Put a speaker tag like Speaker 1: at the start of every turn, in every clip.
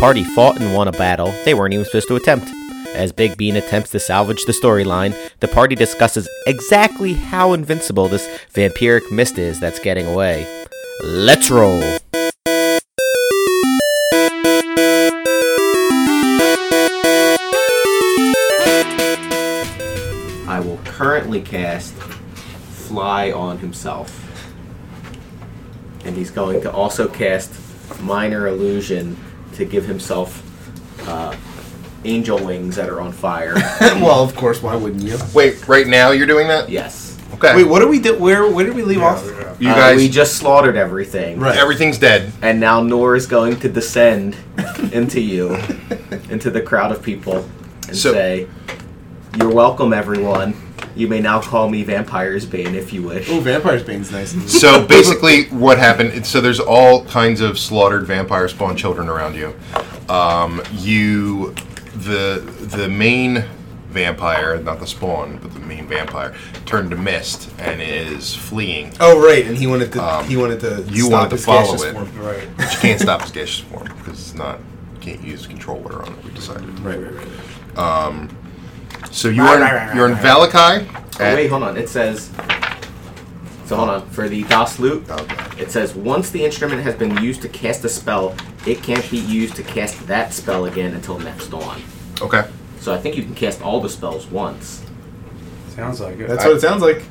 Speaker 1: party fought and won a battle they weren't even supposed to attempt. As Big Bean attempts to salvage the storyline, the party discusses exactly how invincible this vampiric mist is that's getting away. Let's roll! I will currently cast Fly on himself. And he's going to also cast Minor Illusion to give himself uh, angel wings that are on fire.
Speaker 2: well, of course, why wouldn't you?
Speaker 3: Wait, right now you're doing that?
Speaker 1: yes.
Speaker 3: Okay.
Speaker 2: Wait, what do we do? Where where did we leave off?
Speaker 3: you
Speaker 1: Uh,
Speaker 3: guys,
Speaker 1: we just slaughtered everything.
Speaker 2: Right.
Speaker 3: everything's dead.
Speaker 1: And now Nor is going to descend into you, into the crowd of people, and
Speaker 3: So-
Speaker 1: say, You're welcome, everyone. You may now call me Vampire's Bane if you wish.
Speaker 2: Oh, Vampire's Bane's nice.
Speaker 3: So basically, what happened? So there's all kinds of slaughtered vampire spawn children around you. Um, you, the the main vampire, not the spawn, but the main vampire, turned to mist and is fleeing.
Speaker 2: Oh, right, and he wanted to. he wanted to.
Speaker 3: Um, you
Speaker 2: stop
Speaker 3: wanted to
Speaker 2: his gaseous
Speaker 3: follow it.
Speaker 2: form. Right.
Speaker 3: But you can't stop his gaseous form because it's not. You can't use control water on it. We decided.
Speaker 2: right, right, right.
Speaker 3: So you are you're in Valakai.
Speaker 1: Oh,
Speaker 3: at-
Speaker 1: wait, hold on. It says. So hold on. For the Das Loot,
Speaker 3: Okay.
Speaker 1: it says once the instrument has been used to cast a spell, it can't be used to cast that spell again until next dawn.
Speaker 3: okay.
Speaker 1: So I think you can cast all the spells once.
Speaker 4: Sounds like it.
Speaker 2: That's what it sounds like.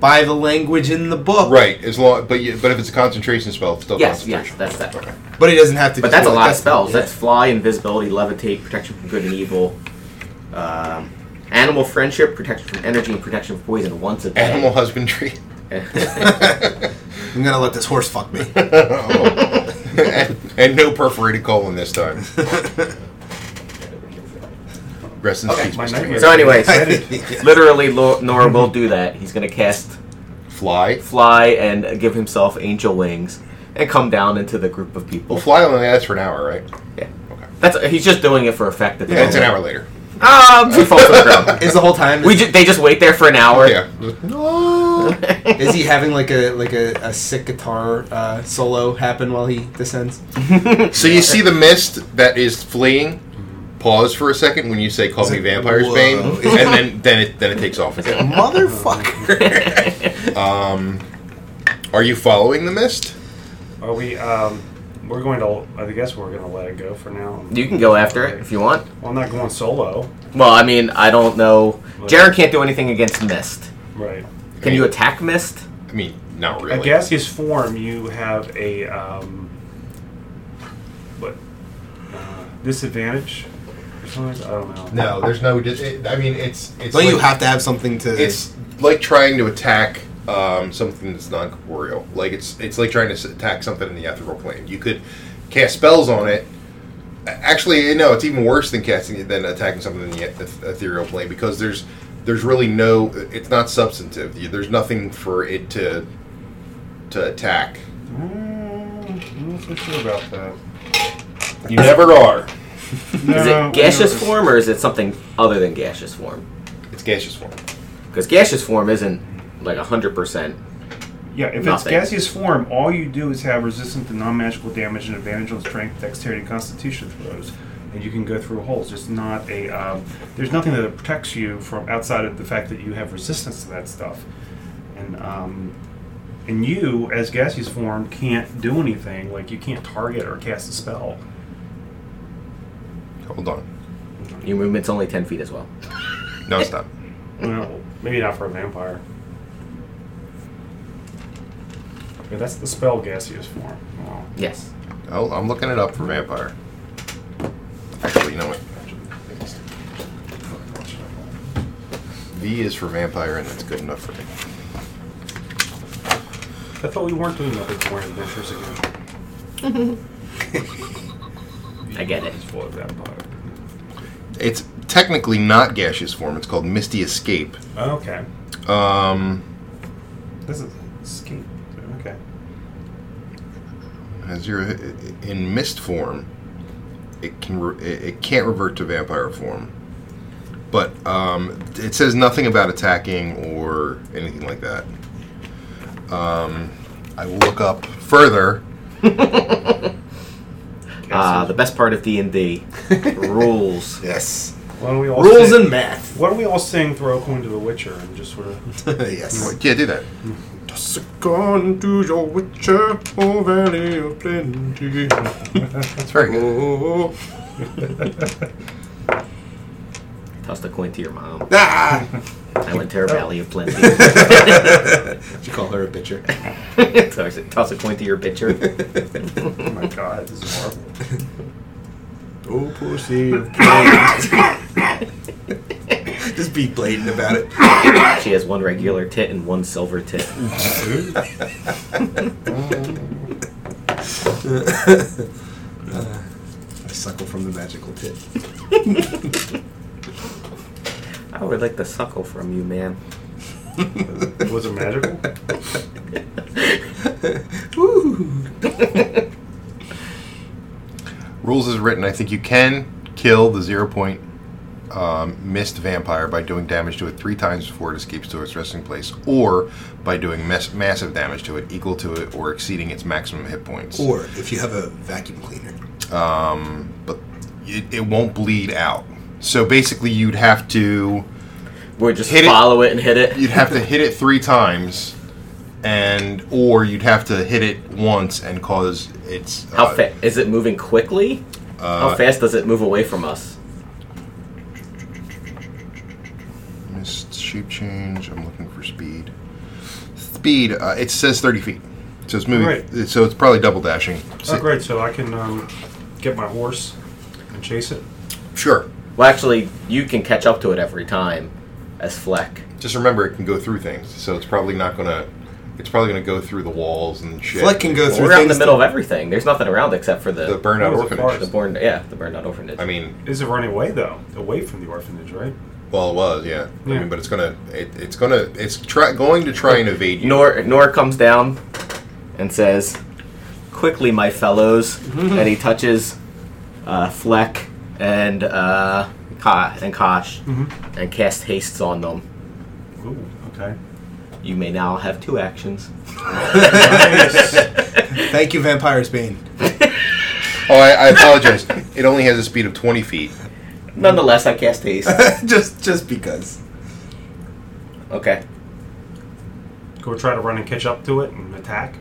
Speaker 2: By the language in the book.
Speaker 3: Right, as long, but you, but if it's a concentration spell, it's still
Speaker 1: Yes, yes,
Speaker 3: concentration.
Speaker 1: that's that.
Speaker 3: Okay.
Speaker 2: But he doesn't have to.
Speaker 1: But
Speaker 2: just
Speaker 1: that's a
Speaker 2: do it.
Speaker 1: lot of spells.
Speaker 2: yeah.
Speaker 1: That's fly, invisibility, levitate, protection from good and evil, um, animal friendship, protection from energy, and protection from poison once a day.
Speaker 3: Animal husbandry.
Speaker 2: I'm gonna let this horse fuck me.
Speaker 3: Oh. and, and no perforated colon this time. Rest in peace,
Speaker 4: my
Speaker 3: Mr.
Speaker 4: nightmare.
Speaker 3: Man.
Speaker 1: so, anyways,
Speaker 2: Yeah.
Speaker 1: literally, Lo- Nora will do that. He's gonna cast
Speaker 3: Fly.
Speaker 1: fly and give himself angel wings and come down into the group of people.
Speaker 3: Well, fly only lasts for an hour, right?
Speaker 1: Yeah.
Speaker 3: Okay.
Speaker 1: That's he's just doing it for effect. At the
Speaker 3: Yeah, it's an
Speaker 1: moment.
Speaker 3: hour later.
Speaker 1: Um, he falls to the ground.
Speaker 2: Is the whole time?
Speaker 1: We ju- they just wait there for an hour.
Speaker 3: Yeah. No.
Speaker 2: is he having like a like a, a sick guitar uh, solo happen while he descends?
Speaker 3: So you see the mist that is fleeing. Pause for a second when you say "Call me Vampire's
Speaker 2: Whoa.
Speaker 3: Bane," and then then it then it takes off again.
Speaker 2: Motherfucker.
Speaker 3: Um, are you following the mist?
Speaker 4: Are we? Um, we're going to. I guess we're going to let it go for now.
Speaker 1: You can go after it if you want.
Speaker 4: Well, I'm not going solo,
Speaker 1: Well, I mean, I don't know. Jaren can't do anything against mist.
Speaker 4: right?
Speaker 1: Can you attack mist?
Speaker 3: I mean, not really.
Speaker 4: A gaseous form. You have a um, what? Uh, disadvantage or something? I don't know.
Speaker 3: No, there's no. dis- It, I mean, it's it's.
Speaker 2: Don't
Speaker 3: like,
Speaker 2: you have to have something to?
Speaker 3: It's like trying to attack um, something that's non-corporeal. Like it's it's like trying to s- attack something in the ethereal plane. You could cast spells on it. A- Actually, no, it's even worse than casting than attacking something in the eth- ethereal plane because there's there's really no. It's not substantive. You- There's nothing for it to to attack.
Speaker 4: Mm, I'm not so sure about that.
Speaker 3: You never are.
Speaker 4: No,
Speaker 1: Is
Speaker 4: no,
Speaker 1: it gaseous
Speaker 4: no.
Speaker 1: form or is it something other than gaseous form?
Speaker 3: It's gaseous form.
Speaker 1: Because gaseous form isn't like hundred percent.
Speaker 4: Yeah, if
Speaker 1: Nothing.
Speaker 4: it's gaseous form, all you do is have resistance to non-magical damage and advantage on strength, dexterity, and constitution throws, and you can go through holes. There's not a um, there's nothing that protects you from outside of the fact that you have resistance to that stuff, and um, and you as gaseous form can't do anything like you can't target or cast a spell.
Speaker 3: Hold on.
Speaker 1: Your movement's only ten feet as well.
Speaker 3: No, it's not.
Speaker 4: Well, maybe not for a vampire. Okay, that's the spell gaseous form. Wow.
Speaker 1: Yes.
Speaker 3: Oh, I'm looking it up for vampire. Actually, you know what? V is for vampire, and that's good enough for me.
Speaker 4: I thought we weren't doing that before adventures again.
Speaker 1: I get it.
Speaker 4: full of vampire.
Speaker 3: It's technically not gaseous form. It's called Misty Escape.
Speaker 4: Okay.
Speaker 3: Um,
Speaker 4: This is escape. Okay.
Speaker 3: as you're in mist form, it can re- it it can't revert to vampire form, but um, it says nothing about attacking or anything like that. Um, I will look up further.
Speaker 1: Uh, the best part of D and D rules.
Speaker 2: Yes.
Speaker 4: Why don't we all
Speaker 2: Rules
Speaker 4: sing,
Speaker 2: and math.
Speaker 4: Why don't we all sing "Throw a Coin to the Witcher" and just sort of
Speaker 2: yes.
Speaker 3: Yeah, do that.
Speaker 2: Toss a coin to your witcher, oh valley of plenty.
Speaker 3: That's very good.
Speaker 2: Oh,
Speaker 1: Tossed a coin to your mom.
Speaker 2: ah!
Speaker 1: I went to her Valley of Plenty.
Speaker 2: Did you call her a bitcher?
Speaker 1: toss, it- toss a coin to your pitcher.
Speaker 4: oh my god, this is horrible.
Speaker 2: Oh, pussy of plenty. Just be blatant about it.
Speaker 1: She has one regular tit and one silver tit.
Speaker 2: Uh, I suckle from the magical tit.
Speaker 1: I would like to suckle from you, man.
Speaker 4: Was it magical?
Speaker 2: Woo!
Speaker 3: Rules is written. I think you can kill the zero point um, mist vampire by doing damage to it three times before it escapes to its resting place, or by doing mass- massive damage to it equal to it or exceeding its maximum hit points.
Speaker 2: Or if you have a vacuum cleaner.
Speaker 3: um, but it, it won't bleed out. So basically, you'd have to
Speaker 1: We'll just
Speaker 3: Hit it.
Speaker 1: follow it. and hit it.
Speaker 3: you'd have to hit it three times, and or you'd have to hit it once and cause its
Speaker 1: How
Speaker 3: uh,
Speaker 1: fast is it moving quickly? How fast does it move away from us?
Speaker 3: Missed shape change. I'm looking for speed. Speed. Uh, it says 30 feet. So it's moving.
Speaker 4: Right.
Speaker 3: So it's probably double dashing.
Speaker 4: Oh, great! So I can um, get my horse and chase it.
Speaker 3: Sure.
Speaker 1: Well, actually, you can catch up to it every time, as Fleck.
Speaker 3: Just remember, it can go through things. So it's probably not gonna. It's probably gonna go through the walls and shit.
Speaker 2: Fleck can go
Speaker 1: Well,
Speaker 2: through
Speaker 1: we're out in the
Speaker 2: things
Speaker 1: middle of
Speaker 2: that-
Speaker 1: everything. There's nothing around except for the
Speaker 3: the burnout
Speaker 4: What was it,
Speaker 1: the
Speaker 3: orphanage.
Speaker 1: born yeah the burned out orphanage.
Speaker 3: I mean,
Speaker 4: Is it running away though? Away from the orphanage, right?
Speaker 3: well, it was yeah. I
Speaker 4: Yeah.
Speaker 3: mean, but it's gonna. It, it's gonna. It's try, going to try and evade you.
Speaker 1: Nor Nor comes down and says, "Quickly, my fellows!"
Speaker 3: Mm-hmm.
Speaker 1: and he touches uh, Fleck and uh, Ka- and Kosh and casts hastes on them.
Speaker 4: Ooh, okay.
Speaker 1: You may now have two actions.
Speaker 2: Thank you, Vampire's Bane.
Speaker 3: Oh, I, I apologize. it only has a speed of 20 feet.
Speaker 1: Nonetheless, I cast haste.
Speaker 2: just just because.
Speaker 1: okay.
Speaker 4: Go try to run and catch up to it and attack.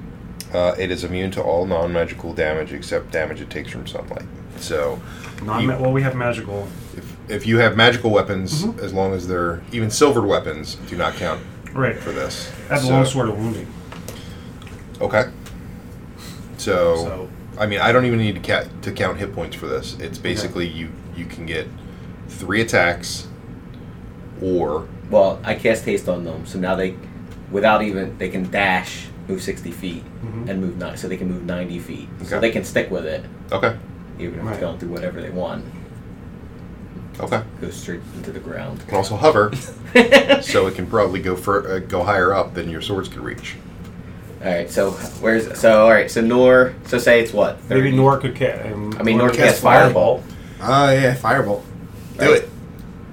Speaker 3: Uh, it is immune to all non-magical damage except damage it takes from sunlight. So,
Speaker 4: Not
Speaker 3: You-
Speaker 4: ma- well. We have magical.
Speaker 3: if, if you have magical weapons,
Speaker 4: Mm-hmm.
Speaker 3: as long as they're even silvered weapons, do not count
Speaker 4: Right.
Speaker 3: for this.
Speaker 4: That's
Speaker 3: so,
Speaker 4: a long sword of wounding.
Speaker 3: Okay. So,
Speaker 4: So-
Speaker 3: I mean, I don't even need to ca- to count hit points for this. It's basically you you can get three attacks, or
Speaker 1: Well, I cast haste on them, so now they, without even, they can dash, move sixty feet, and move nine. So they can move ninety feet. So
Speaker 3: Mm-hmm. Okay.
Speaker 1: they can stick with it,
Speaker 3: okay,
Speaker 1: even if it's
Speaker 4: Right.
Speaker 1: going through whatever they want.
Speaker 3: okay.
Speaker 1: Goes straight into the ground.
Speaker 3: It can also hover, so it can probably go for uh, go higher up than your swords can reach.
Speaker 1: All right. So where's so all right. So Nor. So say it's what?
Speaker 4: Maybe
Speaker 1: 30.
Speaker 4: Nor could catch. Um,
Speaker 1: I mean Nor
Speaker 2: Nor
Speaker 1: cast
Speaker 2: cast fire.
Speaker 1: fireball.
Speaker 2: Oh yeah, fireball. Do
Speaker 1: Right.
Speaker 2: it.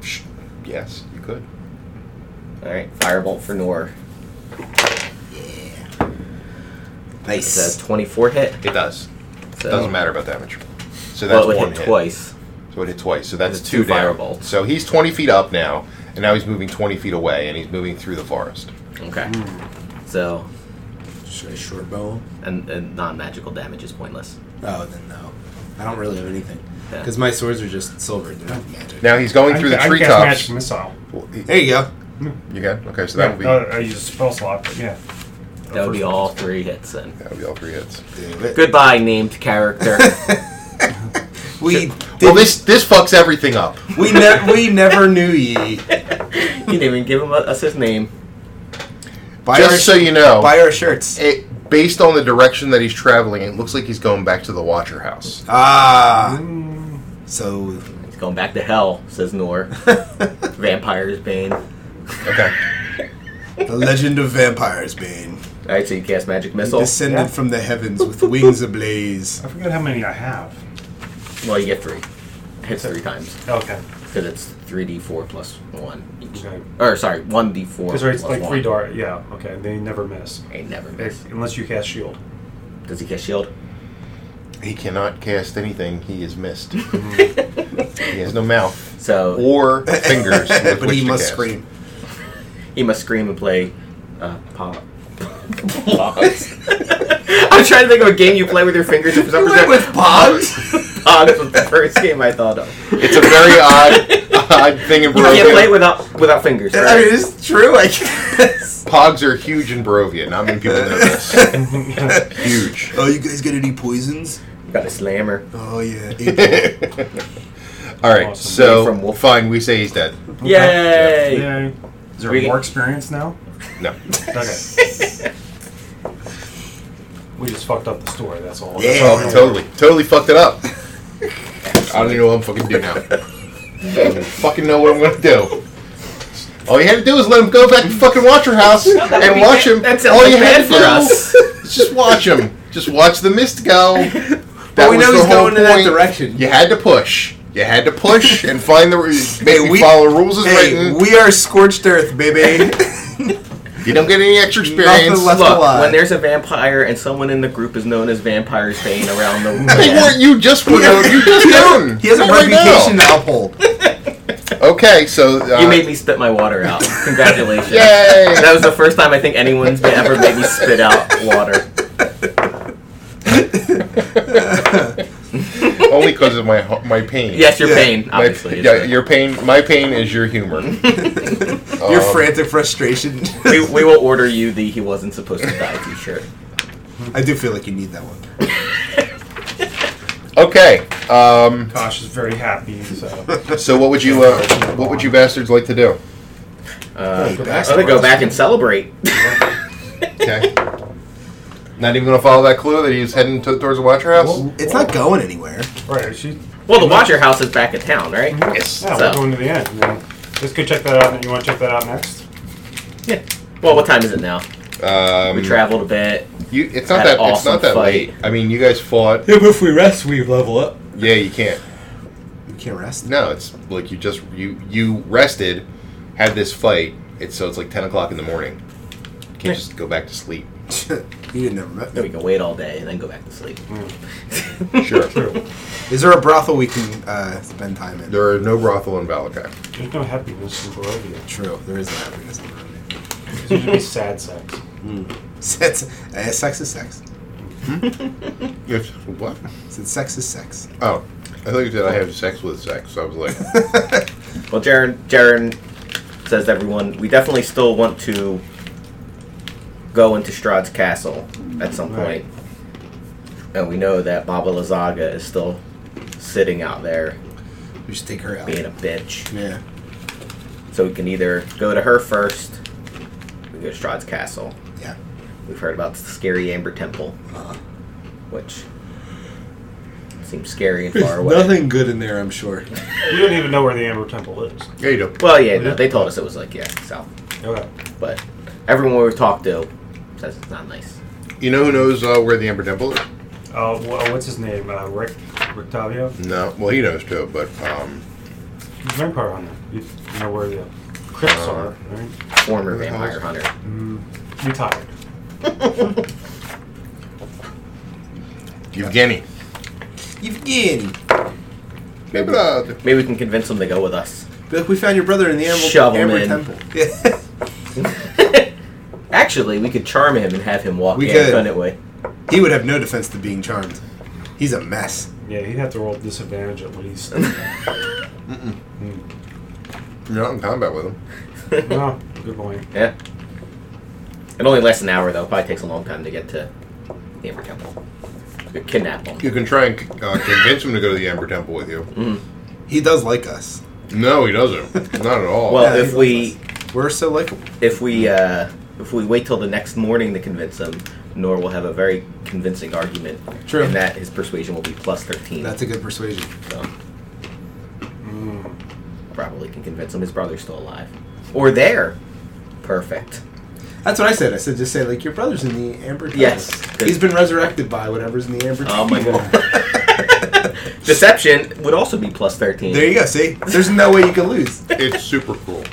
Speaker 3: Sh- Yes, you could.
Speaker 1: All right. Firebolt for Nor. It's a
Speaker 2: Nice.
Speaker 1: twenty-four hit.
Speaker 3: It does.
Speaker 1: So,
Speaker 3: Doesn't matter about damage. So that's
Speaker 1: Well, it would
Speaker 3: one
Speaker 1: hit
Speaker 3: hit.
Speaker 1: twice.
Speaker 3: So it hit twice. So that's
Speaker 1: It's two
Speaker 3: two, down.
Speaker 1: firebolts.
Speaker 3: So he's 20 feet up now, and now he's moving 20 feet away, and he's moving through the forest.
Speaker 1: Okay.
Speaker 4: Hmm.
Speaker 1: So
Speaker 2: Should I short bow?
Speaker 1: and, and non-magical damage is pointless.
Speaker 2: Oh, then no. I don't really have anything
Speaker 1: Yeah.
Speaker 2: because my swords are just silver. They're not magic.
Speaker 3: Now he's going through the
Speaker 4: I, I cast
Speaker 3: treetops.
Speaker 4: magic missile.
Speaker 3: Well,
Speaker 2: There you go.
Speaker 3: You can? Okay, so that
Speaker 4: Yeah,
Speaker 3: would be
Speaker 4: uh, I use a spell slot. But yeah.
Speaker 1: That would be
Speaker 4: First one.
Speaker 1: all three hits then.
Speaker 3: that would be all three hits.
Speaker 2: Do it.
Speaker 1: Goodbye, named character.
Speaker 2: We
Speaker 3: Well,
Speaker 2: did,
Speaker 3: this this fucks everything up.
Speaker 2: we ne- we never knew ye.
Speaker 1: you didn't even give him a, us his name.
Speaker 2: Buy our
Speaker 3: Just so you know, Eh.
Speaker 2: buy our shirts.
Speaker 3: it based on the direction that he's traveling, it looks like he's going back to the Watcher House. Mm-hmm.
Speaker 2: Ah.
Speaker 4: Mm,
Speaker 2: So
Speaker 1: He's going back to hell, says Nor. Vampire's bane. All
Speaker 3: Okay.
Speaker 2: the legend of vampires, Bane,
Speaker 1: right, so you cast magic missile.
Speaker 2: descended
Speaker 4: yeah.
Speaker 2: from the heavens with wings ablaze.
Speaker 4: I forget how many I have.
Speaker 1: Well, you get three. Hits three times
Speaker 4: Okay.
Speaker 1: because it's three d four plus one each.
Speaker 4: Okay.
Speaker 1: Or sorry, one d four.
Speaker 4: Because it's
Speaker 1: plus
Speaker 4: like
Speaker 1: one.
Speaker 4: three dart. Yeah. Okay. They never miss.
Speaker 1: Ain't never miss.
Speaker 4: Unless you cast shield.
Speaker 1: Does he cast shield?
Speaker 3: he cannot cast anything. He is missed. he has no mouth
Speaker 1: So
Speaker 3: or fingers. with
Speaker 2: but
Speaker 3: which
Speaker 2: he
Speaker 3: to
Speaker 2: must
Speaker 3: cast.
Speaker 2: scream.
Speaker 1: He must scream and play uh, pop. Pogs. I'm trying to think of a game you play with your fingers. and For some reason,
Speaker 2: Pogs?
Speaker 1: Pogs was the first game I thought of.
Speaker 3: It's a very odd,
Speaker 1: uh,
Speaker 3: odd thing in
Speaker 1: You can't play it
Speaker 3: Barovia.
Speaker 1: without without fingers.
Speaker 2: I mean,
Speaker 1: right?
Speaker 2: it's true, I guess.
Speaker 3: Pogs are huge in Barovia. Not many people know this. Huge.
Speaker 2: Oh, you guys get any poisons?
Speaker 1: You got a slammer.
Speaker 2: Oh, yeah. April.
Speaker 3: All right,
Speaker 4: Awesome.
Speaker 3: so
Speaker 1: From Wolf-
Speaker 3: fine. We say he's dead.
Speaker 1: Yay!
Speaker 4: Yay. Is there
Speaker 1: We-
Speaker 4: more experience now?
Speaker 3: No.
Speaker 4: Okay. we just fucked up the story, that's all.
Speaker 2: Yeah.
Speaker 3: Oh, totally, totally fucked it up. I don't even know what I'm fucking doing now. I don't even fucking know what I'm gonna do. All you had to do was let him go back to fucking Watcher House
Speaker 1: would
Speaker 3: and
Speaker 1: be
Speaker 3: watch
Speaker 1: bad-
Speaker 3: him.
Speaker 1: that sounds
Speaker 3: All you
Speaker 1: like bad
Speaker 3: had to
Speaker 1: for
Speaker 3: do
Speaker 1: us.
Speaker 3: was just watch him. Just watch the mist go.
Speaker 2: but
Speaker 3: That
Speaker 2: we
Speaker 3: was
Speaker 2: know
Speaker 3: the
Speaker 2: he's
Speaker 3: whole
Speaker 2: going in that
Speaker 3: point.
Speaker 2: direction.
Speaker 3: You had to push. You had to push and find the make
Speaker 2: Hey,
Speaker 3: me
Speaker 2: we-
Speaker 3: follow the rules as
Speaker 2: Hey,
Speaker 3: written.
Speaker 2: we are scorched earth, baby.
Speaker 3: you don't get any extra experience.
Speaker 2: left
Speaker 1: Look,
Speaker 2: alive.
Speaker 1: when there's a vampire and someone in the group is known as Vampire's Bane around the
Speaker 3: They weren't. You just were. You just known.
Speaker 2: he has a
Speaker 3: Right now.
Speaker 2: reputation to uphold.
Speaker 3: Okay, so uh,
Speaker 1: You made me spit my water out. Congratulations.
Speaker 3: Yay!
Speaker 1: That was the first time I think anyone's been- ever made me spit out water.
Speaker 3: Only because of my my pain.
Speaker 1: Yes, your
Speaker 2: Yeah.
Speaker 1: pain,
Speaker 3: my,
Speaker 1: obviously. is
Speaker 3: yeah,
Speaker 1: it.
Speaker 3: your pain. My pain is your humor.
Speaker 2: Your
Speaker 3: Um,
Speaker 2: frantic frustration.
Speaker 1: we, we will order you the he wasn't supposed to die t-shirt.
Speaker 2: I do feel like you need that one.
Speaker 3: Okay. Um,
Speaker 4: Tosh is very happy, so.
Speaker 3: so what would you uh, what would you bastards like to do?
Speaker 1: Uh,
Speaker 2: Hey,
Speaker 1: I'm gonna go back and celebrate.
Speaker 3: Okay. Not even gonna follow that clue that he's heading to, towards the Watcher House.
Speaker 4: Well,
Speaker 2: It's not going anywhere.
Speaker 4: Right, she.
Speaker 1: Well, the Watcher House is back in town, right?
Speaker 3: Yes.
Speaker 4: Yeah,
Speaker 1: So-
Speaker 4: we're going to the end. Yeah. Let's go check that out. You want to check that out next?
Speaker 1: Yeah. Well, what time is it now?
Speaker 3: Um,
Speaker 1: We traveled a bit.
Speaker 3: you, it's not
Speaker 1: Had
Speaker 3: that.
Speaker 1: an
Speaker 3: it's not
Speaker 1: awesome
Speaker 3: that
Speaker 1: fight.
Speaker 3: late. I mean, you guys fought.
Speaker 2: Yeah, but if we rest, we level up.
Speaker 3: Yeah, you can't.
Speaker 2: You can't rest.
Speaker 3: No, it's like you just you you rested, had this fight. It's so it's like ten o'clock in the morning. You can't just go back to sleep.
Speaker 2: you didn't never met
Speaker 1: Then we
Speaker 2: me.
Speaker 1: can wait all day and then go back to sleep.
Speaker 3: Sure.
Speaker 2: Is there a brothel we can uh, spend time in?
Speaker 3: There are no brothel in Valakai.
Speaker 4: There's no happiness in Barovia.
Speaker 2: True. There is no happiness in Barovia.
Speaker 4: It's usually sad sex.
Speaker 1: Hmm.
Speaker 2: Sex, uh, sex is sex.
Speaker 3: Yes. What?
Speaker 2: Since sex is sex.
Speaker 3: Oh, I thought you said I have sex with sex. I was like,
Speaker 1: Well, Jaren, Jaren says to everyone, we definitely still want to go into Strahd's castle at some
Speaker 4: Right.
Speaker 1: point. And we know that Baba Lazaga is still sitting out there
Speaker 2: We should take her out.
Speaker 1: being a bitch.
Speaker 2: Yeah.
Speaker 1: So we can either go to her first, we go to Strahd's castle.
Speaker 2: Yeah.
Speaker 1: We've heard about the scary Amber Temple,
Speaker 2: Uh-huh.
Speaker 1: which seems scary and far away.
Speaker 2: good in there, I'm sure.
Speaker 4: We don't even know where the Amber Temple is.
Speaker 3: yeah, you do.
Speaker 1: Well, yeah, no, they told us it was like, yeah, south.
Speaker 4: Okay.
Speaker 1: But everyone we've talked to says it's not nice.
Speaker 3: You know who knows uh, where the Amber Temple is?
Speaker 4: Uh, wha- what's his name? Uh, Rick? Rick Tavio?
Speaker 3: No. Well, he knows too, but um,
Speaker 4: He's a vampire hunter. You know where the crypts are, right? Mm-hmm.
Speaker 1: Former
Speaker 3: Who the hell
Speaker 1: vampire
Speaker 3: is-
Speaker 1: hunter.
Speaker 4: Retired.
Speaker 3: Evgeny.
Speaker 2: Evgeny.
Speaker 3: Hey, brother.
Speaker 1: Maybe we can convince them to go with us.
Speaker 2: Look, we found your brother in the Amber,
Speaker 1: Shove him
Speaker 2: Amber
Speaker 1: in.
Speaker 2: Temple. Yeah.
Speaker 1: Actually, we could charm him and have him walk
Speaker 2: We
Speaker 1: in,
Speaker 2: could.
Speaker 1: couldn't we?
Speaker 2: he would have no defense to being charmed. He's a mess.
Speaker 4: Yeah, he'd have to roll disadvantage at least.
Speaker 3: You're not in combat with him.
Speaker 4: no, good point.
Speaker 1: Yeah. It only lasts an hour, though. Probably takes a long time to get to the Amber Temple. We could kidnap him.
Speaker 3: You can try and uh, convince him to go to the Amber Temple with you.
Speaker 1: Mm.
Speaker 2: He does like us.
Speaker 3: No, he doesn't. Not at all.
Speaker 1: Well,
Speaker 2: Yeah,
Speaker 1: if
Speaker 2: he
Speaker 1: we
Speaker 2: We're so likable.
Speaker 1: if we uh, if we wait till the next morning to convince him, Nor will have a very convincing argument.
Speaker 2: True.
Speaker 1: And that his persuasion will be plus thirteen.
Speaker 2: That's a good persuasion.
Speaker 1: so
Speaker 4: Mm.
Speaker 1: probably can convince him his brother's still alive or there. Perfect.
Speaker 2: That's what I said. I said just say like your brother's in the Amber Temple.
Speaker 1: Yes.
Speaker 2: He's been resurrected by whatever's in the Amber Temple.
Speaker 1: Oh my god. Deception would also be plus thirteen.
Speaker 2: There you go. See, there's no way you can lose.
Speaker 3: it's super cool.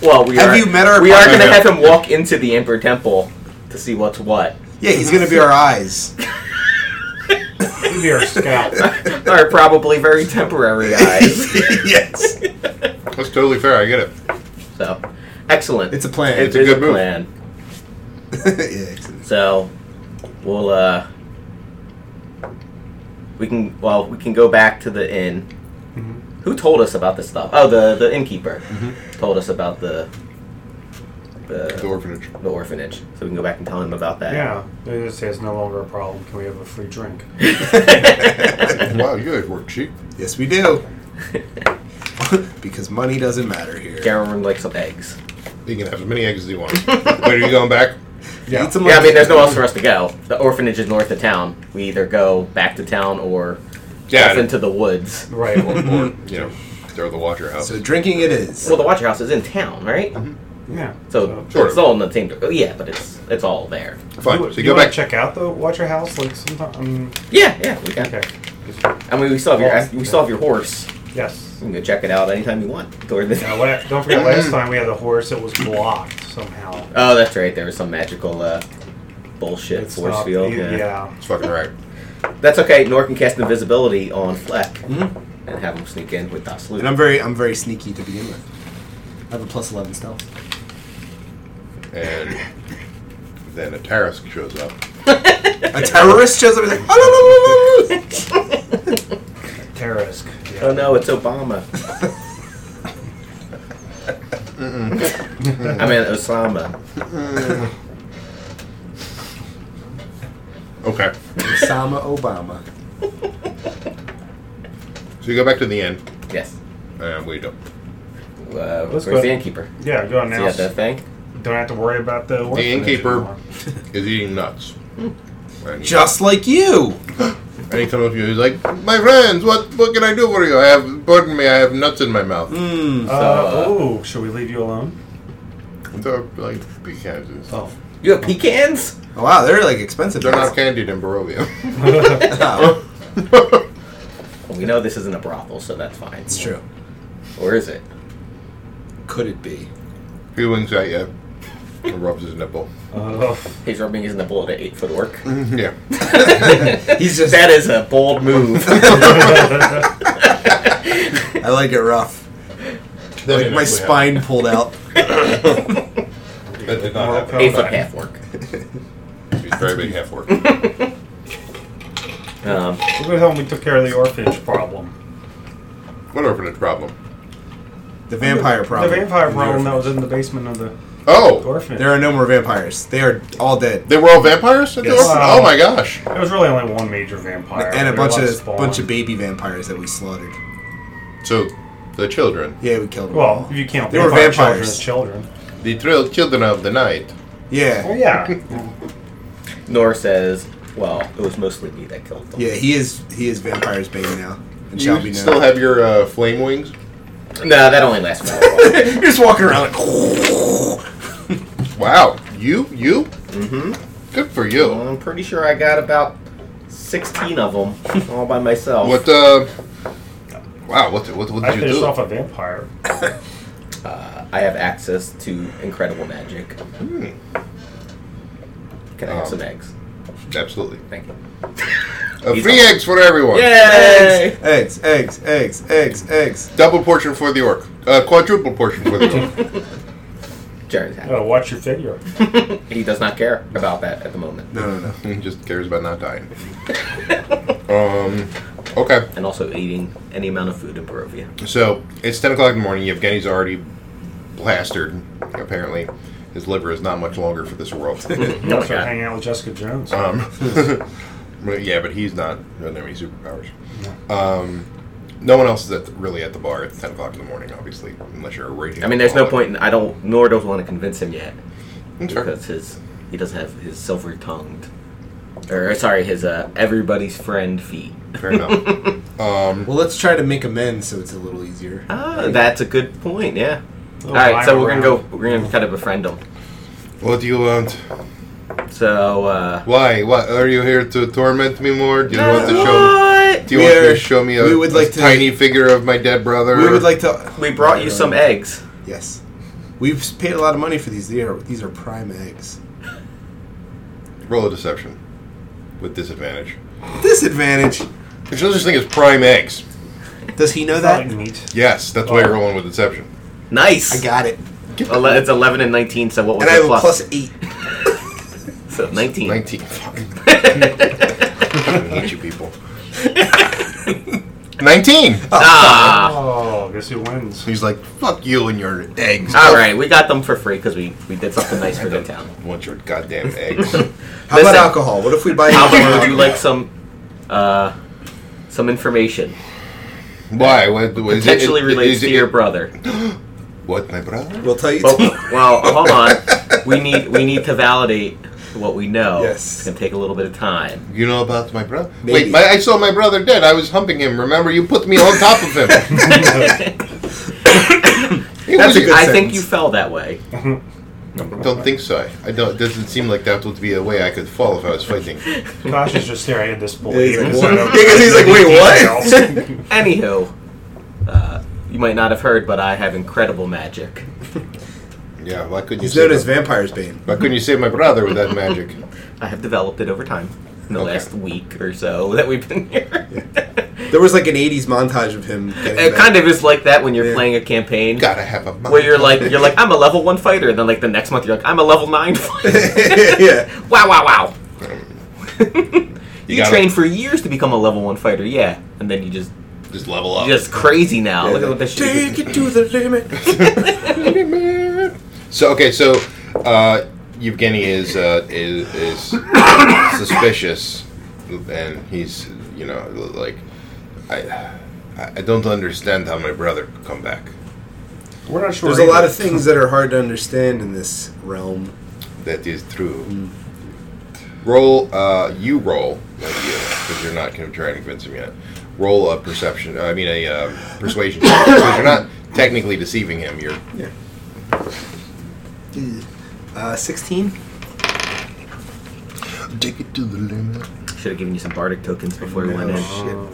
Speaker 1: Well, we
Speaker 2: Have
Speaker 1: are,
Speaker 2: you met our
Speaker 1: We are going to
Speaker 3: partner?
Speaker 1: have him walk into the Emperor Temple to see what's what.
Speaker 2: Yeah, he's gonna be our eyes.
Speaker 4: we are scouts.
Speaker 1: are probably very temporary eyes.
Speaker 3: yes. That's totally fair. I get it.
Speaker 1: So, excellent.
Speaker 2: It's a plan.
Speaker 1: It
Speaker 3: It's a
Speaker 1: is
Speaker 3: good move.
Speaker 1: plan.
Speaker 2: yeah,
Speaker 1: So, we'll uh, we can well we can go back to the inn.
Speaker 4: Mhm.
Speaker 1: Who told us about this stuff? Oh, the the innkeeper
Speaker 2: Mm-hmm.
Speaker 1: told us about the
Speaker 3: The
Speaker 1: the,
Speaker 3: orphanage.
Speaker 1: the orphanage. So we can go back and tell him about that.
Speaker 4: Yeah, they just say it's no longer a problem. Can we have a free drink?
Speaker 3: Wow, you guys work cheap.
Speaker 2: yes, we do. because money doesn't matter here.
Speaker 1: Garen would like some eggs.
Speaker 3: You can have as many eggs as you want. Wait, are you going back?
Speaker 2: Eat some
Speaker 1: Yeah, I mean,
Speaker 2: lunch.
Speaker 1: there's no else for us to go. The orphanage is north of town. We either go back to town or
Speaker 3: Yeah.
Speaker 1: off into the woods.
Speaker 4: Right.
Speaker 3: or, you know, throw the watcher out.
Speaker 2: So drinking it is.
Speaker 1: Well, the Watcher House is in town, right?
Speaker 4: Mm-hmm. yeah. Uh,
Speaker 1: So
Speaker 3: Sort
Speaker 1: it's
Speaker 3: of.
Speaker 1: all in the same. Yeah, but it's it's all there.
Speaker 3: Fine. so
Speaker 4: You,
Speaker 3: you
Speaker 4: you
Speaker 3: go
Speaker 4: wanna
Speaker 3: back.
Speaker 4: Check out the Watcher House. Like sometime. I mean,
Speaker 1: Yeah, yeah, we got.
Speaker 4: okay.
Speaker 1: I mean, we still have your
Speaker 4: Awesome.
Speaker 1: we still have your horse.
Speaker 4: Yes.
Speaker 1: You can go check it out anytime you want. Go to the-
Speaker 4: Now, what, don't forget, last time we had the horse. It was blocked somehow.
Speaker 1: Oh, that's right. There was some magical uh, bullshit
Speaker 4: It's
Speaker 1: force
Speaker 4: not-
Speaker 1: field.
Speaker 4: Yeah.
Speaker 1: Yeah.
Speaker 3: It's fucking right.
Speaker 1: that's okay. Nor can cast invisibility on Fleck
Speaker 2: Mhm.
Speaker 1: and have him sneak in with Dosloo.
Speaker 2: And I'm very, I'm very sneaky to begin with. I have a plus eleven stealth.
Speaker 3: And then a Tarisk shows up.
Speaker 2: A terrorist shows up. and is like, oh, no, no, no, no,
Speaker 4: Terrorist. Yeah.
Speaker 1: oh no, it's Obama. I mean Osama.
Speaker 3: Okay.
Speaker 2: no. Osama Obama.
Speaker 3: So you go back to the inn
Speaker 1: Yes.
Speaker 3: and wait up.
Speaker 1: Uh, where's
Speaker 4: Let's
Speaker 1: the
Speaker 4: go.
Speaker 1: innkeeper?
Speaker 4: Yeah, go on
Speaker 1: Is
Speaker 4: now.
Speaker 1: he at that thing?
Speaker 4: Don't have to worry about the orphanage
Speaker 3: innkeeper.
Speaker 4: anymore.
Speaker 3: Is eating nuts. And he-
Speaker 2: Just like you.
Speaker 3: And he comes up to you. He's like, "My friends, what what can I do for you? I have pardon me, I have nuts in my mouth."
Speaker 2: Mm.
Speaker 1: uh,
Speaker 4: Uh, oh, should we leave you alone?
Speaker 3: They're like pecans. and stuff.
Speaker 4: Oh.
Speaker 1: You have pecans?
Speaker 2: Oh, wow, they're like expensive.
Speaker 3: They're not candied in Barovia.
Speaker 2: Oh,
Speaker 1: Well, we know this isn't a brothel, so that's fine.
Speaker 2: it's true.
Speaker 1: Or is it?
Speaker 2: Could it be?
Speaker 3: he winks at you and rubs his nipple.
Speaker 4: Uh,
Speaker 1: He's rubbing his nipple at an eight foot orc.
Speaker 3: yeah.
Speaker 2: Mm-hmm. He's just.
Speaker 1: That is a bold move.
Speaker 2: I like it rough. Like my spine pulled out.
Speaker 3: That did not happen.
Speaker 1: eight foot half orc.
Speaker 3: He's a very big half orc.
Speaker 1: Um,
Speaker 4: We'll go home. We took care of the orphanage problem.
Speaker 3: what orphanage problem?
Speaker 2: The vampire problem.
Speaker 4: The vampire problem that was in the basement of the
Speaker 3: Oh,
Speaker 4: orphanage.
Speaker 2: There are no more vampires. They are all dead.
Speaker 3: they were all vampires. At the
Speaker 2: Yes.
Speaker 3: orphanage?
Speaker 4: Wow.
Speaker 3: Oh my gosh.
Speaker 4: There was really only one major vampire
Speaker 2: And a
Speaker 4: There were
Speaker 2: bunch
Speaker 4: lot
Speaker 2: of
Speaker 4: spawn.
Speaker 2: bunch of baby vampires that we slaughtered.
Speaker 3: So the children,
Speaker 2: Yeah, we killed them
Speaker 4: well,
Speaker 2: all.
Speaker 4: if you count
Speaker 2: They were
Speaker 4: vampire
Speaker 2: vampires.
Speaker 4: children, as children.
Speaker 3: the thrill children of the night.
Speaker 2: Yeah.
Speaker 4: Oh yeah,
Speaker 1: Nor says, well, it was mostly me that killed them.
Speaker 2: Yeah, he is he is vampire's bane now. And shall be
Speaker 3: You
Speaker 2: known.
Speaker 3: still have your uh, flame wings.
Speaker 1: No, that only lasts for a while.
Speaker 2: You're just walking around like
Speaker 3: Wow, you you. Mm-hmm. Good for you.
Speaker 1: Well, I'm pretty sure I got about 16 of them all by myself.
Speaker 3: What? Uh, wow. What? What, what
Speaker 4: I
Speaker 3: did you
Speaker 4: finished
Speaker 3: do?
Speaker 4: off a vampire.
Speaker 1: Uh, I have access to incredible magic.
Speaker 3: Hmm,
Speaker 1: Can I have
Speaker 3: Um,
Speaker 1: some eggs?
Speaker 3: Absolutely.
Speaker 1: Thank you.
Speaker 3: Uh,
Speaker 1: He's
Speaker 3: free
Speaker 1: off.
Speaker 3: eggs for everyone.
Speaker 1: Yay!
Speaker 2: eggs, eggs, eggs, eggs, eggs.
Speaker 3: Double portion for the orc. Uh, quadruple portion for the orc.
Speaker 1: Jared's happy.
Speaker 4: Oh, watch your figure.
Speaker 1: He does not care about that at the moment.
Speaker 2: No, no, no.
Speaker 3: he just cares about not dying. um. Okay.
Speaker 1: And also eating any amount of food in Barovia.
Speaker 3: So it's ten o'clock in the morning. Yevgeny's already blastered. Apparently, his liver is not much longer for this world.
Speaker 4: You also
Speaker 1: Oh God.
Speaker 4: hang out with Jessica Jones.
Speaker 3: Um, but yeah, but he's not doesn't have any superpowers. Um, no one else is at the, really at the bar at ten o'clock in the morning, obviously, unless you're a raging.
Speaker 1: I mean, there's no point.
Speaker 3: alcoholic.
Speaker 1: In, I don't, nor do I want to convince him yet
Speaker 3: Okay.
Speaker 1: because his he doesn't have his silver tongued, or sorry, his uh, everybody's friend feet.
Speaker 3: Fair enough. Um,
Speaker 2: Well, let's try to make amends so it's a little easier.
Speaker 1: Ah, that's a good point. Yeah.
Speaker 4: Little
Speaker 1: All right, so
Speaker 4: rhyme
Speaker 1: we're gonna go.
Speaker 4: around.
Speaker 1: We're gonna try to befriend him.
Speaker 3: what do you want?
Speaker 1: So. uh...
Speaker 3: Why? What are you here to torment me more? Do you want to show?
Speaker 1: What?
Speaker 3: Do you want
Speaker 2: We're-
Speaker 3: to show me a,
Speaker 2: we would
Speaker 3: a
Speaker 2: like to-
Speaker 3: tiny figure of my dead brother?
Speaker 2: We would like to.
Speaker 1: We brought you some eggs.
Speaker 2: Yes, we've paid a lot of money for these. These are these are prime eggs.
Speaker 3: roll a deception with disadvantage.
Speaker 2: Disadvantage.
Speaker 3: There's no such thing as prime eggs.
Speaker 2: Does he know
Speaker 4: It's not like
Speaker 2: that?
Speaker 4: meat.
Speaker 3: Yes, that's why you're
Speaker 2: Oh.
Speaker 3: rolling with deception.
Speaker 1: Nice.
Speaker 2: I got it.
Speaker 1: Ele- it's 11 and 19, so what was
Speaker 2: And I
Speaker 1: it
Speaker 2: have a plus eight.
Speaker 1: So 19.
Speaker 3: 19. Fuck. I hate you people. 19!
Speaker 1: Ah!
Speaker 4: Oh, guess who wins?
Speaker 3: He's like, fuck you and your eggs.
Speaker 1: All right, we got them for free because we, we did something nice for
Speaker 3: I
Speaker 1: the
Speaker 3: don't
Speaker 1: town.
Speaker 3: want your goddamn eggs.
Speaker 2: How
Speaker 1: Listen.
Speaker 2: about alcohol? What if we buy
Speaker 1: Albert, would you
Speaker 2: alcohol?
Speaker 1: like some uh, some information
Speaker 3: Why? What, what is it-
Speaker 1: potentially
Speaker 3: it-
Speaker 1: relates
Speaker 3: is
Speaker 1: to
Speaker 3: it-
Speaker 1: your brother?
Speaker 3: What, my brother?
Speaker 2: We'll tell you.
Speaker 1: But,
Speaker 2: tomorrow.
Speaker 1: well, hold on. We need we need to validate what we know.
Speaker 2: Yes.
Speaker 1: it's gonna take a little bit of time.
Speaker 3: You know about my brother?
Speaker 2: Maybe.
Speaker 3: Wait, my, I saw my brother dead. I was humping him. Remember, you put me on top of him. He
Speaker 2: That's
Speaker 3: was-
Speaker 2: a good
Speaker 1: I
Speaker 2: sentence.
Speaker 1: think you fell that way.
Speaker 3: don't think so. I don't. It doesn't seem like that would be a way I could fall if I was fighting.
Speaker 4: Kosh is just staring at this boy.
Speaker 2: Yeah, he's like,
Speaker 4: because I
Speaker 2: "What?"
Speaker 4: don't-
Speaker 2: Yeah, 'cause he's like, "Wait, what?"
Speaker 1: Anywho, uh, you might not have heard, but I have incredible magic.
Speaker 3: Yeah. Why couldn't you?
Speaker 2: He's known
Speaker 3: save
Speaker 2: as
Speaker 3: my-
Speaker 2: Vampire's Bane.
Speaker 3: Why couldn't you save my brother with that magic?
Speaker 1: I have developed it over time in the
Speaker 3: Okay.
Speaker 1: last week or so that we've been here.
Speaker 2: There was like an '80s montage of him. Getting
Speaker 1: it
Speaker 2: back.
Speaker 1: kind of is like that when you're
Speaker 2: Yeah.
Speaker 1: playing a campaign.
Speaker 3: Gotta have a. Mind.
Speaker 1: where you're like you're like I'm a level one fighter, and then like the next month you're like I'm a level nine fighter.
Speaker 2: yeah.
Speaker 1: wow, wow, wow! You,
Speaker 3: gotta-
Speaker 1: train for years to become a level one fighter, yeah, and then you just
Speaker 3: just level up.
Speaker 1: you're just crazy now. Look at what this
Speaker 2: Take
Speaker 1: shit.
Speaker 2: it to the limit.
Speaker 3: So okay, so uh, Evgeny is uh, is, is suspicious, and he's you know like I I don't understand how my brother could come back.
Speaker 4: We're not sure.
Speaker 2: There's a
Speaker 4: either.
Speaker 2: lot of things that are hard to understand in this realm.
Speaker 3: That is true. Roll, uh, you roll, because you're not going to try and convince him yet. Roll a perception. I mean a uh, persuasion. check, because you're not technically deceiving him. You're
Speaker 2: Uh, 16?
Speaker 3: take it to the limit.
Speaker 1: Should have given you some bardic tokens before we went in.
Speaker 2: Oh,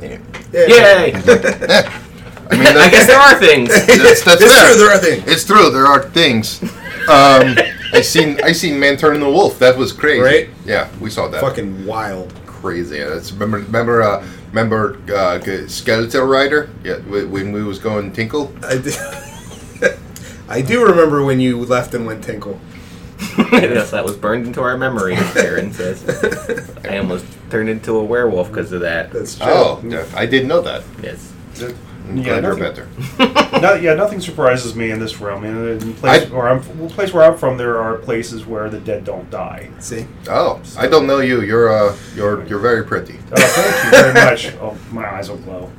Speaker 3: Yeah.
Speaker 2: shit.
Speaker 1: Yay!
Speaker 3: I mean,
Speaker 1: I guess there are things.
Speaker 3: That's, that's
Speaker 2: It's
Speaker 3: it.
Speaker 2: true, there are things.
Speaker 3: It's true. There are things. Um, I seen I seen man turn into a wolf. That was crazy.
Speaker 2: Right?
Speaker 3: Yeah, we saw that.
Speaker 2: Fucking wild.
Speaker 3: crazy. That's remember remember uh, remember uh, g- Skeletal Rider. Yeah, wh- when we was going Tinkle.
Speaker 2: I do, I do remember when you left and went tinkle.
Speaker 1: yes, that was burned into our memory. Aaron says, "I almost turned into a werewolf because of that."
Speaker 2: That's true.
Speaker 3: Oh, yeah, I didn't know that.
Speaker 1: Yes.
Speaker 3: I'm
Speaker 4: Yeah,
Speaker 3: glad you're
Speaker 4: nothing-
Speaker 3: better.
Speaker 4: no, yeah, nothing surprises me in this realm. In the place
Speaker 3: I-
Speaker 4: where I'm, well, place where I'm from, there are places where the dead don't die.
Speaker 2: See?
Speaker 3: Oh, I don't know you. You're uh, you're you're very pretty.
Speaker 4: Uh, thank you very much. Oh, my eyes will glow.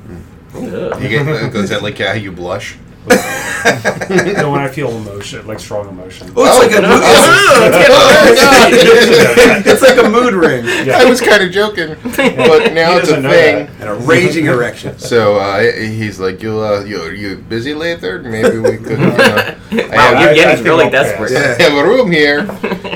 Speaker 1: Ugh.
Speaker 3: You get uh, is that like how you blush?
Speaker 4: You know, when I feel emotion, like strong emotion.
Speaker 2: Oh, it's like a mood
Speaker 3: Oh, God.
Speaker 2: It's like a mood ring.
Speaker 4: Yeah.
Speaker 3: I was kind of joking, but now
Speaker 4: He
Speaker 3: it's a
Speaker 4: doesn't know
Speaker 3: thing.
Speaker 4: that.
Speaker 2: And a raging
Speaker 3: Uh-huh.
Speaker 2: erection.
Speaker 3: So uh, he's like, "You, uh, you, you busy later? Maybe we could." You know,
Speaker 1: Wow,
Speaker 3: I, have,
Speaker 4: I-
Speaker 1: you're
Speaker 4: I
Speaker 1: getting
Speaker 4: think
Speaker 1: really
Speaker 4: I'll
Speaker 1: desperate.
Speaker 2: pass.
Speaker 3: I have a room here.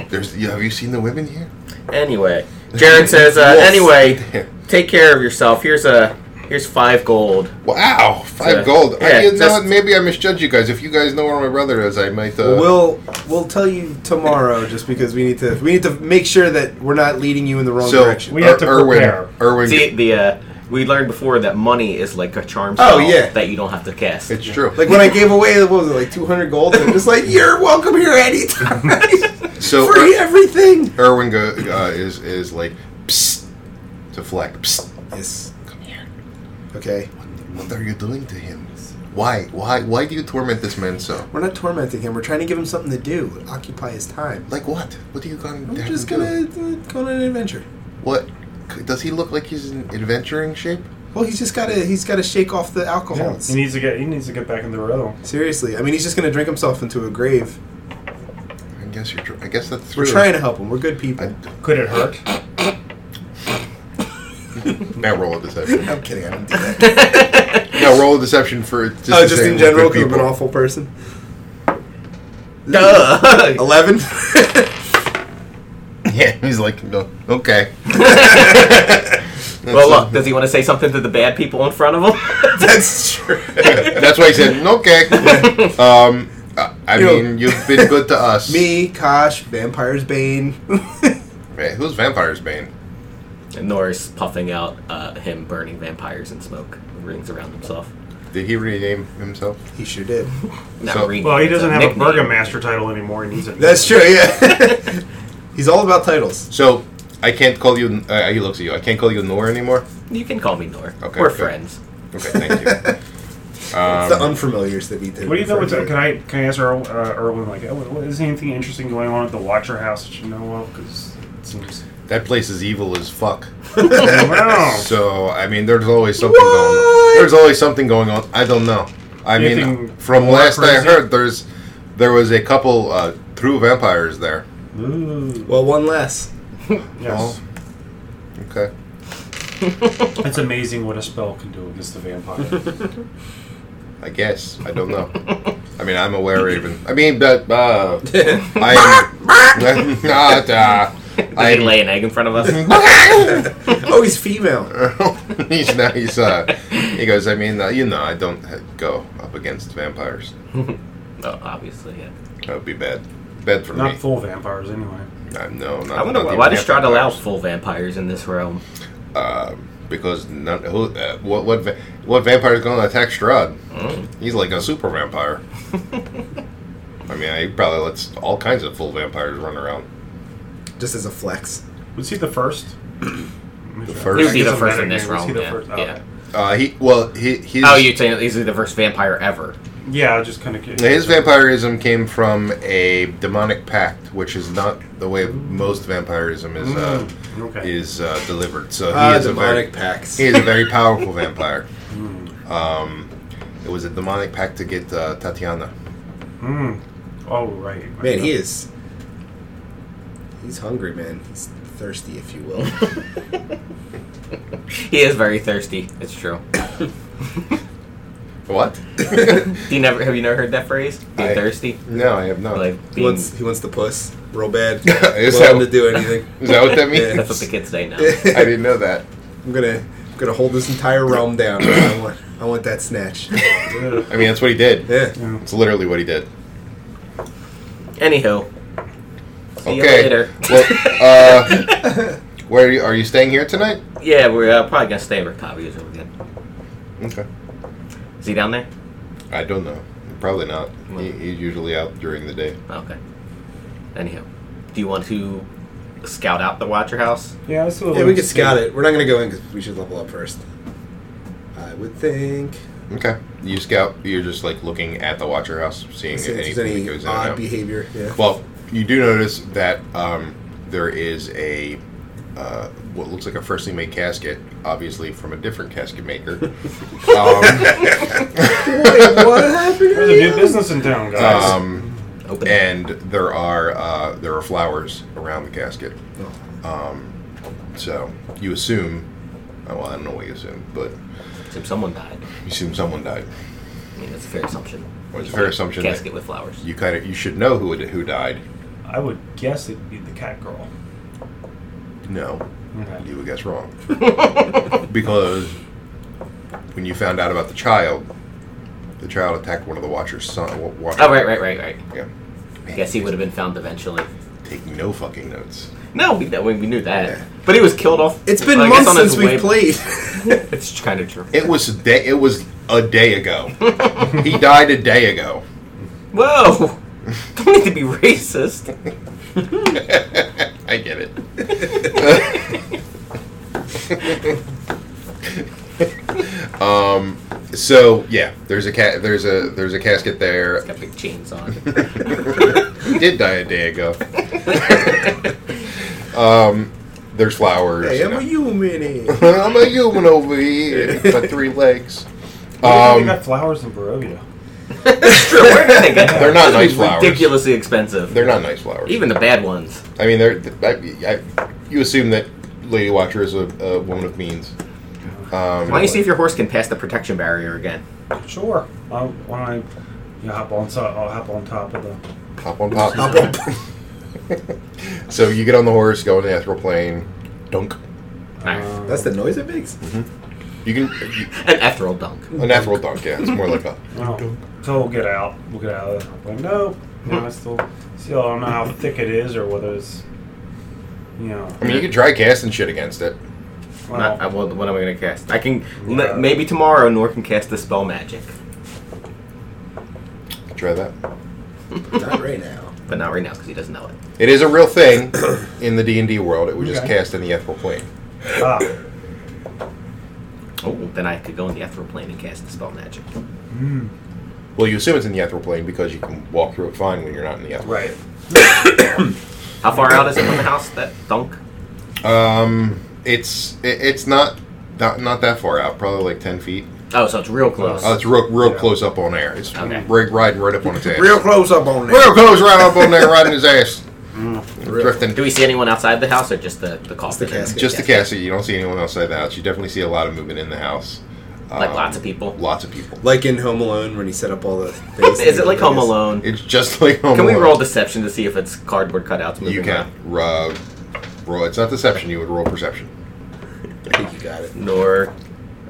Speaker 3: There's. You, have you seen the women here?
Speaker 1: Anyway, Jared says. Uh,
Speaker 3: Yes.
Speaker 1: Anyway, take care of yourself. Here's a here's five gold.
Speaker 3: Wow, five
Speaker 1: So,
Speaker 3: gold.
Speaker 1: yeah,
Speaker 3: I, you know,
Speaker 1: just-
Speaker 3: what? maybe I misjudged you guys. If you guys know where my brother is, I might. Uh,
Speaker 2: We'll we'll tell you tomorrow, just because we need to we need to make sure that we're not leading you in the wrong
Speaker 3: so Er,
Speaker 2: direction.
Speaker 4: We have to
Speaker 3: Erwin,
Speaker 4: prepare.
Speaker 3: Erwin,
Speaker 1: See the uh, we learned before that money is like a charm
Speaker 2: Oh,
Speaker 1: spell
Speaker 2: yeah.
Speaker 1: that you don't have to cast.
Speaker 3: it's true.
Speaker 2: Like when I gave away what was it like two hundred gold, I'm just like you're welcome here anytime,
Speaker 3: so
Speaker 2: free everything.
Speaker 3: Er- Erwin go, uh, is is like psst to Fleck. Psst,
Speaker 2: Yes.
Speaker 3: come here.
Speaker 2: Okay.
Speaker 3: What are you doing to him? Why? Why? Why do you torment this man so?
Speaker 2: We're not tormenting him. We're trying to give him something to do, occupy his time.
Speaker 3: Like what? What are you going?
Speaker 2: I'm
Speaker 3: to
Speaker 2: just
Speaker 3: do?
Speaker 2: gonna uh, go on an adventure.
Speaker 3: What does he look like? He's in adventuring shape.
Speaker 2: Well, he's just gotta he's gotta shake off the alcohol.
Speaker 4: Yeah, he needs to get. He needs to get back in the row.
Speaker 2: Seriously, I mean, he's just gonna drink himself into a grave.
Speaker 3: I guess you're. Tr- I guess that's.
Speaker 2: We're
Speaker 3: true.
Speaker 2: trying to help him. We're good people.
Speaker 3: I,
Speaker 4: Could it hurt?
Speaker 3: now roll a deception.
Speaker 2: I'm kidding. I didn't do that.
Speaker 3: now roll a deception for. Just
Speaker 2: oh,
Speaker 3: to
Speaker 2: just
Speaker 3: say
Speaker 2: in
Speaker 3: we're
Speaker 2: general,
Speaker 3: good
Speaker 2: because I'm an
Speaker 3: people.
Speaker 2: awful person.
Speaker 1: Duh.
Speaker 2: Eleven.
Speaker 3: Yeah, he's like, no, okay.
Speaker 1: well, look, does he want to say something to the bad people in front of him?
Speaker 2: That's true.
Speaker 3: That's why he said okay. um, I I
Speaker 2: You know-
Speaker 3: mean, you've been good to us.
Speaker 2: Me, Kosh, Vampire's Bane.
Speaker 3: Man, who's Vampire's Bane?
Speaker 1: And Norris puffing out uh, him burning vampires in smoke rings around himself.
Speaker 3: Did he rename himself?
Speaker 2: He sure did.
Speaker 1: Not
Speaker 3: So-
Speaker 1: ring,
Speaker 4: Well, he
Speaker 1: it's
Speaker 4: doesn't have a
Speaker 1: nickname.
Speaker 4: Burgomaster title anymore. He needs it.
Speaker 2: That's true. Yeah. He's all about titles.
Speaker 3: So I can't call you. Uh, he looks at you. I can't call you Nor anymore.
Speaker 1: You can call me Nor.
Speaker 3: Okay,
Speaker 1: We're
Speaker 3: good.
Speaker 1: friends.
Speaker 3: Okay, thank you. Um,
Speaker 2: it's the unfamiliars that he did.
Speaker 4: What do you know? What's, can I can I ask Earl, uh, Erwin like, oh, what, is anything interesting going on at the Watcher House that you know of? Because it seems
Speaker 3: that place is evil as fuck.
Speaker 4: wow.
Speaker 3: So I mean, there's always something going.
Speaker 2: What?
Speaker 3: on. There's always something going on. I don't know. I
Speaker 4: Anything
Speaker 3: mean, from
Speaker 4: more
Speaker 3: last I
Speaker 4: crazy?
Speaker 3: heard, there's there was a couple uh, true vampires there.
Speaker 4: Ooh.
Speaker 2: Well, one less.
Speaker 4: yes.
Speaker 3: Okay.
Speaker 4: It's amazing what a spell can do against the vampire.
Speaker 3: I guess I don't know. I mean, I'm a were raven. I mean, but uh, I am not. Uh,
Speaker 1: I
Speaker 3: I Mm-hmm.
Speaker 1: lay an egg in front of us.
Speaker 2: oh, he's female.
Speaker 3: he's now he's uh, he goes. I mean, uh, you know, I don't ha- go up against vampires.
Speaker 1: oh, obviously, yeah.
Speaker 3: That would be bad. Bad for
Speaker 4: Not
Speaker 3: me.
Speaker 4: full vampires, anyway.
Speaker 3: Uh, no, not.
Speaker 1: I wonder
Speaker 3: not
Speaker 1: why,
Speaker 3: even
Speaker 1: why does
Speaker 3: half
Speaker 1: Strahd allow
Speaker 3: vampires.
Speaker 1: full vampires in this realm?
Speaker 3: Um, because none, who, uh, what what va- what vampire is going to attack Strahd?
Speaker 1: Mm.
Speaker 3: He's like a super vampire. I mean, he probably lets all kinds of full vampires run around.
Speaker 2: Just as a flex.
Speaker 4: Was he the first? The
Speaker 3: first? He would
Speaker 1: be the first in this realm, yeah. Yeah.
Speaker 3: Uh, he well he his,
Speaker 1: Oh, you're saying he's the first vampire ever.
Speaker 4: Yeah, I just kind of curious.
Speaker 3: his vampirism came from a demonic pact, which is not the way most vampirism is uh,
Speaker 4: Mm, okay.
Speaker 3: is uh, delivered. So he
Speaker 2: Ah,
Speaker 3: is a very,
Speaker 2: demonic packs.
Speaker 3: he is a very powerful vampire.
Speaker 4: Mm.
Speaker 3: Um, it was a demonic pact to get uh, Tatiana.
Speaker 4: Mm. Oh right.
Speaker 2: Man, he is. He's hungry, man. He's thirsty, if you will.
Speaker 1: He is very thirsty. It's true.
Speaker 3: What?
Speaker 1: Do you never have you never heard that phrase? Being
Speaker 3: I-
Speaker 1: thirsty,
Speaker 3: no, I have not.
Speaker 1: like
Speaker 2: he
Speaker 1: being.
Speaker 2: wants. He wants the puss real bad.
Speaker 3: Is
Speaker 2: Willing
Speaker 3: that-
Speaker 2: to do anything.
Speaker 3: Is that what that means?
Speaker 1: That's what the kids say now.
Speaker 3: I didn't know that.
Speaker 2: I'm gonna. I'm gonna hold this entire realm down. I want. I want that snatch.
Speaker 4: Ugh.
Speaker 3: I mean, that's what he did.
Speaker 2: Yeah.
Speaker 4: Yeah.
Speaker 3: It's literally what he did.
Speaker 1: Anywho, see you
Speaker 3: Okay.
Speaker 1: later.
Speaker 3: Well, uh, where are you? Are you staying here tonight?
Speaker 1: yeah, we're uh, probably gonna stay with Kavi is really good.
Speaker 3: Okay.
Speaker 1: Is he down there?
Speaker 3: I don't know. Probably not. He, he's usually out during the day.
Speaker 1: Oh, Okay. Anyhow, do you want to scout out the Watcher House?
Speaker 4: Yeah, that's a
Speaker 3: Oh,
Speaker 4: little
Speaker 2: Yeah, we could scout it. We're not gonna go in because we should level up first. I would think.
Speaker 3: Okay. You scout. You're just like looking at the Watcher House, seeing if
Speaker 2: See if there's
Speaker 3: anything that
Speaker 2: any
Speaker 3: goes in. and
Speaker 2: odd
Speaker 3: out.
Speaker 2: behavior. Yeah.
Speaker 3: Well, you do notice that um, there is a uh, what looks like a freshly made casket, obviously from a different casket maker.
Speaker 2: Wait, what happened?
Speaker 4: There's a new business in town,
Speaker 3: um,
Speaker 4: guys.
Speaker 3: um,
Speaker 1: Open it.
Speaker 3: and there are uh, there are flowers around the casket.
Speaker 2: Oh.
Speaker 3: Um, so you assume, oh, well, I don't know what you assume, but
Speaker 1: Assume someone died.
Speaker 3: you assume someone died.
Speaker 1: I mean, that's a fair assumption.
Speaker 3: Well, it's a fair assumption that-
Speaker 1: Casket with flowers.
Speaker 3: You kind of you should know who it, who died.
Speaker 4: I would guess it'd be the cat girl.
Speaker 3: No,
Speaker 4: Okay.
Speaker 3: you would guess wrong because when you found out about the child, the child attacked one of the Watcher's son. wa- Watcher,
Speaker 1: Oh, right, right, right, right.
Speaker 3: Yeah.
Speaker 1: I guess he would have been found eventually.
Speaker 3: taking no fucking notes.
Speaker 1: No, we, we we knew that.
Speaker 2: Yeah.
Speaker 1: But he was killed off.
Speaker 2: It's been
Speaker 1: I guess,
Speaker 2: months
Speaker 1: on his
Speaker 2: since we've
Speaker 1: way-
Speaker 2: played.
Speaker 1: It's kind of true.
Speaker 3: It was a day. It was a day ago. he died a day ago.
Speaker 1: Whoa! Don't need to be racist.
Speaker 3: I get it. um. So yeah, there's a cat. There's a there's a casket there.
Speaker 1: It's got big chains on.
Speaker 3: he did die a day ago. um. There's flowers.
Speaker 2: hey,
Speaker 3: you
Speaker 2: I'm
Speaker 3: know.
Speaker 2: a human.
Speaker 3: I'm a human over here. Got three legs.
Speaker 4: Um, they
Speaker 3: Um.
Speaker 4: got flowers in Barovia.
Speaker 1: It's true. Where did they get that?
Speaker 3: They're not
Speaker 1: Those
Speaker 3: nice
Speaker 1: are
Speaker 3: flowers.
Speaker 1: Ridiculously expensive.
Speaker 3: They're not nice flowers.
Speaker 1: Even the bad ones.
Speaker 3: I mean, they're. I, I, you assume that Lady Watcher is a, a woman of means. Um,
Speaker 1: Why don't you see if your horse can pass the protection barrier again?
Speaker 4: Sure. I'll, why don't I you hop on top? I'll hop on top of the.
Speaker 3: Hop on pop.
Speaker 2: Hop up.
Speaker 3: So you get on the horse, go in the astral plane, dunk.
Speaker 1: Nice.
Speaker 4: uh,
Speaker 2: That's the noise it makes.
Speaker 3: You can you,
Speaker 1: An ethereal dunk.
Speaker 3: an ethereal dunk. Yeah, it's more like a.
Speaker 4: Oh, so we'll get out. We'll get out of there. Like, no, no, I still see. I don't know how thick it is or whether it's You know,
Speaker 3: I mean, you could try casting shit against it.
Speaker 1: I'm
Speaker 4: well,
Speaker 1: not- I, what, what am I going to cast? I can
Speaker 4: Yeah.
Speaker 1: maybe tomorrow. Nor can cast the spell magic,
Speaker 3: Try that.
Speaker 2: Not right now.
Speaker 1: but not right now because he doesn't know it.
Speaker 3: It is a real thing in the D and D world. It was just
Speaker 4: Okay.
Speaker 3: cast in the ethereal plane.
Speaker 4: ah,
Speaker 1: Oh, then I could go in the ethereal plane and cast the spell magic.
Speaker 4: mm,
Speaker 3: Well, you assume it's in the ethereal plane because you can walk through it fine when you're not in the ethereal.
Speaker 4: right.
Speaker 1: How far out is it from the house? That dunk.
Speaker 3: Um, it's it, it's not, not not that far out. Probably like ten feet.
Speaker 1: Oh, so it's real close.
Speaker 3: Oh, it's real real
Speaker 4: Yeah.
Speaker 3: close up on air. It's
Speaker 1: Okay.
Speaker 3: right riding right up on its ass.
Speaker 2: Real close up on that.
Speaker 3: real close, right up on there, riding his ass,
Speaker 4: Mm.
Speaker 2: Real-
Speaker 3: drifting.
Speaker 1: Do we see anyone outside the house or just the the coffin?
Speaker 2: casket.
Speaker 3: Just the castle. You don't see anyone outside the house. You definitely see a lot of movement in the house.
Speaker 1: Like
Speaker 3: Um,
Speaker 1: lots of people.
Speaker 3: Lots of people.
Speaker 2: Like in Home Alone when he set up all the things.
Speaker 1: Is it like Home Alone?
Speaker 3: It's just like Home
Speaker 1: Can we
Speaker 3: Alone.
Speaker 1: roll deception to see if it's cardboard cutouts? moving
Speaker 3: You can
Speaker 1: around?
Speaker 3: roll. roll. It's not deception. You would roll perception.
Speaker 2: I think you got it.
Speaker 1: Nor.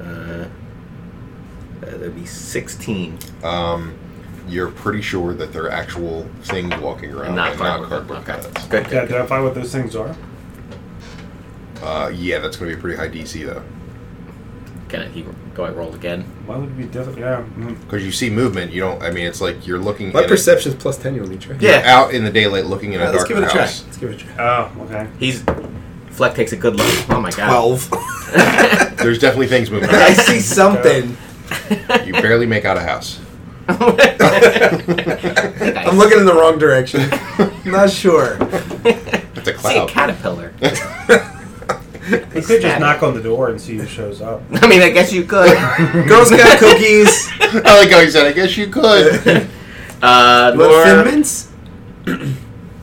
Speaker 1: Uh, uh, that'd be sixteen.
Speaker 3: Um, you're pretty sure that they're actual things walking around
Speaker 1: And not
Speaker 3: and not
Speaker 1: cardboard.
Speaker 3: cardboard
Speaker 1: Okay.
Speaker 3: cutouts.
Speaker 1: Good.
Speaker 4: To identify what those things are.
Speaker 3: Uh, yeah, that's going to be a pretty high DC though,
Speaker 1: Can I? He, do I roll again?
Speaker 4: Why would it be different? Yeah. mm.
Speaker 3: because you see movement. You don't. I mean, it's like you're looking.
Speaker 2: My
Speaker 3: in a-
Speaker 2: perception's plus 10, you want me to try?
Speaker 1: Yeah.
Speaker 3: you're out in the daylight, looking in a
Speaker 2: Alright, let's
Speaker 3: dark
Speaker 2: give it a try.
Speaker 3: house.
Speaker 2: Let's give it a try.
Speaker 4: Oh, okay.
Speaker 1: He's. Fleck takes a good look. Oh my god.
Speaker 2: 12.
Speaker 3: There's definitely things moving.
Speaker 2: I see something.
Speaker 3: you barely make out a house.
Speaker 1: Nice.
Speaker 2: I'm looking in the wrong direction. Not sure.
Speaker 3: It's a
Speaker 1: See a
Speaker 3: cloud.
Speaker 1: caterpillar.
Speaker 4: You could just knock on the door and see who shows up.
Speaker 1: I mean, I guess you could.
Speaker 2: Girl Scout cookies.
Speaker 3: I like how he said. I guess you could.
Speaker 1: Uh,
Speaker 2: What,
Speaker 1: nor-
Speaker 2: Thin Mints?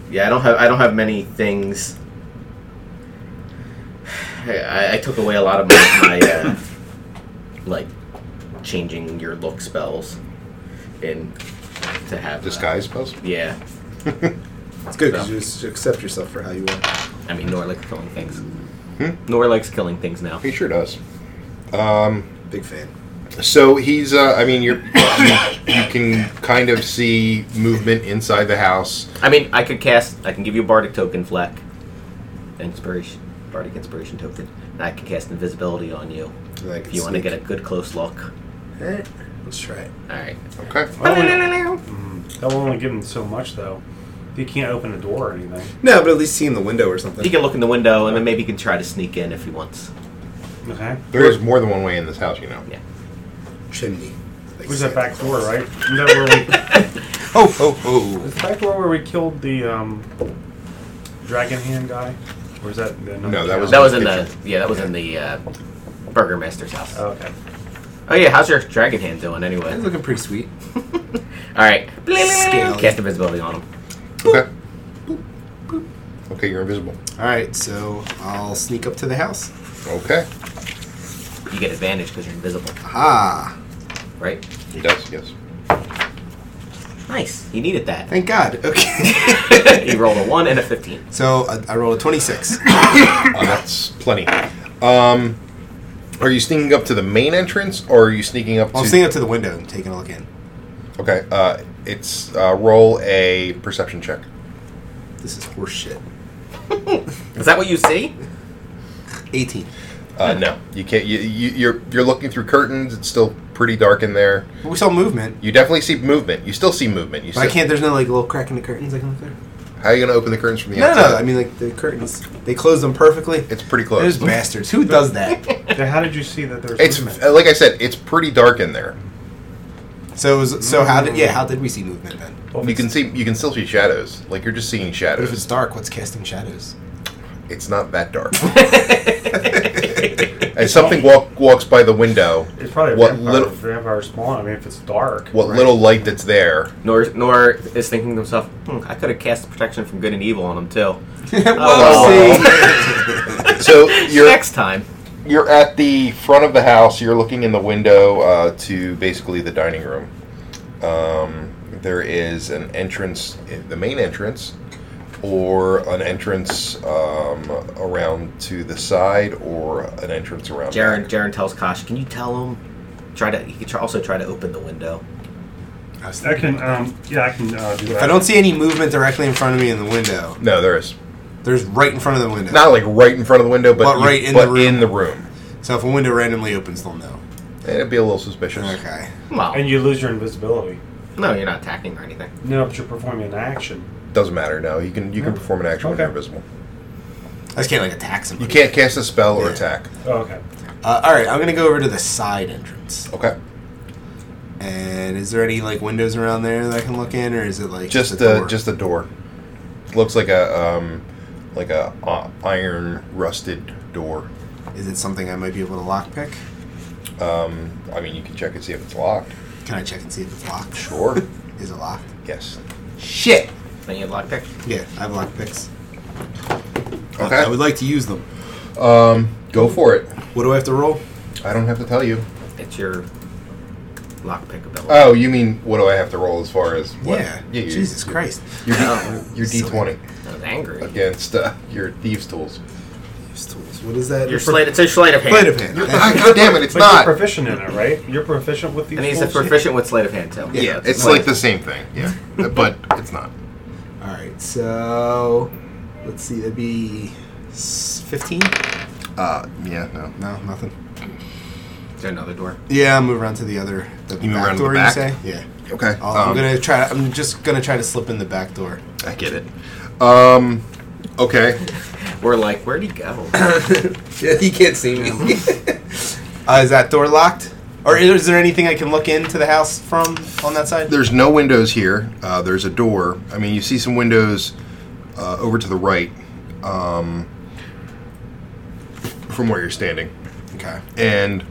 Speaker 1: Yeah, I don't have I don't have many things. I, I took away a lot of my, my uh, like changing your look spells, in to have uh,
Speaker 3: Disguise spells.
Speaker 1: yeah,
Speaker 2: It's good because
Speaker 1: No.
Speaker 2: you just accept yourself for how you are.
Speaker 1: I mean Nor likes killing things. Nor likes killing things now.
Speaker 3: He sure does. Um,
Speaker 2: Big fan.
Speaker 3: So he's, uh, I mean, you're, you, you can kind of see movement inside the house.
Speaker 1: I mean, I could cast. I can give you a bardic token, Fleck. Inspiration, bardic inspiration token. And I can cast invisibility on you
Speaker 2: And I can
Speaker 1: if you want to
Speaker 2: sneak.
Speaker 1: get a good close look.
Speaker 2: Alright, Eh, let's try it.
Speaker 1: All right.
Speaker 3: Okay.
Speaker 4: That will only, hmm, that will only give him so much, though. He can't open a door or anything.
Speaker 2: No, but at least see in the window or something.
Speaker 1: He can look in the window, and then maybe he can try to sneak in if he wants.
Speaker 4: Okay.
Speaker 3: There is more than one way in this house, you know.
Speaker 1: Yeah.
Speaker 2: Chimney. Like
Speaker 4: Where's that
Speaker 2: Santa
Speaker 4: back door,
Speaker 2: Claus.
Speaker 4: right? Isn't that where we,
Speaker 2: Oh, oh, oh.
Speaker 4: is the back door where we killed the um, dragon hand guy? Or is that another
Speaker 3: No, that
Speaker 4: town?
Speaker 3: was-
Speaker 1: That was in the yeah. That was in the uh, burgermaster's house.
Speaker 4: Oh, okay.
Speaker 1: Oh yeah, how's your dragon hand doing anyway?
Speaker 2: That's
Speaker 1: All
Speaker 2: looking pretty sweet.
Speaker 1: right,
Speaker 2: Scale.
Speaker 1: cast invisibility on him.
Speaker 3: Okay. Okay, you're invisible.
Speaker 2: Alright, so I'll sneak up to the house.
Speaker 3: Okay.
Speaker 1: You get advantage because you're invisible,
Speaker 2: Ah.
Speaker 1: right?
Speaker 3: He does, yes.
Speaker 1: Nice. He needed that.
Speaker 2: Thank God. Okay.
Speaker 1: he rolled a one and a fifteen.
Speaker 2: so I, I rolled a 26.
Speaker 3: Uh, that's plenty. Um, are you sneaking up to the main entrance or are you sneaking up to.
Speaker 2: I'm sneaking up to the window and taking a look in.
Speaker 3: okay, uh, it's uh, roll a perception check.
Speaker 2: This is horse shit.
Speaker 1: Is that what you see?
Speaker 2: 18.
Speaker 3: Uh, no, you can't. You, you, you're you're looking through curtains. It's still pretty dark in there.
Speaker 2: But we saw movement.
Speaker 3: You definitely see movement. You still see movement. You
Speaker 2: But I
Speaker 3: still-
Speaker 2: can't, there's no like little crack in the curtains I can look there.
Speaker 3: How are you gonna open the curtains from the
Speaker 2: No,
Speaker 3: outside?
Speaker 2: no, I mean like the curtains. They closed them perfectly.
Speaker 3: it's pretty
Speaker 2: Those
Speaker 3: close.
Speaker 2: bastards. Who does that?
Speaker 4: Okay, How did you see that there's
Speaker 3: It's
Speaker 4: movement?
Speaker 3: uh, like I said, it's pretty dark in there.
Speaker 2: So, it was, so how did yeah? How did we see movement then?
Speaker 4: Well,
Speaker 3: You
Speaker 4: it's-
Speaker 3: can see, you can still see shadows. Like you're just seeing
Speaker 2: But
Speaker 3: shadows.
Speaker 2: if it's dark, what's casting shadows?
Speaker 3: it's not that dark. As something walk, walks by the window,
Speaker 4: It's probably a
Speaker 3: what
Speaker 4: vampire,
Speaker 3: little
Speaker 4: vampire spawn. I mean, if it's dark.
Speaker 3: what little light that's there.
Speaker 1: Nor Nor is thinking to himself, hmm, I could have cast protection from good and evil on him too. Oh.
Speaker 2: Oh.
Speaker 3: So you're
Speaker 1: Next time.
Speaker 3: you're at the front of the house. You're looking in the window uh, to basically the dining room. Um, there is an entrance, the main entrance, or an entrance um, around to the side, or an entrance around.
Speaker 1: Jaren
Speaker 3: back.
Speaker 1: Jaren tells Kosh, can you tell him? Try to. He could try, also try to open the window.
Speaker 2: I, was
Speaker 4: I
Speaker 2: thinking-
Speaker 4: can, um, yeah, I can uh, do
Speaker 2: if
Speaker 4: that.
Speaker 2: I don't see any movement directly in front of me in the window,
Speaker 3: No, there is.
Speaker 2: there's There's right in front of the window.
Speaker 3: Not like right in front of the window, but,
Speaker 2: But
Speaker 3: you-
Speaker 2: right in
Speaker 3: but
Speaker 2: the room.
Speaker 3: in the room.
Speaker 2: so if a window randomly opens, they'll know.
Speaker 3: It'd be a little suspicious.
Speaker 2: Okay.
Speaker 1: Well,
Speaker 4: And you lose your invisibility.
Speaker 1: no, you're not attacking or anything.
Speaker 4: No, but you're performing an action.
Speaker 3: Doesn't matter. No, you can you can
Speaker 4: Yeah.
Speaker 3: perform an action when
Speaker 4: Okay.
Speaker 3: you're invisible.
Speaker 2: I just can't like attack somebody.
Speaker 3: You can't cast a spell or
Speaker 2: Yeah.
Speaker 3: attack.
Speaker 4: Oh, okay.
Speaker 2: Uh, all right, I'm gonna go over to the side entrance.
Speaker 3: Okay.
Speaker 2: And is there any like windows around there that I can look in, or is it like
Speaker 3: Just
Speaker 2: a
Speaker 3: the
Speaker 2: door?
Speaker 3: just the door. Looks like a um like a uh, iron rusted door.
Speaker 2: Is it something I might be able to lockpick?
Speaker 3: Um, I mean, you can check and see if it's locked.
Speaker 2: Can I check and see if it's locked?
Speaker 3: Sure.
Speaker 2: Is it locked?
Speaker 3: yes.
Speaker 2: Shit.
Speaker 1: Then you have lockpick.
Speaker 2: Yeah, I have lockpicks. I-
Speaker 3: Okay.
Speaker 2: I would like to use them.
Speaker 3: Um, go for it.
Speaker 2: What do I have to roll?
Speaker 3: I don't have to tell you.
Speaker 1: It's your lockpick ability.
Speaker 3: Oh, you mean what do I have to roll as far as what?
Speaker 2: Yeah.
Speaker 3: you-
Speaker 2: Jesus Christ.
Speaker 3: Your, D,
Speaker 1: Oh.
Speaker 3: your D20
Speaker 1: I was angry.
Speaker 3: against uh, your thieves tools.
Speaker 2: Use tools. What is that?
Speaker 1: Your sleight, it's a sleight of hand.
Speaker 2: Sleight of hand.
Speaker 3: Ah, God damn it! It's
Speaker 4: but
Speaker 3: not.
Speaker 4: you're proficient in it, right? You're proficient with these.
Speaker 1: And he's a
Speaker 4: tools?
Speaker 1: proficient with sleight of hand too.
Speaker 3: Yeah,
Speaker 1: So
Speaker 3: it's,
Speaker 1: a
Speaker 3: like the same thing. Yeah, but it's not.
Speaker 2: All right. So let's see. That'd be s- fifteen.
Speaker 3: Uh, yeah, no.
Speaker 2: No, nothing.
Speaker 1: Is there another door?
Speaker 2: Yeah, I'll move around to the other. The
Speaker 3: move around to the
Speaker 2: door.
Speaker 3: back?
Speaker 2: You say? Yeah.
Speaker 3: Okay,
Speaker 2: I'll, I'm gonna try. I'm just gonna try to slip in the back door.
Speaker 3: Um, I get it. Um, okay.
Speaker 1: We're like, where'd he go?
Speaker 2: Yeah, he can't see me. uh, is that door locked? Or is there anything I can look into the house from on that side?
Speaker 3: There's no windows here. Uh, there's a door. I mean, you see some windows uh, over to the right um, from where you're standing,
Speaker 2: Okay.
Speaker 3: and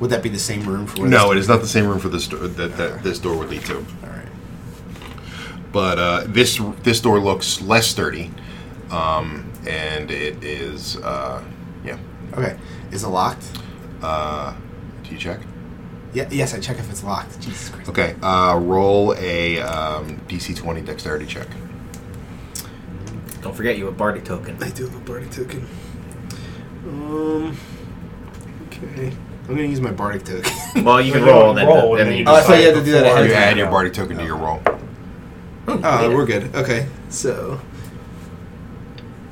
Speaker 2: Would that be the same room for? where
Speaker 3: no, it
Speaker 2: this-
Speaker 3: is not the same room for this door that, that this door would lead to.
Speaker 2: All right.
Speaker 3: but uh, this this door looks less sturdy, um, and it is uh, yeah.
Speaker 2: Okay. Is it locked?
Speaker 3: Uh, do you check?
Speaker 2: Yeah. Yes, I check if it's locked. Jesus Christ.
Speaker 3: Okay, uh, roll a um, DC twenty dexterity check.
Speaker 1: Don't forget you have a Barty token.
Speaker 2: I do have a bardic token. Um. Okay. I'm gonna use my bardic token.
Speaker 1: Well, you
Speaker 4: So
Speaker 1: can
Speaker 4: you
Speaker 1: roll,
Speaker 4: don't
Speaker 1: then.
Speaker 4: roll,
Speaker 1: then E
Speaker 4: and then
Speaker 1: you
Speaker 4: you
Speaker 2: oh, I
Speaker 1: just
Speaker 2: thought you had to do that
Speaker 4: Before
Speaker 2: ahead.
Speaker 3: You
Speaker 2: of time.
Speaker 3: add your bardic token to your roll.
Speaker 2: Oh, we're good. Okay. So.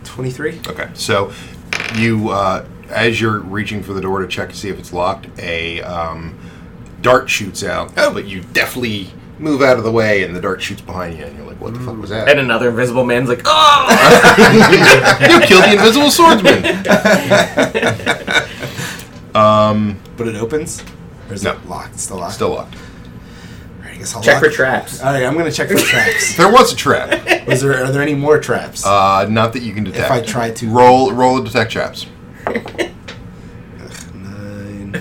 Speaker 2: Twenty-three.
Speaker 3: Okay, so you uh, as you're reaching for the door to check to see if it's locked, a um, dart shoots out, Oh, but you deftly move out of the way, and the dart shoots behind you, and you're like, "What the fuck was that?"
Speaker 1: And another invisible man's like, oh!
Speaker 3: you killed the invisible swordsman.
Speaker 2: But it opens. Or is
Speaker 3: No.
Speaker 2: it locked? Still locked.
Speaker 3: Still locked.
Speaker 2: All right, I guess I'll
Speaker 1: Check for
Speaker 2: lock-
Speaker 1: traps.
Speaker 2: All right, I'm gonna check for traps.
Speaker 3: There was a trap.
Speaker 2: Was there? Are there any more traps?
Speaker 3: Uh, not that you can detect.
Speaker 2: If I try to-
Speaker 3: roll, roll a detect traps.
Speaker 2: Nine.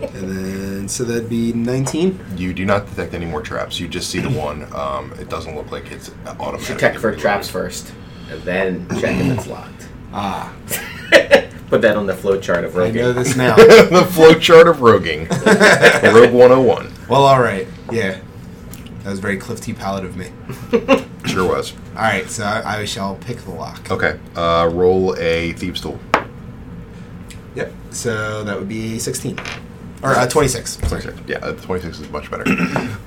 Speaker 2: and then so that'd be nineteen.
Speaker 3: You do not detect any more traps. You just see the one. Um, it doesn't look like it's automatic.
Speaker 1: You check for traps first, and then check if it's locked.
Speaker 2: Ah,
Speaker 1: Put that on the flow chart of
Speaker 2: I know
Speaker 1: Rogan.
Speaker 2: this now.
Speaker 3: the flowchart of roguing. Rogue 101.
Speaker 2: well, all right. Yeah, that was very Cliff T. Pallet of me.
Speaker 3: Sure was.
Speaker 2: All right, so I, I shall pick the lock.
Speaker 3: Okay. Uh, roll a thieves tool.
Speaker 2: Yep. So that would be sixteen, or uh, twenty-six. Sorry.
Speaker 3: 26. Yeah, uh, 26 is much better.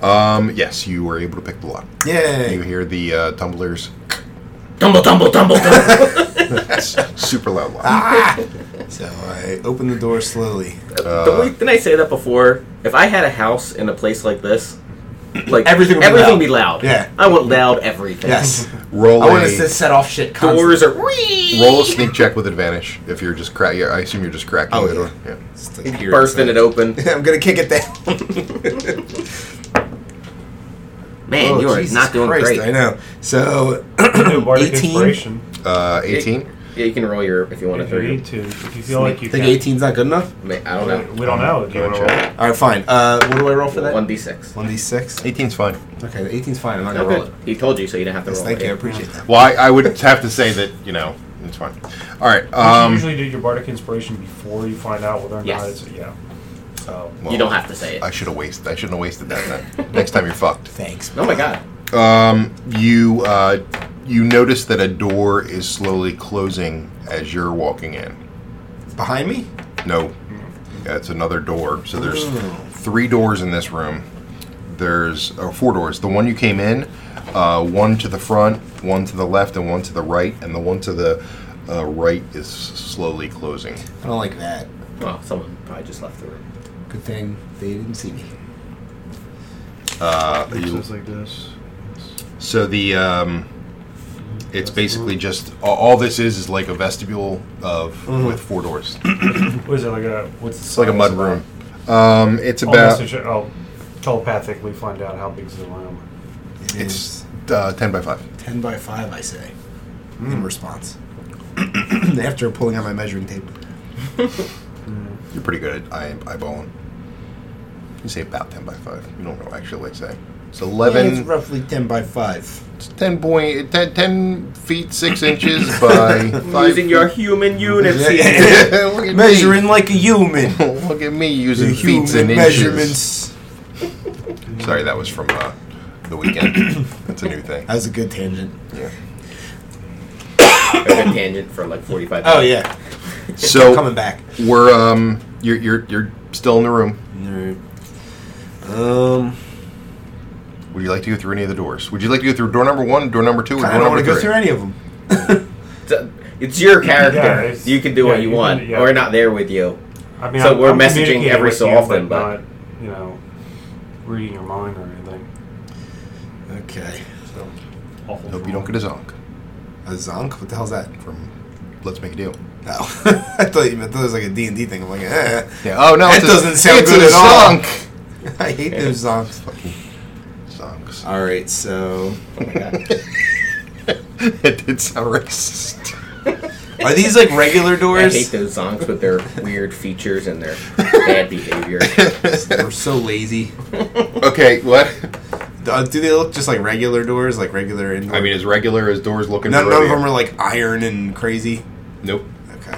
Speaker 3: um, yes, you were able to pick the lock. You
Speaker 2: Yay!
Speaker 3: hear the uh, tumblers.
Speaker 1: Tumble, tumble, tumble, tumble.
Speaker 3: That's super loud. lock.
Speaker 2: Ah, So I open the door slowly.
Speaker 3: Uh,
Speaker 1: Don't
Speaker 2: Uh,
Speaker 1: we- didn't I say that before? If I had a house in a place like this, like
Speaker 2: Everything would be
Speaker 1: everything
Speaker 2: loud.
Speaker 1: be loud.
Speaker 2: Yeah.
Speaker 1: I want loud everything.
Speaker 2: Yes.
Speaker 3: Roll
Speaker 2: I want
Speaker 3: a-
Speaker 2: to set off shit. Constantly.
Speaker 1: Doors are. Whee!
Speaker 3: Roll a sneak check with advantage if you're just crack. Yeah, I assume you're just cracking
Speaker 2: Oh,
Speaker 3: the
Speaker 2: yeah.
Speaker 3: door. Yeah.
Speaker 2: Just like here
Speaker 1: Bursting it
Speaker 2: inside.
Speaker 1: open.
Speaker 2: I'm gonna kick it down.
Speaker 1: Man, you are
Speaker 2: Oh, Jesus
Speaker 1: not doing
Speaker 2: Christ,
Speaker 1: great.
Speaker 2: I know. So
Speaker 4: Ooh, bardic
Speaker 2: 18?
Speaker 4: inspiration.
Speaker 3: Uh, 18.
Speaker 1: Yeah, you can roll your if you want to
Speaker 4: If you
Speaker 1: throw your.
Speaker 4: need to, if you feel like you
Speaker 2: think
Speaker 4: can.
Speaker 2: 18's not good enough.
Speaker 1: I mean, I don't know.
Speaker 4: We don't know. Do you want to roll?
Speaker 3: Gotcha.
Speaker 2: All right, fine. Uh, what do I roll for that?
Speaker 1: One d six.
Speaker 2: One d six.
Speaker 3: 18's fine.
Speaker 2: Okay, the 18's fine. I'm not gonna roll
Speaker 1: Okay.
Speaker 2: it.
Speaker 1: He told you, so you didn't have to
Speaker 2: Yes,
Speaker 1: roll.
Speaker 2: thank
Speaker 1: it.
Speaker 2: you. I appreciate that.
Speaker 3: Well, I, I would have to say that you know it's fine. All right.
Speaker 4: you
Speaker 3: Um,
Speaker 4: usually do your bardic inspiration before you find out whether or
Speaker 1: Yes.
Speaker 4: not it's yeah. So
Speaker 3: well,
Speaker 1: You don't have to say it.
Speaker 3: I should have wasted. I shouldn't have wasted that. Then. Next time you're fucked.
Speaker 2: Thanks.
Speaker 1: Oh my god.
Speaker 3: Um, you uh, you notice that a door is slowly closing as you're walking in.
Speaker 2: Behind me?
Speaker 3: No, that's another door. So there's
Speaker 4: Oh.
Speaker 2: Ooh.
Speaker 3: three doors in this room. There's uh, four doors. The one you came in, uh, one to the front, one to the left, and one to the right. And the one to the uh, right is slowly closing.
Speaker 2: I don't like that.
Speaker 1: Well, someone probably just left the room.
Speaker 2: Good thing they didn't see me.
Speaker 3: Uh,
Speaker 4: It
Speaker 3: you-
Speaker 4: goes like this.
Speaker 3: so the um, it's basically just all, all this is is like a vestibule of
Speaker 4: Mm-hmm.
Speaker 3: with four doors.
Speaker 4: What is it like a? What's the
Speaker 3: It's like a mud
Speaker 4: size?
Speaker 3: room. Um, it's
Speaker 4: Almost
Speaker 3: about
Speaker 4: a sh- I'll telepathically find out how big is the room.
Speaker 3: it's uh, ten by five.
Speaker 2: ten by five. I say in response after pulling out my measuring tape.
Speaker 3: You're pretty good at eye, eyeballing. You say about 10 by 5. You don't know actually what to say. It's
Speaker 2: it's
Speaker 3: 11,
Speaker 2: roughly ten by five.
Speaker 3: it's 10, point, 10, 10 feet 6 inches by 5
Speaker 1: Using your
Speaker 3: feet.
Speaker 1: human units.
Speaker 2: Yeah.
Speaker 3: Look at
Speaker 2: Measuring like a human.
Speaker 3: Me. Look at me
Speaker 2: The
Speaker 3: using
Speaker 2: human
Speaker 3: feet and inches.
Speaker 2: measurements.
Speaker 3: Sorry, that was from uh, the weekend. That's a new thing.
Speaker 2: That was a good tangent.
Speaker 3: Yeah.
Speaker 1: Had a tangent for like 45 minutes.
Speaker 2: Oh yeah, coming
Speaker 3: So
Speaker 2: back.
Speaker 3: we're um you're you're you're still in the room.
Speaker 2: Um,
Speaker 3: Would you like to go through any of the doors? Would you like to go through door number one, door number two, or
Speaker 2: I
Speaker 3: door
Speaker 2: don't want
Speaker 3: number
Speaker 2: to go
Speaker 3: three?
Speaker 2: through any of them.
Speaker 1: It's- It's your character.
Speaker 4: Yeah, it's-
Speaker 1: you can do
Speaker 4: yeah,
Speaker 1: what you,
Speaker 4: you can-
Speaker 1: want.
Speaker 4: yeah.
Speaker 1: We're not there with you.
Speaker 4: I mean,
Speaker 1: So
Speaker 4: I'm,
Speaker 1: we're
Speaker 4: I'm
Speaker 1: messaging
Speaker 4: communicating
Speaker 1: every
Speaker 4: with
Speaker 1: so
Speaker 4: you,
Speaker 1: often, but-
Speaker 4: not you know, reading your mind or anything.
Speaker 2: Okay,
Speaker 4: So awful.
Speaker 3: Hope you don't get a zonk
Speaker 2: a zonk. What the hell's that?
Speaker 3: from Let's Make a Deal.
Speaker 2: Oh, I thought you meant that was like a D and D thing. I'm like, eh.
Speaker 3: Yeah. Oh no,
Speaker 2: That
Speaker 3: it's a-
Speaker 2: doesn't sound
Speaker 3: it's
Speaker 2: good
Speaker 3: a
Speaker 2: at all.
Speaker 3: zonk.
Speaker 2: I hate those zonks.
Speaker 3: Fucking songs.
Speaker 2: All right, so
Speaker 3: it did sound racist.
Speaker 2: are these like
Speaker 1: I
Speaker 2: regular
Speaker 1: hate
Speaker 2: doors?
Speaker 1: those zonks with their weird features and their bad behavior.
Speaker 2: We're so lazy.
Speaker 3: okay, what?
Speaker 2: Uh, Do they look just like regular doors, like regular indoor?
Speaker 3: I mean, as regular as doors looking
Speaker 2: none,
Speaker 3: for
Speaker 2: none of
Speaker 3: rodeo.
Speaker 2: them are like iron and crazy.
Speaker 3: Nope.
Speaker 2: Okay.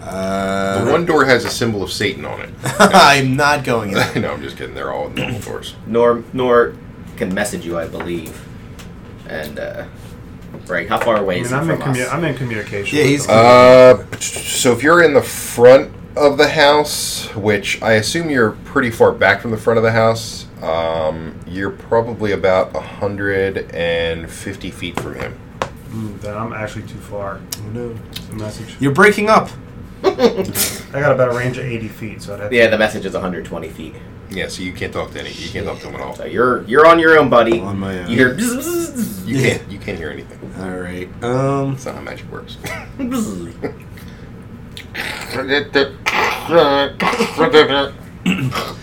Speaker 2: Uh,
Speaker 3: the one door has a symbol of Satan on it.
Speaker 2: I'm not going in. there.
Speaker 3: no, I'm just kidding. They're all normal doors.
Speaker 1: Nor Nor can message you, I believe. And uh right, how far
Speaker 4: I
Speaker 1: away is
Speaker 4: mean,
Speaker 1: he
Speaker 4: I'm in,
Speaker 1: from us?
Speaker 4: commu- I'm in communication.
Speaker 2: Yeah,
Speaker 4: with
Speaker 2: he's-
Speaker 4: them.
Speaker 3: Uh, so if you're in the front of the house, which I assume you're pretty far back from the front of the house, um, you're probably about 150 feet from him.
Speaker 4: Mm, then I'm actually too far.
Speaker 2: No.
Speaker 4: The message.
Speaker 2: You're breaking up.
Speaker 4: I got about a range of 80 feet, so I'd have to
Speaker 1: yeah, the message is 120 feet.
Speaker 3: Yeah, so you can't talk to any. You can't talk to him at all.
Speaker 1: So you're you're on your own, buddy.
Speaker 2: On my own.
Speaker 1: You hear bzz, bzz,
Speaker 3: You
Speaker 2: Yeah.
Speaker 3: can't. You can't hear anything.
Speaker 2: All right. Um.
Speaker 3: That's not how magic works.
Speaker 1: bzz, bzz.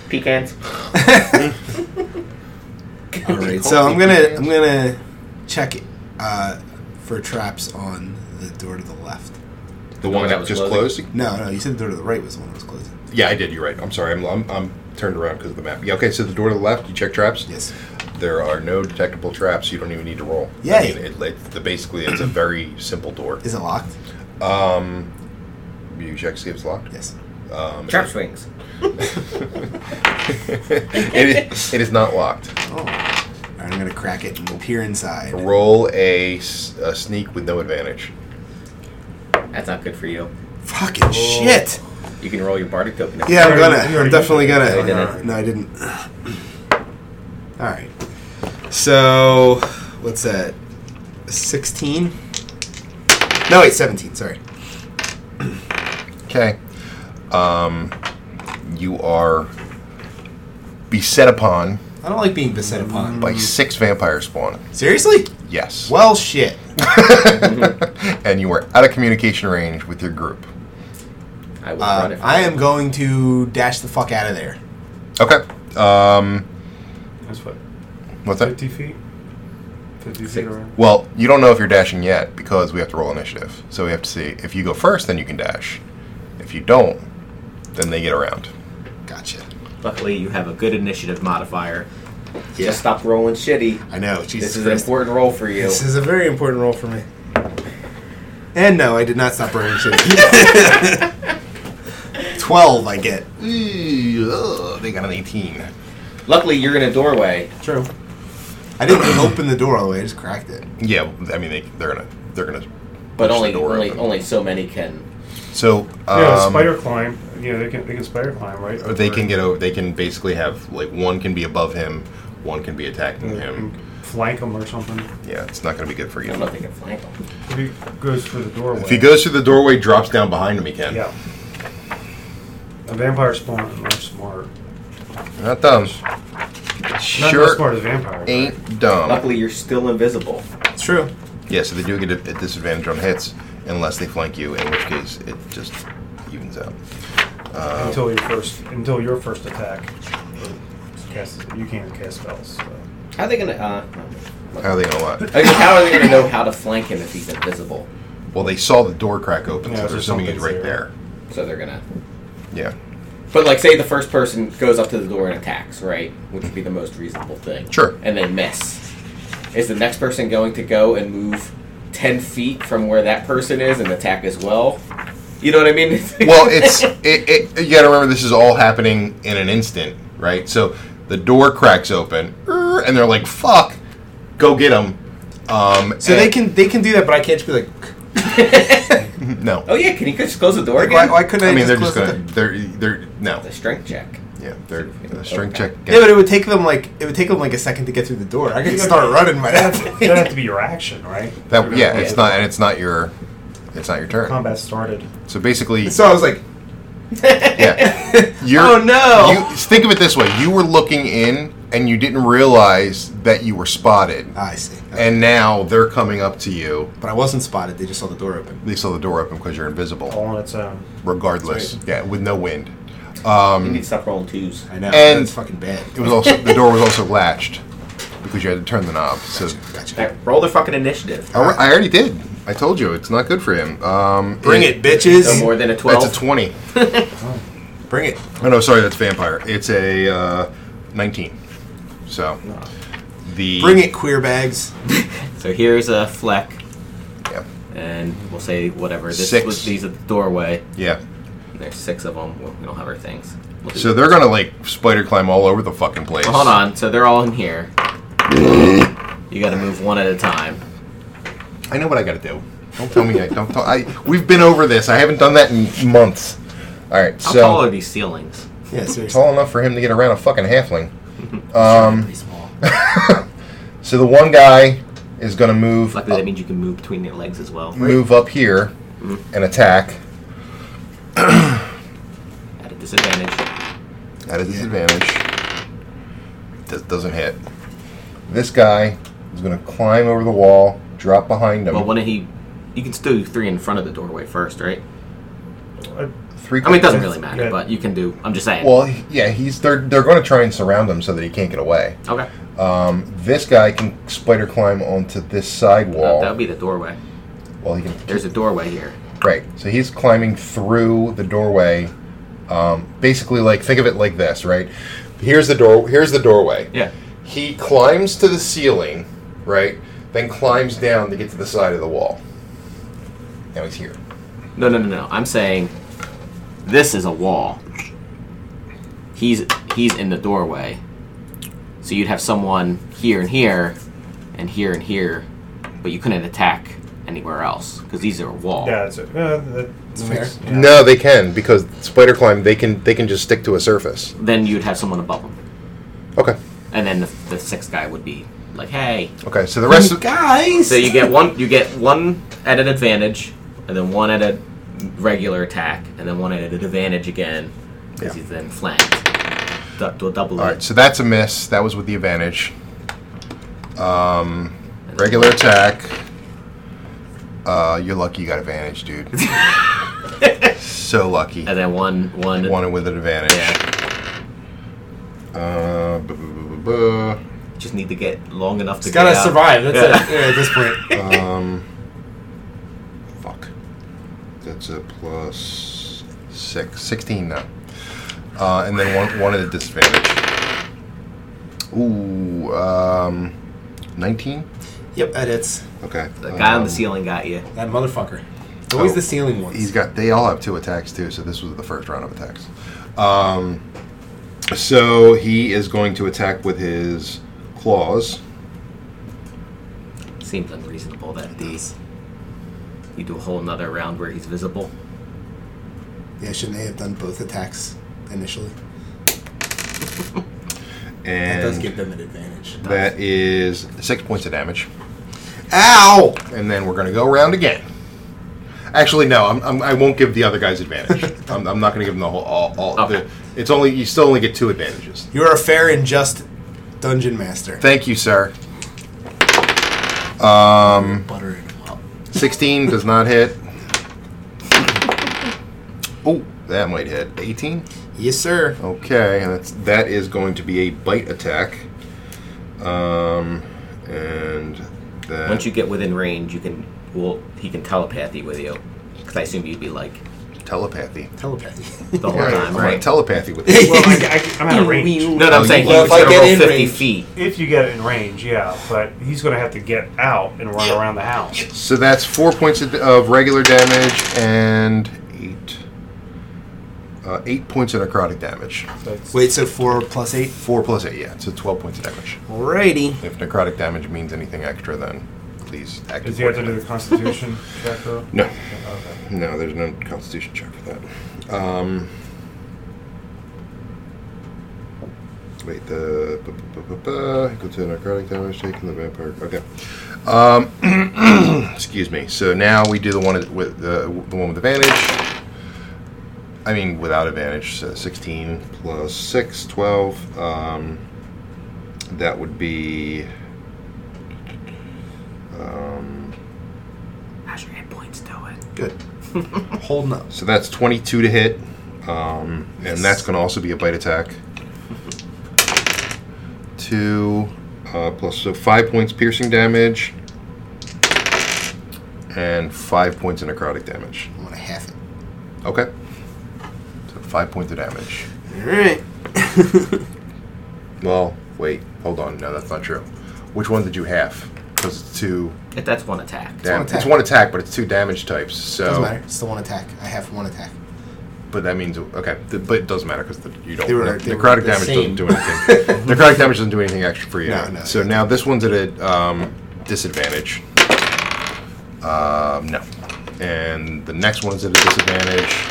Speaker 1: pecans.
Speaker 2: All right. So I'm gonna I'm gonna check uh, for traps on the door to the left.
Speaker 3: the one that
Speaker 1: was
Speaker 3: just
Speaker 1: closing?
Speaker 3: closed.
Speaker 2: No, no. You said the door to the right was the one that was closing.
Speaker 3: Yeah, I did. You're right. I'm sorry. I'm, I'm, I'm turned around because of the map. Yeah. Okay. So the door to the left. You check traps.
Speaker 2: Yes.
Speaker 3: There are no detectable traps. You don't even need to roll. Yeah.
Speaker 2: Yay.
Speaker 3: it, it, the, basically, it's a very simple door.
Speaker 2: Is it locked?
Speaker 3: Um, you check to see if it's locked.
Speaker 2: Yes.
Speaker 3: Um,
Speaker 1: Trap swings.
Speaker 3: it, is- it is not locked.
Speaker 2: Oh. All right, I'm gonna crack it and peer inside.
Speaker 3: Roll a, s- a sneak with no advantage.
Speaker 1: That's not good for you.
Speaker 2: Fucking shit.
Speaker 1: You can roll your bardic token. if
Speaker 2: Yeah, I'm
Speaker 4: You
Speaker 2: gonna.
Speaker 4: already- you
Speaker 2: I'm
Speaker 4: already
Speaker 2: definitely gonna.
Speaker 1: it. No, I didn't.
Speaker 2: No, I didn't. All right. So, what's that? 16? No, wait, 17. Sorry.
Speaker 3: Okay. Um, you are beset upon
Speaker 2: I don't like being beset upon.
Speaker 3: by six vampire spawn.
Speaker 2: Seriously?
Speaker 3: Yes.
Speaker 2: Well, shit.
Speaker 3: and you are out of communication range with your group.
Speaker 1: I will run
Speaker 2: Uh,
Speaker 1: it.
Speaker 2: I am going to dash the fuck out of there.
Speaker 3: Okay. Um,
Speaker 4: That's what?
Speaker 3: what's that?
Speaker 4: 50 feet? 50 feet
Speaker 1: Six.
Speaker 4: around?
Speaker 3: Well, you don't know if you're dashing yet because we have to roll initiative. So we have to see if you go first, then you can dash. If you don't, then they get around.
Speaker 2: Gotcha.
Speaker 1: Luckily, you have a good initiative modifier.
Speaker 2: Yeah.
Speaker 1: Just stop rolling shitty.
Speaker 2: I know. Jesus
Speaker 1: This is an
Speaker 2: Christ.
Speaker 1: important role for you.
Speaker 2: This is a very important role for me. And no, I did not stop burning shit. 12 I get.
Speaker 3: They got an 18.
Speaker 1: Luckily, you're in a doorway.
Speaker 2: True. I didn't open the door all the way. I just cracked it.
Speaker 3: Yeah, I mean they, they're gonna they're gonna.
Speaker 1: But
Speaker 3: push the
Speaker 1: only
Speaker 3: door
Speaker 1: only,
Speaker 3: open.
Speaker 1: only so many can.
Speaker 3: So um,
Speaker 4: yeah, spider climb. You Yeah, they can they can spider climb, right?
Speaker 3: Or they can get over. They can basically have like one can be above him, one can be attacking him.
Speaker 4: flank them or something.
Speaker 3: Yeah, it's not going to be good for
Speaker 1: I don't know if
Speaker 3: you.
Speaker 1: they can flank him.
Speaker 4: If he goes through the doorway.
Speaker 3: If he goes through the doorway, drops down behind him, he can.
Speaker 4: Yeah. A vampire spawn are smart.
Speaker 3: Not dumb.
Speaker 4: Not
Speaker 3: Sure,
Speaker 4: as smart as vampires.
Speaker 3: ain't dumb.
Speaker 1: Luckily, you're still invisible.
Speaker 5: It's true.
Speaker 3: Yeah, so they do get a, a disadvantage on hits unless they flank you, in which case it just evens out. uh,
Speaker 4: right? until your first until your first attack. Cast, you can't cast spells. So.
Speaker 1: How are they gonna? Uh,
Speaker 3: How are they gonna what?
Speaker 1: I mean, how are they gonna know how to flank him if he's invisible?
Speaker 3: Well, they saw the door crack open,
Speaker 4: Yeah,
Speaker 3: so
Speaker 4: so
Speaker 3: they're assuming he's right
Speaker 4: something's
Speaker 3: there.
Speaker 4: there.
Speaker 1: So they're gonna.
Speaker 3: Yeah.
Speaker 1: But like, say the first person goes up to the door and attacks, right? Which would be the most reasonable thing.
Speaker 3: Sure.
Speaker 1: And they miss. Is the next person going to go and move ten feet from where that person is and attack as well? You know what I mean?
Speaker 3: Well, it's it, it. You gotta remember this is all happening in an instant, right? So the door cracks open, er, and they're like, "Fuck, go get him." Um,
Speaker 5: So they can they can do that, but I can't just be like.
Speaker 3: can no.
Speaker 1: oh yeah, can you just close the door
Speaker 5: like,
Speaker 1: again?
Speaker 5: why, why couldn't I?
Speaker 3: I mean, they're
Speaker 5: close
Speaker 3: just
Speaker 5: the
Speaker 3: gonna.
Speaker 5: door?
Speaker 3: They're they're no.
Speaker 1: The strength check.
Speaker 3: Yeah, they're the strength check.
Speaker 5: Yeah, but it would take them like it would take them like a second to get through the door. I could start running by that
Speaker 4: It doesn't have
Speaker 5: point.
Speaker 4: to be your action, right?
Speaker 3: That, yeah, it's
Speaker 1: Yeah.
Speaker 3: not, and it's not your, it's not your turn.
Speaker 4: Combat started.
Speaker 3: So basically,
Speaker 5: So I was like,
Speaker 3: yeah, you're,
Speaker 5: oh no!
Speaker 3: You, think of it this way: you were looking in, and you didn't realize that you were spotted,
Speaker 5: Ah, I see. Okay.
Speaker 3: and now they're coming up to you.
Speaker 5: but I wasn't spotted. They just saw the door open.
Speaker 3: They saw the door open because you're invisible,
Speaker 4: All on its own.
Speaker 3: regardless.
Speaker 4: That's
Speaker 3: Yeah, with no wind.
Speaker 1: You
Speaker 3: Um,
Speaker 1: need to stop rolling twos.
Speaker 5: I know.
Speaker 3: And-
Speaker 5: that's fucking bad.
Speaker 3: it was also the door was also latched because you had to turn the knob. So
Speaker 1: All right,
Speaker 5: Gotcha.
Speaker 1: roll the fucking initiative.
Speaker 3: I, I already did. I told you it's not good for him. Um,
Speaker 5: Bring it, bitches.
Speaker 1: No more than a twelve.
Speaker 3: That's a twenty.
Speaker 5: Bring it.
Speaker 3: Oh no, sorry, that's vampire. It's a uh, nineteen. So the
Speaker 5: Bring it, queer bags.
Speaker 1: so here's a fleck.
Speaker 3: Yeah,
Speaker 1: and we'll say whatever. This
Speaker 3: Six.
Speaker 1: was these at the doorway.
Speaker 3: yeah.
Speaker 1: And there's six of them. We don't have our things. We'll do-
Speaker 3: So they're gonna like spider climb all over the fucking place.
Speaker 1: Well, hold on. So they're all in here. You got to move one at a time.
Speaker 3: I know what I gotta do. Don't tell me I don't. Tell, I we've been over this. I haven't done that in months. All right,
Speaker 1: How
Speaker 3: so
Speaker 1: tall are these ceilings?
Speaker 5: Yeah, seriously.
Speaker 3: tall enough for him to get around a fucking halfling. Um,
Speaker 1: Pretty small.
Speaker 3: So the one guy is gonna move
Speaker 1: Luckily, that
Speaker 3: up,
Speaker 1: means you can move between their legs as well.
Speaker 3: move up here
Speaker 1: Mm-hmm.
Speaker 3: and attack
Speaker 1: At a disadvantage.
Speaker 3: at a disadvantage. Does, doesn't hit. This guy is gonna climb over the wall, drop behind him.
Speaker 1: Well, when he, you can still do three in front of the doorway first, right?
Speaker 4: Uh,
Speaker 3: Three.
Speaker 1: I mean, it doesn't really matter,
Speaker 4: Yeah.
Speaker 1: but you can do. I'm just saying.
Speaker 3: Well, he- yeah, he's they're they're going to try and surround him so that he can't get away.
Speaker 1: okay.
Speaker 3: Um, this guy can spider climb onto this side
Speaker 1: Well,
Speaker 3: wall.
Speaker 1: that would Uh, be the doorway.
Speaker 3: well, he can.
Speaker 1: There's a doorway here.
Speaker 3: Right. So he's climbing through the doorway. Um, basically, like think of it like this, right? Here's the door. Here's the doorway.
Speaker 1: Yeah.
Speaker 3: He climbs to the ceiling, right? Then climbs down to get to the side of the wall. Now he's here.
Speaker 1: No, no, no, no. I'm saying this is a wall. He's he's in the doorway. So you'd have someone here and here, and here and here, but you couldn't attack anywhere else because these are a wall.
Speaker 4: yeah, it's, uh, that's
Speaker 5: fair.
Speaker 4: Yeah.
Speaker 3: No, they can because spider climb. They can. They can just stick to a surface.
Speaker 1: Then you'd have someone above them,
Speaker 3: Okay.
Speaker 1: and then the, the sixth guy would be like, "Hey."
Speaker 3: Okay. So the rest of
Speaker 5: guys.
Speaker 1: So you get one you get one at an advantage, and then one at a regular attack, and then one at an advantage again because he's then flanked. Du- to a double.
Speaker 3: All right, so that's a miss. That was with the advantage. Um, regular attack. Uh, you're lucky you got advantage, dude. so lucky.
Speaker 1: and then one one
Speaker 3: One with an advantage.
Speaker 1: Yeah.
Speaker 3: Uh, bu- bu- bu- bu-
Speaker 1: Just need to get long enough to
Speaker 5: It's gotta
Speaker 1: get out.
Speaker 5: survive. That's
Speaker 1: Yeah.
Speaker 5: it. Yeah, at this point.
Speaker 3: bu- um, fuck. That's a plus six. 16 now. Uh, and then one, one at a disadvantage. Ooh, um, 19?
Speaker 5: yep, that hits.
Speaker 3: Okay.
Speaker 1: The guy on
Speaker 3: um,
Speaker 1: the ceiling got you.
Speaker 5: That motherfucker. It's always
Speaker 3: Oh.
Speaker 5: the ceiling ones.
Speaker 3: He's got. They all have two attacks too. So this was the first round of attacks. Um, so he is going to attack with his claws.
Speaker 1: Seems unreasonable that the you do a whole nother round where he's visible.
Speaker 2: Yeah, shouldn't they have done both attacks initially?
Speaker 5: That
Speaker 3: and
Speaker 5: does give them an advantage.
Speaker 3: that is six points of damage.
Speaker 2: Ow!
Speaker 3: and then we're going to go around again. Actually, no, I'm, I'm, I won't give the other guys advantage. I'm, I'm not going to give them the whole. All, all
Speaker 1: Okay.
Speaker 3: the, it's only you still only get two advantages.
Speaker 2: You are a fair and just dungeon master.
Speaker 3: Thank you, sir.
Speaker 5: Buttering them up.
Speaker 3: Sixteen does not hit. Oh, that might hit. Eighteen.
Speaker 2: Yes, sir.
Speaker 3: Okay, and that's that is going to be a bite attack. Um, and that,
Speaker 1: Once you get within range, you can. Well, he can telepathy with you, because I assume you'd be like
Speaker 3: telepathy.
Speaker 2: Telepathy.
Speaker 1: the whole
Speaker 3: Alright,
Speaker 1: time,
Speaker 3: I'm
Speaker 1: right?
Speaker 3: on telepathy with this.
Speaker 4: Well, I, am out of range.
Speaker 1: no, no,
Speaker 3: Oh,
Speaker 1: I'm saying
Speaker 3: you-
Speaker 1: he's
Speaker 3: Well, if I
Speaker 1: gonna
Speaker 5: get
Speaker 1: roll
Speaker 5: in
Speaker 1: 50
Speaker 5: range-
Speaker 1: feet.
Speaker 4: If you get it in range, yeah, but he's going to have to get out and run around the house.
Speaker 3: So that's four points of, of regular damage and eight, uh, eight points of necrotic damage.
Speaker 2: Wait, so four plus eight?
Speaker 3: Four plus eight, yeah, so twelve points of damage.
Speaker 2: Alrighty.
Speaker 3: If necrotic damage means anything extra, then please act.
Speaker 4: Does he have to do
Speaker 3: accordingly.
Speaker 4: the Constitution check though?
Speaker 3: No,
Speaker 4: Okay.
Speaker 3: no, there's no Constitution check for that. Um, wait, the bu- bu- bu- bu- bu- equal to necrotic damage taken the vampire. Okay. Um, excuse me. So now we do the one with the, the one with advantage. I mean, without advantage, so 16 plus 6, 12. Um, that would be. Um,
Speaker 1: How's your hit points doing?
Speaker 2: Good. Holding up.
Speaker 3: So that's 22 to hit. Um, and that's going to also be a bite attack. Two uh, plus, so five points piercing damage. And five points of necrotic damage.
Speaker 2: I'm gonna half it.
Speaker 3: Okay. So five points of damage.
Speaker 2: Alright.
Speaker 3: Well, wait, hold on. No, that's not true. Which one did you have? Because it's two.
Speaker 1: If that's one attack.
Speaker 3: Dam-
Speaker 2: one
Speaker 3: it's,
Speaker 2: attack.
Speaker 3: one attack, but it's two damage types. So,
Speaker 2: Doesn't matter. It's the one attack. I have one attack.
Speaker 3: But that means okay, th- but it doesn't matter because you don't.
Speaker 2: They were-
Speaker 3: ne-
Speaker 2: they were
Speaker 3: necrotic
Speaker 2: the
Speaker 3: damage
Speaker 2: same.
Speaker 3: doesn't do anything. necrotic damage doesn't do anything extra for you.
Speaker 2: No, no.
Speaker 3: so now this one's at a um, disadvantage. Um, no, and the next one's at a disadvantage.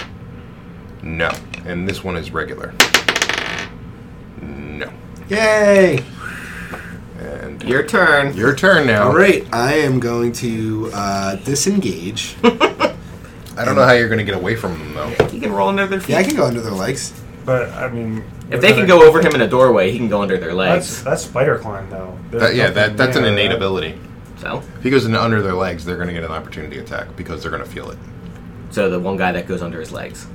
Speaker 3: No, and this one is regular. No,
Speaker 2: Yay!
Speaker 3: and
Speaker 1: Your turn.
Speaker 3: your turn now.
Speaker 2: Alright, I am going to uh, disengage.
Speaker 3: I don't know how you're going to get away from them though.
Speaker 1: He can roll under their feet.
Speaker 2: yeah, I can go under their legs.
Speaker 4: But I mean,
Speaker 1: if they can
Speaker 4: another-
Speaker 1: go over him in a doorway, he can go under their
Speaker 4: that's
Speaker 1: legs.
Speaker 4: that's spider climb though. There's
Speaker 3: That, yeah,
Speaker 4: nothing
Speaker 3: that, that's an
Speaker 4: there,
Speaker 3: innate
Speaker 4: right?
Speaker 3: ability.
Speaker 1: So,
Speaker 3: If he goes in under their legs, they're going to get an opportunity attack because they're going to feel it.
Speaker 1: so the one guy that goes under his legs.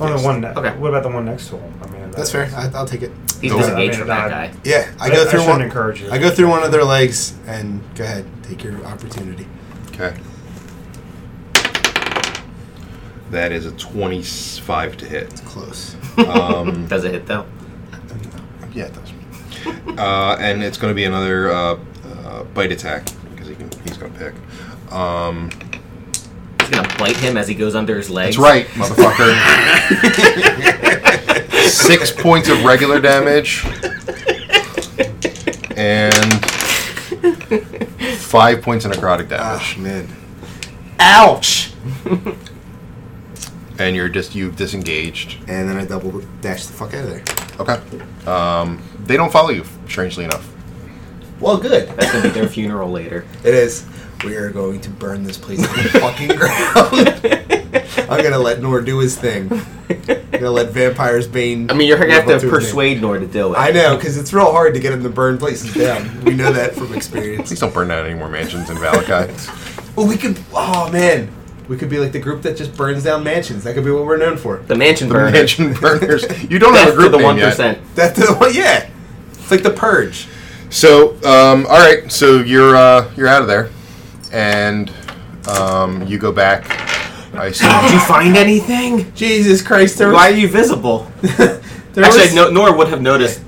Speaker 4: Only
Speaker 3: Yes.
Speaker 4: Oh, one. Ne-
Speaker 1: Okay.
Speaker 4: What about the one next to him? I mean,
Speaker 2: That's fair. I, I'll take it.
Speaker 1: He's
Speaker 3: Okay.
Speaker 1: disengaged
Speaker 4: I mean,
Speaker 1: from that
Speaker 4: I-
Speaker 1: guy.
Speaker 2: Yeah, I
Speaker 4: I-
Speaker 2: go
Speaker 4: I
Speaker 2: through one.
Speaker 4: shouldn't encourage you.
Speaker 2: I go through one of their legs and go ahead, take your opportunity.
Speaker 3: Okay. That is a 25 to hit. Um,
Speaker 2: Close.
Speaker 5: Uh,
Speaker 1: Does it hit though?
Speaker 3: Yeah, it does. uh, and it's going to be another uh, uh, bite attack because he can, he's going to pick. Um,
Speaker 1: He's gonna bite him as he goes under his legs.
Speaker 3: that's right, motherfucker. Six points of regular damage. And five points of necrotic
Speaker 2: Ah,
Speaker 3: damage.
Speaker 2: man. Ouch!
Speaker 3: And you're just, you've disengaged.
Speaker 2: And then I double dash the fuck out of there.
Speaker 3: Okay. Um, they don't follow you, strangely enough.
Speaker 5: Well, good.
Speaker 1: That's gonna be their funeral later.
Speaker 5: It is. We are going to burn this place to the fucking ground. I'm gonna let Nor do his thing. I'm gonna let Vampire's Bane.
Speaker 1: I mean, you're gonna have
Speaker 5: live up
Speaker 1: to
Speaker 5: his name.
Speaker 1: persuade Nor to do it.
Speaker 5: I know, because it's real hard to get him to burn places down. We know that from experience.
Speaker 3: Please don't burn down any more mansions in Valakai.
Speaker 5: Well, we could. Oh man, we could be like the group that just burns down mansions. That could be what we're known for.
Speaker 1: The mansion
Speaker 3: the
Speaker 1: burn.
Speaker 3: mansion burners. You don't have
Speaker 1: That's
Speaker 3: a
Speaker 1: to
Speaker 3: group
Speaker 1: the
Speaker 3: name
Speaker 1: one
Speaker 3: yet.
Speaker 1: percent.
Speaker 5: That the well, yeah. It's like the purge.
Speaker 3: So, um, all right. So you're uh, you're out of there, and um, you go back. I
Speaker 1: Did
Speaker 3: assume.
Speaker 1: you find anything?
Speaker 5: Jesus Christ! There
Speaker 1: Why are
Speaker 5: was,
Speaker 1: you visible?
Speaker 5: there
Speaker 1: Actually,
Speaker 5: was-
Speaker 1: no, Nor would have noticed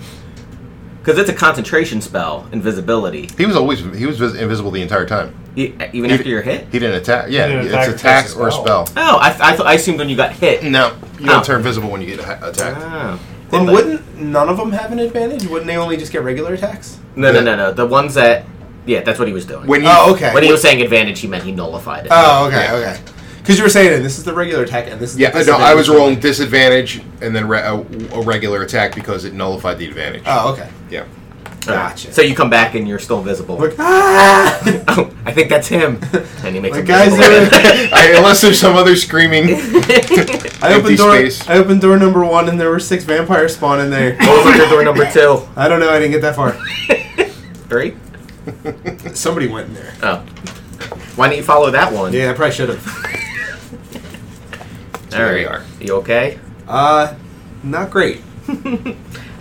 Speaker 1: because it's a concentration spell, invisibility.
Speaker 3: He was always he was vis- invisible the entire time.
Speaker 1: E- Even
Speaker 3: He-
Speaker 1: after you're hit.
Speaker 3: He didn't attack. Yeah,
Speaker 4: He didn't
Speaker 3: it's
Speaker 4: attack or
Speaker 3: attacks
Speaker 4: cast a
Speaker 3: or a
Speaker 4: spell.
Speaker 3: spell.
Speaker 1: Oh, I, I, thought I assumed when you got hit.
Speaker 3: No, you don't
Speaker 1: Oh.
Speaker 3: turn visible when you get ha- attacked.
Speaker 1: Oh.
Speaker 5: Then
Speaker 1: But-
Speaker 5: wouldn't none of them have an advantage? Wouldn't they only just get regular attacks?
Speaker 1: No, no, no, no. The ones that, yeah, that's what he was doing.
Speaker 3: When you
Speaker 5: Oh, okay.
Speaker 1: When he was saying advantage, he meant he nullified it.
Speaker 5: oh, okay,
Speaker 3: Yeah.
Speaker 5: okay. Because
Speaker 2: Because you were saying this is the regular attack and this is
Speaker 3: Yeah,
Speaker 2: The
Speaker 3: no, I was
Speaker 2: disadvantage.
Speaker 3: rolling disadvantage and then re- a, a regular attack because it nullified the advantage.
Speaker 1: Ah.
Speaker 2: Oh, okay.
Speaker 3: Yeah.
Speaker 2: Gotcha.
Speaker 1: So you come back and you're still invisible.
Speaker 2: Like, ah!
Speaker 1: oh, I think that's him. And he makes
Speaker 2: Like,
Speaker 1: him
Speaker 2: guys,
Speaker 1: invisible.
Speaker 3: I, unless there's some other screaming.
Speaker 2: I
Speaker 3: Empty
Speaker 2: opened door.
Speaker 3: space.
Speaker 2: I opened door number one, and there were six vampires spawn in there.
Speaker 1: What was under door number two?
Speaker 2: I don't know. I didn't get that far.
Speaker 1: Three?
Speaker 2: Somebody went in there.
Speaker 1: Oh. Why don't you follow that one?
Speaker 2: Yeah, I probably should have.
Speaker 1: All
Speaker 3: There
Speaker 1: right.
Speaker 3: you are.
Speaker 1: You okay?
Speaker 2: Uh, not great.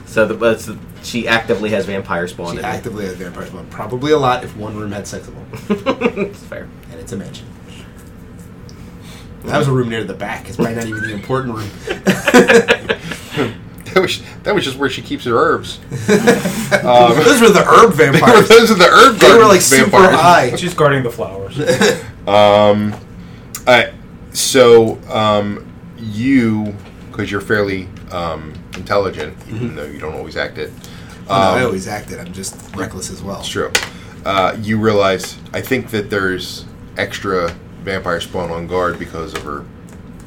Speaker 1: So the, but it's- she actively has vampire spawn
Speaker 2: She
Speaker 1: in
Speaker 2: actively has vampires spawn. Probably a lot if one room had six of them,
Speaker 1: it. it's fair.
Speaker 2: and it's a mansion. That was a room near the back. It's probably not even the important room.
Speaker 3: That was that was just where she keeps her herbs.
Speaker 2: Those were the herb vampires.
Speaker 3: Those are Um, the herb
Speaker 2: They were
Speaker 3: garden
Speaker 2: like super
Speaker 3: vampires.
Speaker 2: high. Oh,
Speaker 4: She's guarding the flowers.
Speaker 3: Um, I, so um, you, because you're fairly um, intelligent,
Speaker 2: Mm-hmm.
Speaker 3: even though you don't always act it.
Speaker 2: No, I
Speaker 3: um,
Speaker 2: always acted. I'm just reckless as well.
Speaker 3: It's true. Uh, you realize, I think that there's extra vampire spawn on guard because of her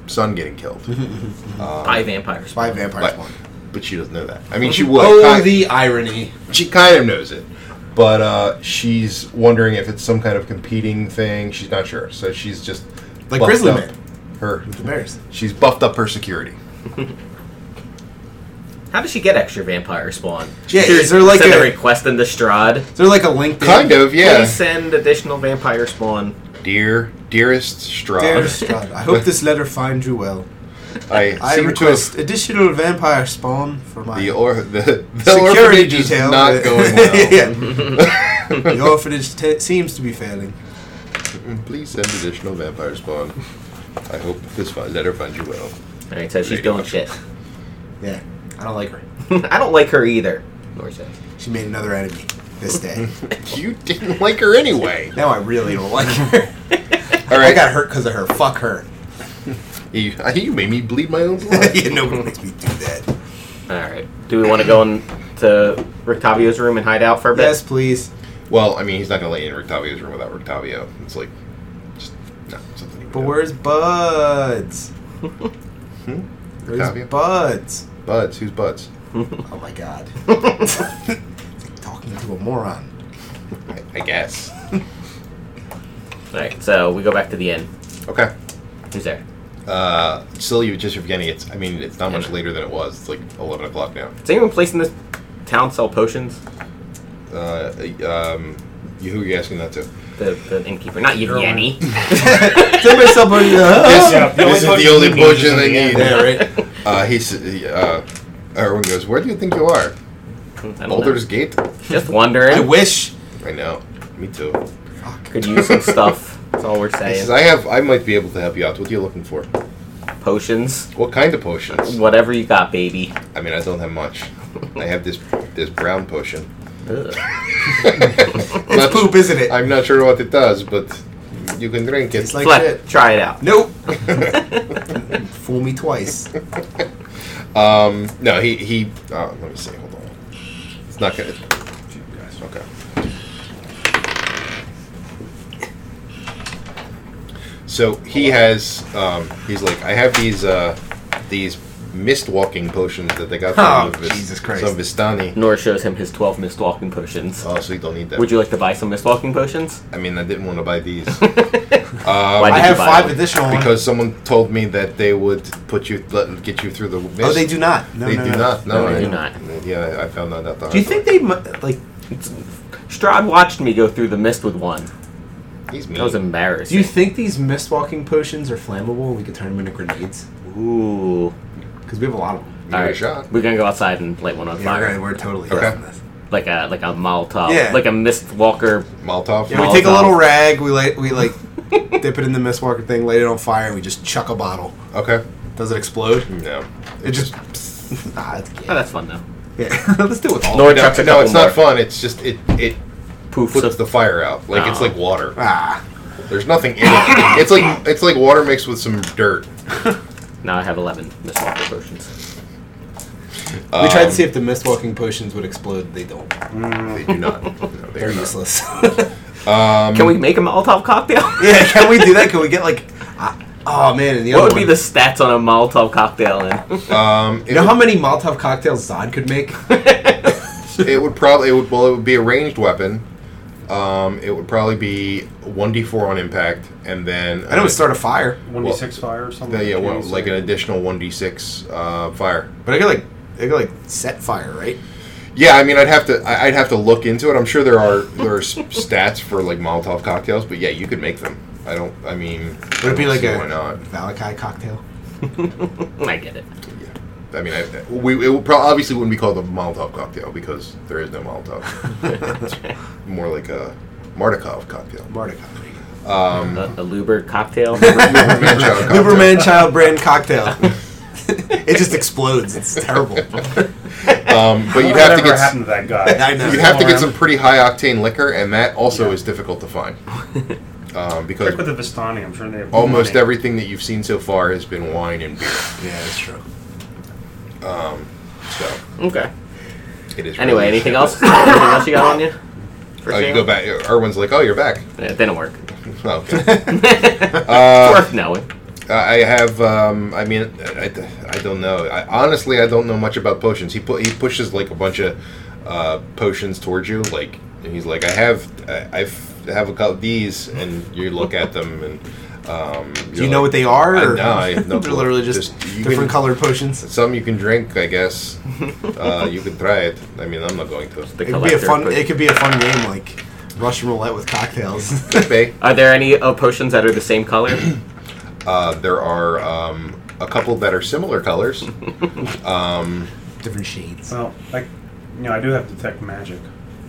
Speaker 3: son getting killed.
Speaker 2: Mm-hmm.
Speaker 1: By vampire spawn.
Speaker 2: By vampire
Speaker 3: But,
Speaker 2: spawn.
Speaker 3: but she doesn't know that. I mean, she would.
Speaker 2: Oh,
Speaker 3: Ki-
Speaker 2: the irony.
Speaker 3: she kind of knows it, but uh, she's wondering if it's some kind of competing thing. She's not sure, so she's just
Speaker 2: Like
Speaker 3: buffed
Speaker 2: Grizzly
Speaker 3: up
Speaker 2: Man.
Speaker 3: Her,
Speaker 2: The bears.
Speaker 3: she's buffed up her security.
Speaker 1: How does she get extra vampire spawn?
Speaker 2: Yeah,
Speaker 1: She
Speaker 2: is there like
Speaker 1: sent a,
Speaker 2: a-
Speaker 1: request in Strahd?
Speaker 2: They're like a link.
Speaker 3: Kind of, yeah.
Speaker 1: Please send additional vampire spawn.
Speaker 3: Dear, dearest Strahd,
Speaker 2: Dearest God, I hope this letter finds you well.
Speaker 3: I,
Speaker 2: I
Speaker 3: seem to
Speaker 2: request
Speaker 3: have
Speaker 2: additional vampire spawn for my
Speaker 3: the or the, the
Speaker 2: security
Speaker 3: orphanage is
Speaker 2: detail.
Speaker 3: not going well.
Speaker 2: Yeah. the orphanage t- seems to be failing.
Speaker 3: Please send additional vampire spawn. I hope this fi- letter finds you well.
Speaker 1: All right, so she's
Speaker 3: Radio.
Speaker 1: going shit.
Speaker 2: Yeah, I don't like her.
Speaker 1: I don't like her either. Nor says.
Speaker 2: She made another enemy this day.
Speaker 3: You didn't like her anyway.
Speaker 2: now I really don't like her. I
Speaker 3: All right,
Speaker 2: got hurt because of her. Fuck her.
Speaker 3: you, you made me bleed my own blood.
Speaker 2: yeah, nobody makes me do that.
Speaker 1: All right. Do we want to go into Rictavio's room and hide out for a bit?
Speaker 2: Yes, please.
Speaker 3: Well, I mean, he's not going to let you in Rictavio's room without Rictavio. It's like, just, no, something he would
Speaker 2: But
Speaker 3: do.
Speaker 2: where's Buds?
Speaker 3: Hmm?
Speaker 2: Where's
Speaker 3: Octavia?
Speaker 2: Buds?
Speaker 3: Buds, who's Buds?
Speaker 2: Oh my god. Talking to a moron.
Speaker 3: I, I guess.
Speaker 1: All right. So we go back to the inn.
Speaker 3: Okay.
Speaker 1: Who's there?
Speaker 3: Uh, still, you just are forgetting it's, I mean, it's not much later than it was. It's like 11 o'clock now.
Speaker 1: Is anyone placing this town sell potions?
Speaker 3: Uh, um, you, who are you asking that to?
Speaker 1: The, the innkeeper, not you, Yenny.
Speaker 2: Somebody sell Buds.
Speaker 3: This,
Speaker 4: yeah, the only
Speaker 3: this is
Speaker 4: potion
Speaker 3: the only
Speaker 4: we need is
Speaker 3: potion
Speaker 4: in
Speaker 3: they
Speaker 4: the end.
Speaker 3: need.
Speaker 2: Yeah, right.
Speaker 3: Uh, he s- he, uh, everyone goes, Where do you think you are?
Speaker 1: I don't know.
Speaker 3: Boulder's Gate?
Speaker 1: Just
Speaker 2: I
Speaker 1: wondering.
Speaker 2: wish.
Speaker 3: I know. Me too.
Speaker 1: Could use some stuff. That's all we're
Speaker 3: He says,
Speaker 1: saying.
Speaker 3: I have, I might be able to help you out. What are you looking for?
Speaker 1: Potions,
Speaker 3: What kind of potions?
Speaker 1: whatever you got, baby.
Speaker 3: I mean, I don't have much. I have this this brown potion.
Speaker 1: Ugh.
Speaker 3: Not-
Speaker 2: It's poop, isn't it?
Speaker 3: I'm not sure what it does, but you can drink it.
Speaker 2: It's like
Speaker 1: Fleck,
Speaker 2: shit.
Speaker 1: try it out.
Speaker 2: Nope. Fool me twice.
Speaker 3: um, no, he he. Uh, let me see. Hold on. It's not gonna. Okay. So he has. Um, he's like, I have these uh, these mist walking potions that they got
Speaker 2: Oh,
Speaker 3: from Vis-
Speaker 2: Jesus Christ.
Speaker 3: some Vistani.
Speaker 1: Nor shows him his 12 mistwalking potions.
Speaker 3: Oh, so you don't need that.
Speaker 1: Would you like to buy some mistwalking potions?
Speaker 3: I mean, I didn't want to buy these.
Speaker 1: Why
Speaker 3: um,
Speaker 1: did
Speaker 2: I
Speaker 1: you
Speaker 2: have
Speaker 1: buy
Speaker 2: five
Speaker 1: them?
Speaker 2: additional ones.
Speaker 3: because someone told me that they would put you, let, get you through the mist.
Speaker 2: oh, they do not. No,
Speaker 3: they
Speaker 2: no,
Speaker 3: do
Speaker 2: no.
Speaker 3: not. No,
Speaker 1: No, they
Speaker 3: I
Speaker 1: do
Speaker 3: know.
Speaker 1: not.
Speaker 3: Yeah, I found that out the hard
Speaker 2: Do you think
Speaker 3: way.
Speaker 2: they mu- like?
Speaker 1: Strahd watched me go through the mist with one.
Speaker 3: He's mean.
Speaker 1: That was
Speaker 2: Do
Speaker 1: embarrassing.
Speaker 2: you think these mistwalking potions are flammable and we could turn them into grenades?
Speaker 1: Ooh.
Speaker 2: Because we have a lot of them.
Speaker 3: Give it a
Speaker 1: Alright,
Speaker 3: shot.
Speaker 1: We're gonna go outside and light one on
Speaker 2: Yeah,
Speaker 1: fire,
Speaker 2: we're, we're totally
Speaker 3: Okay.
Speaker 2: on this.
Speaker 1: like a like a Molotov,
Speaker 2: Yeah.
Speaker 1: like a mist walker.
Speaker 3: Molotov.
Speaker 2: Yeah, we
Speaker 1: Molotov.
Speaker 2: take a little rag. We like we like dip it in the mistwalker thing, light it on fire, and we just chuck a bottle.
Speaker 3: Okay.
Speaker 2: Does it explode?
Speaker 3: No.
Speaker 2: It just. psst. ah, it's
Speaker 1: Oh,
Speaker 2: gay.
Speaker 1: that's fun though.
Speaker 2: Yeah. Let's do it with all.
Speaker 1: Nor- Or
Speaker 3: no,
Speaker 1: chucks a
Speaker 3: no, it's
Speaker 1: couple
Speaker 3: not fun. It's just it it
Speaker 1: Poof.
Speaker 3: puts the fire out. Like it's
Speaker 1: Oh.
Speaker 3: like water.
Speaker 2: Ah.
Speaker 3: There's nothing in it. It's like it's like water mixed with some dirt.
Speaker 1: now I have eleven mist walker
Speaker 2: Hmm.
Speaker 1: potions.
Speaker 2: we tried to
Speaker 3: Um,
Speaker 2: see if the mistwalking potions would explode. They don't.
Speaker 3: They do Um, not. No, they
Speaker 2: They're
Speaker 3: are not.
Speaker 2: useless.
Speaker 1: Can we make a Molotov cocktail?
Speaker 2: Yeah, can we do that? Can we get like? ah, I,
Speaker 5: Oh man, and the
Speaker 1: What
Speaker 5: other
Speaker 1: would be
Speaker 5: one-
Speaker 1: the stats on a Molotov cocktail then?
Speaker 3: Um, it,
Speaker 5: You know how many Molotov cocktails Zod could make?
Speaker 3: would, it would probably it would well it would be a ranged weapon. Um, it would probably be one d four on impact, and then uh,
Speaker 5: I know it would start a fire,
Speaker 4: One d six fire or something.
Speaker 3: Yeah, yeah, well,
Speaker 4: Jeez.
Speaker 3: like an additional one d six uh, fire.
Speaker 5: but I could like I could like set fire, right?
Speaker 3: Yeah, I mean, I'd have to, I- I'd have to look into it. I'm sure there are there are s- stats for like Molotov cocktails, but yeah, you could make them. I don't. I mean, I
Speaker 5: Would it be
Speaker 3: don't
Speaker 5: like
Speaker 3: see
Speaker 5: a
Speaker 3: why not?
Speaker 5: Valakai cocktail?
Speaker 1: I get it.
Speaker 3: I mean, I, we it would pro- obviously wouldn't be called a Molotov cocktail because there is no Molotov. it's more like a Martikov cocktail.
Speaker 5: Mordecai.
Speaker 3: Um,
Speaker 1: A, a Luber cocktail.
Speaker 3: Uberman Chow cocktail.
Speaker 5: Uberman child brand cocktail. it just explodes. It's terrible.
Speaker 3: Um, but you'd
Speaker 4: Whatever
Speaker 3: have to get. s-
Speaker 4: happened to that guy?
Speaker 5: I know.
Speaker 3: You'd have to get some pretty high octane liquor, and that also is difficult to find. Um, because
Speaker 4: Check with the Vistani. I'm sure they have
Speaker 3: almost
Speaker 4: money.
Speaker 3: everything that you've seen so far has been wine and beer. Um,
Speaker 5: Yeah, that's true.
Speaker 3: So
Speaker 1: okay.
Speaker 3: it is.
Speaker 1: Anyway,
Speaker 3: really
Speaker 1: anything
Speaker 3: shit.
Speaker 1: else? anything else you got on you? For
Speaker 3: Oh, you
Speaker 1: sale?
Speaker 3: go back. Erwin's like, "Oh, you're back."
Speaker 1: Yeah, it didn't work.
Speaker 3: Okay.
Speaker 1: it's worth knowing.
Speaker 3: I have. Um, I mean, I, I don't know. I, honestly, I don't know much about potions. He put he pushes like a bunch of uh, potions towards you, like, and he's like, "I have, I I've, have a couple of these," and you look at them and. Um,
Speaker 5: Do you know what they are?
Speaker 3: I-
Speaker 5: or-
Speaker 3: no, I have no
Speaker 5: They're
Speaker 3: clue.
Speaker 5: literally just,
Speaker 3: Just- you
Speaker 5: different
Speaker 3: can-
Speaker 5: colored potions.
Speaker 3: Some you can drink, I guess. uh, you can try it. I mean, I'm not going to.
Speaker 1: The
Speaker 5: It could be a
Speaker 1: collector
Speaker 5: fun.
Speaker 1: put-
Speaker 5: It could be a fun game like Russian roulette with cocktails.
Speaker 3: Okay.
Speaker 1: Are there any uh, potions that are the same color?
Speaker 3: Uh, there are um, a couple that are similar colors. um,
Speaker 5: different shades.
Speaker 4: Well, like, you know, I do have detect magic.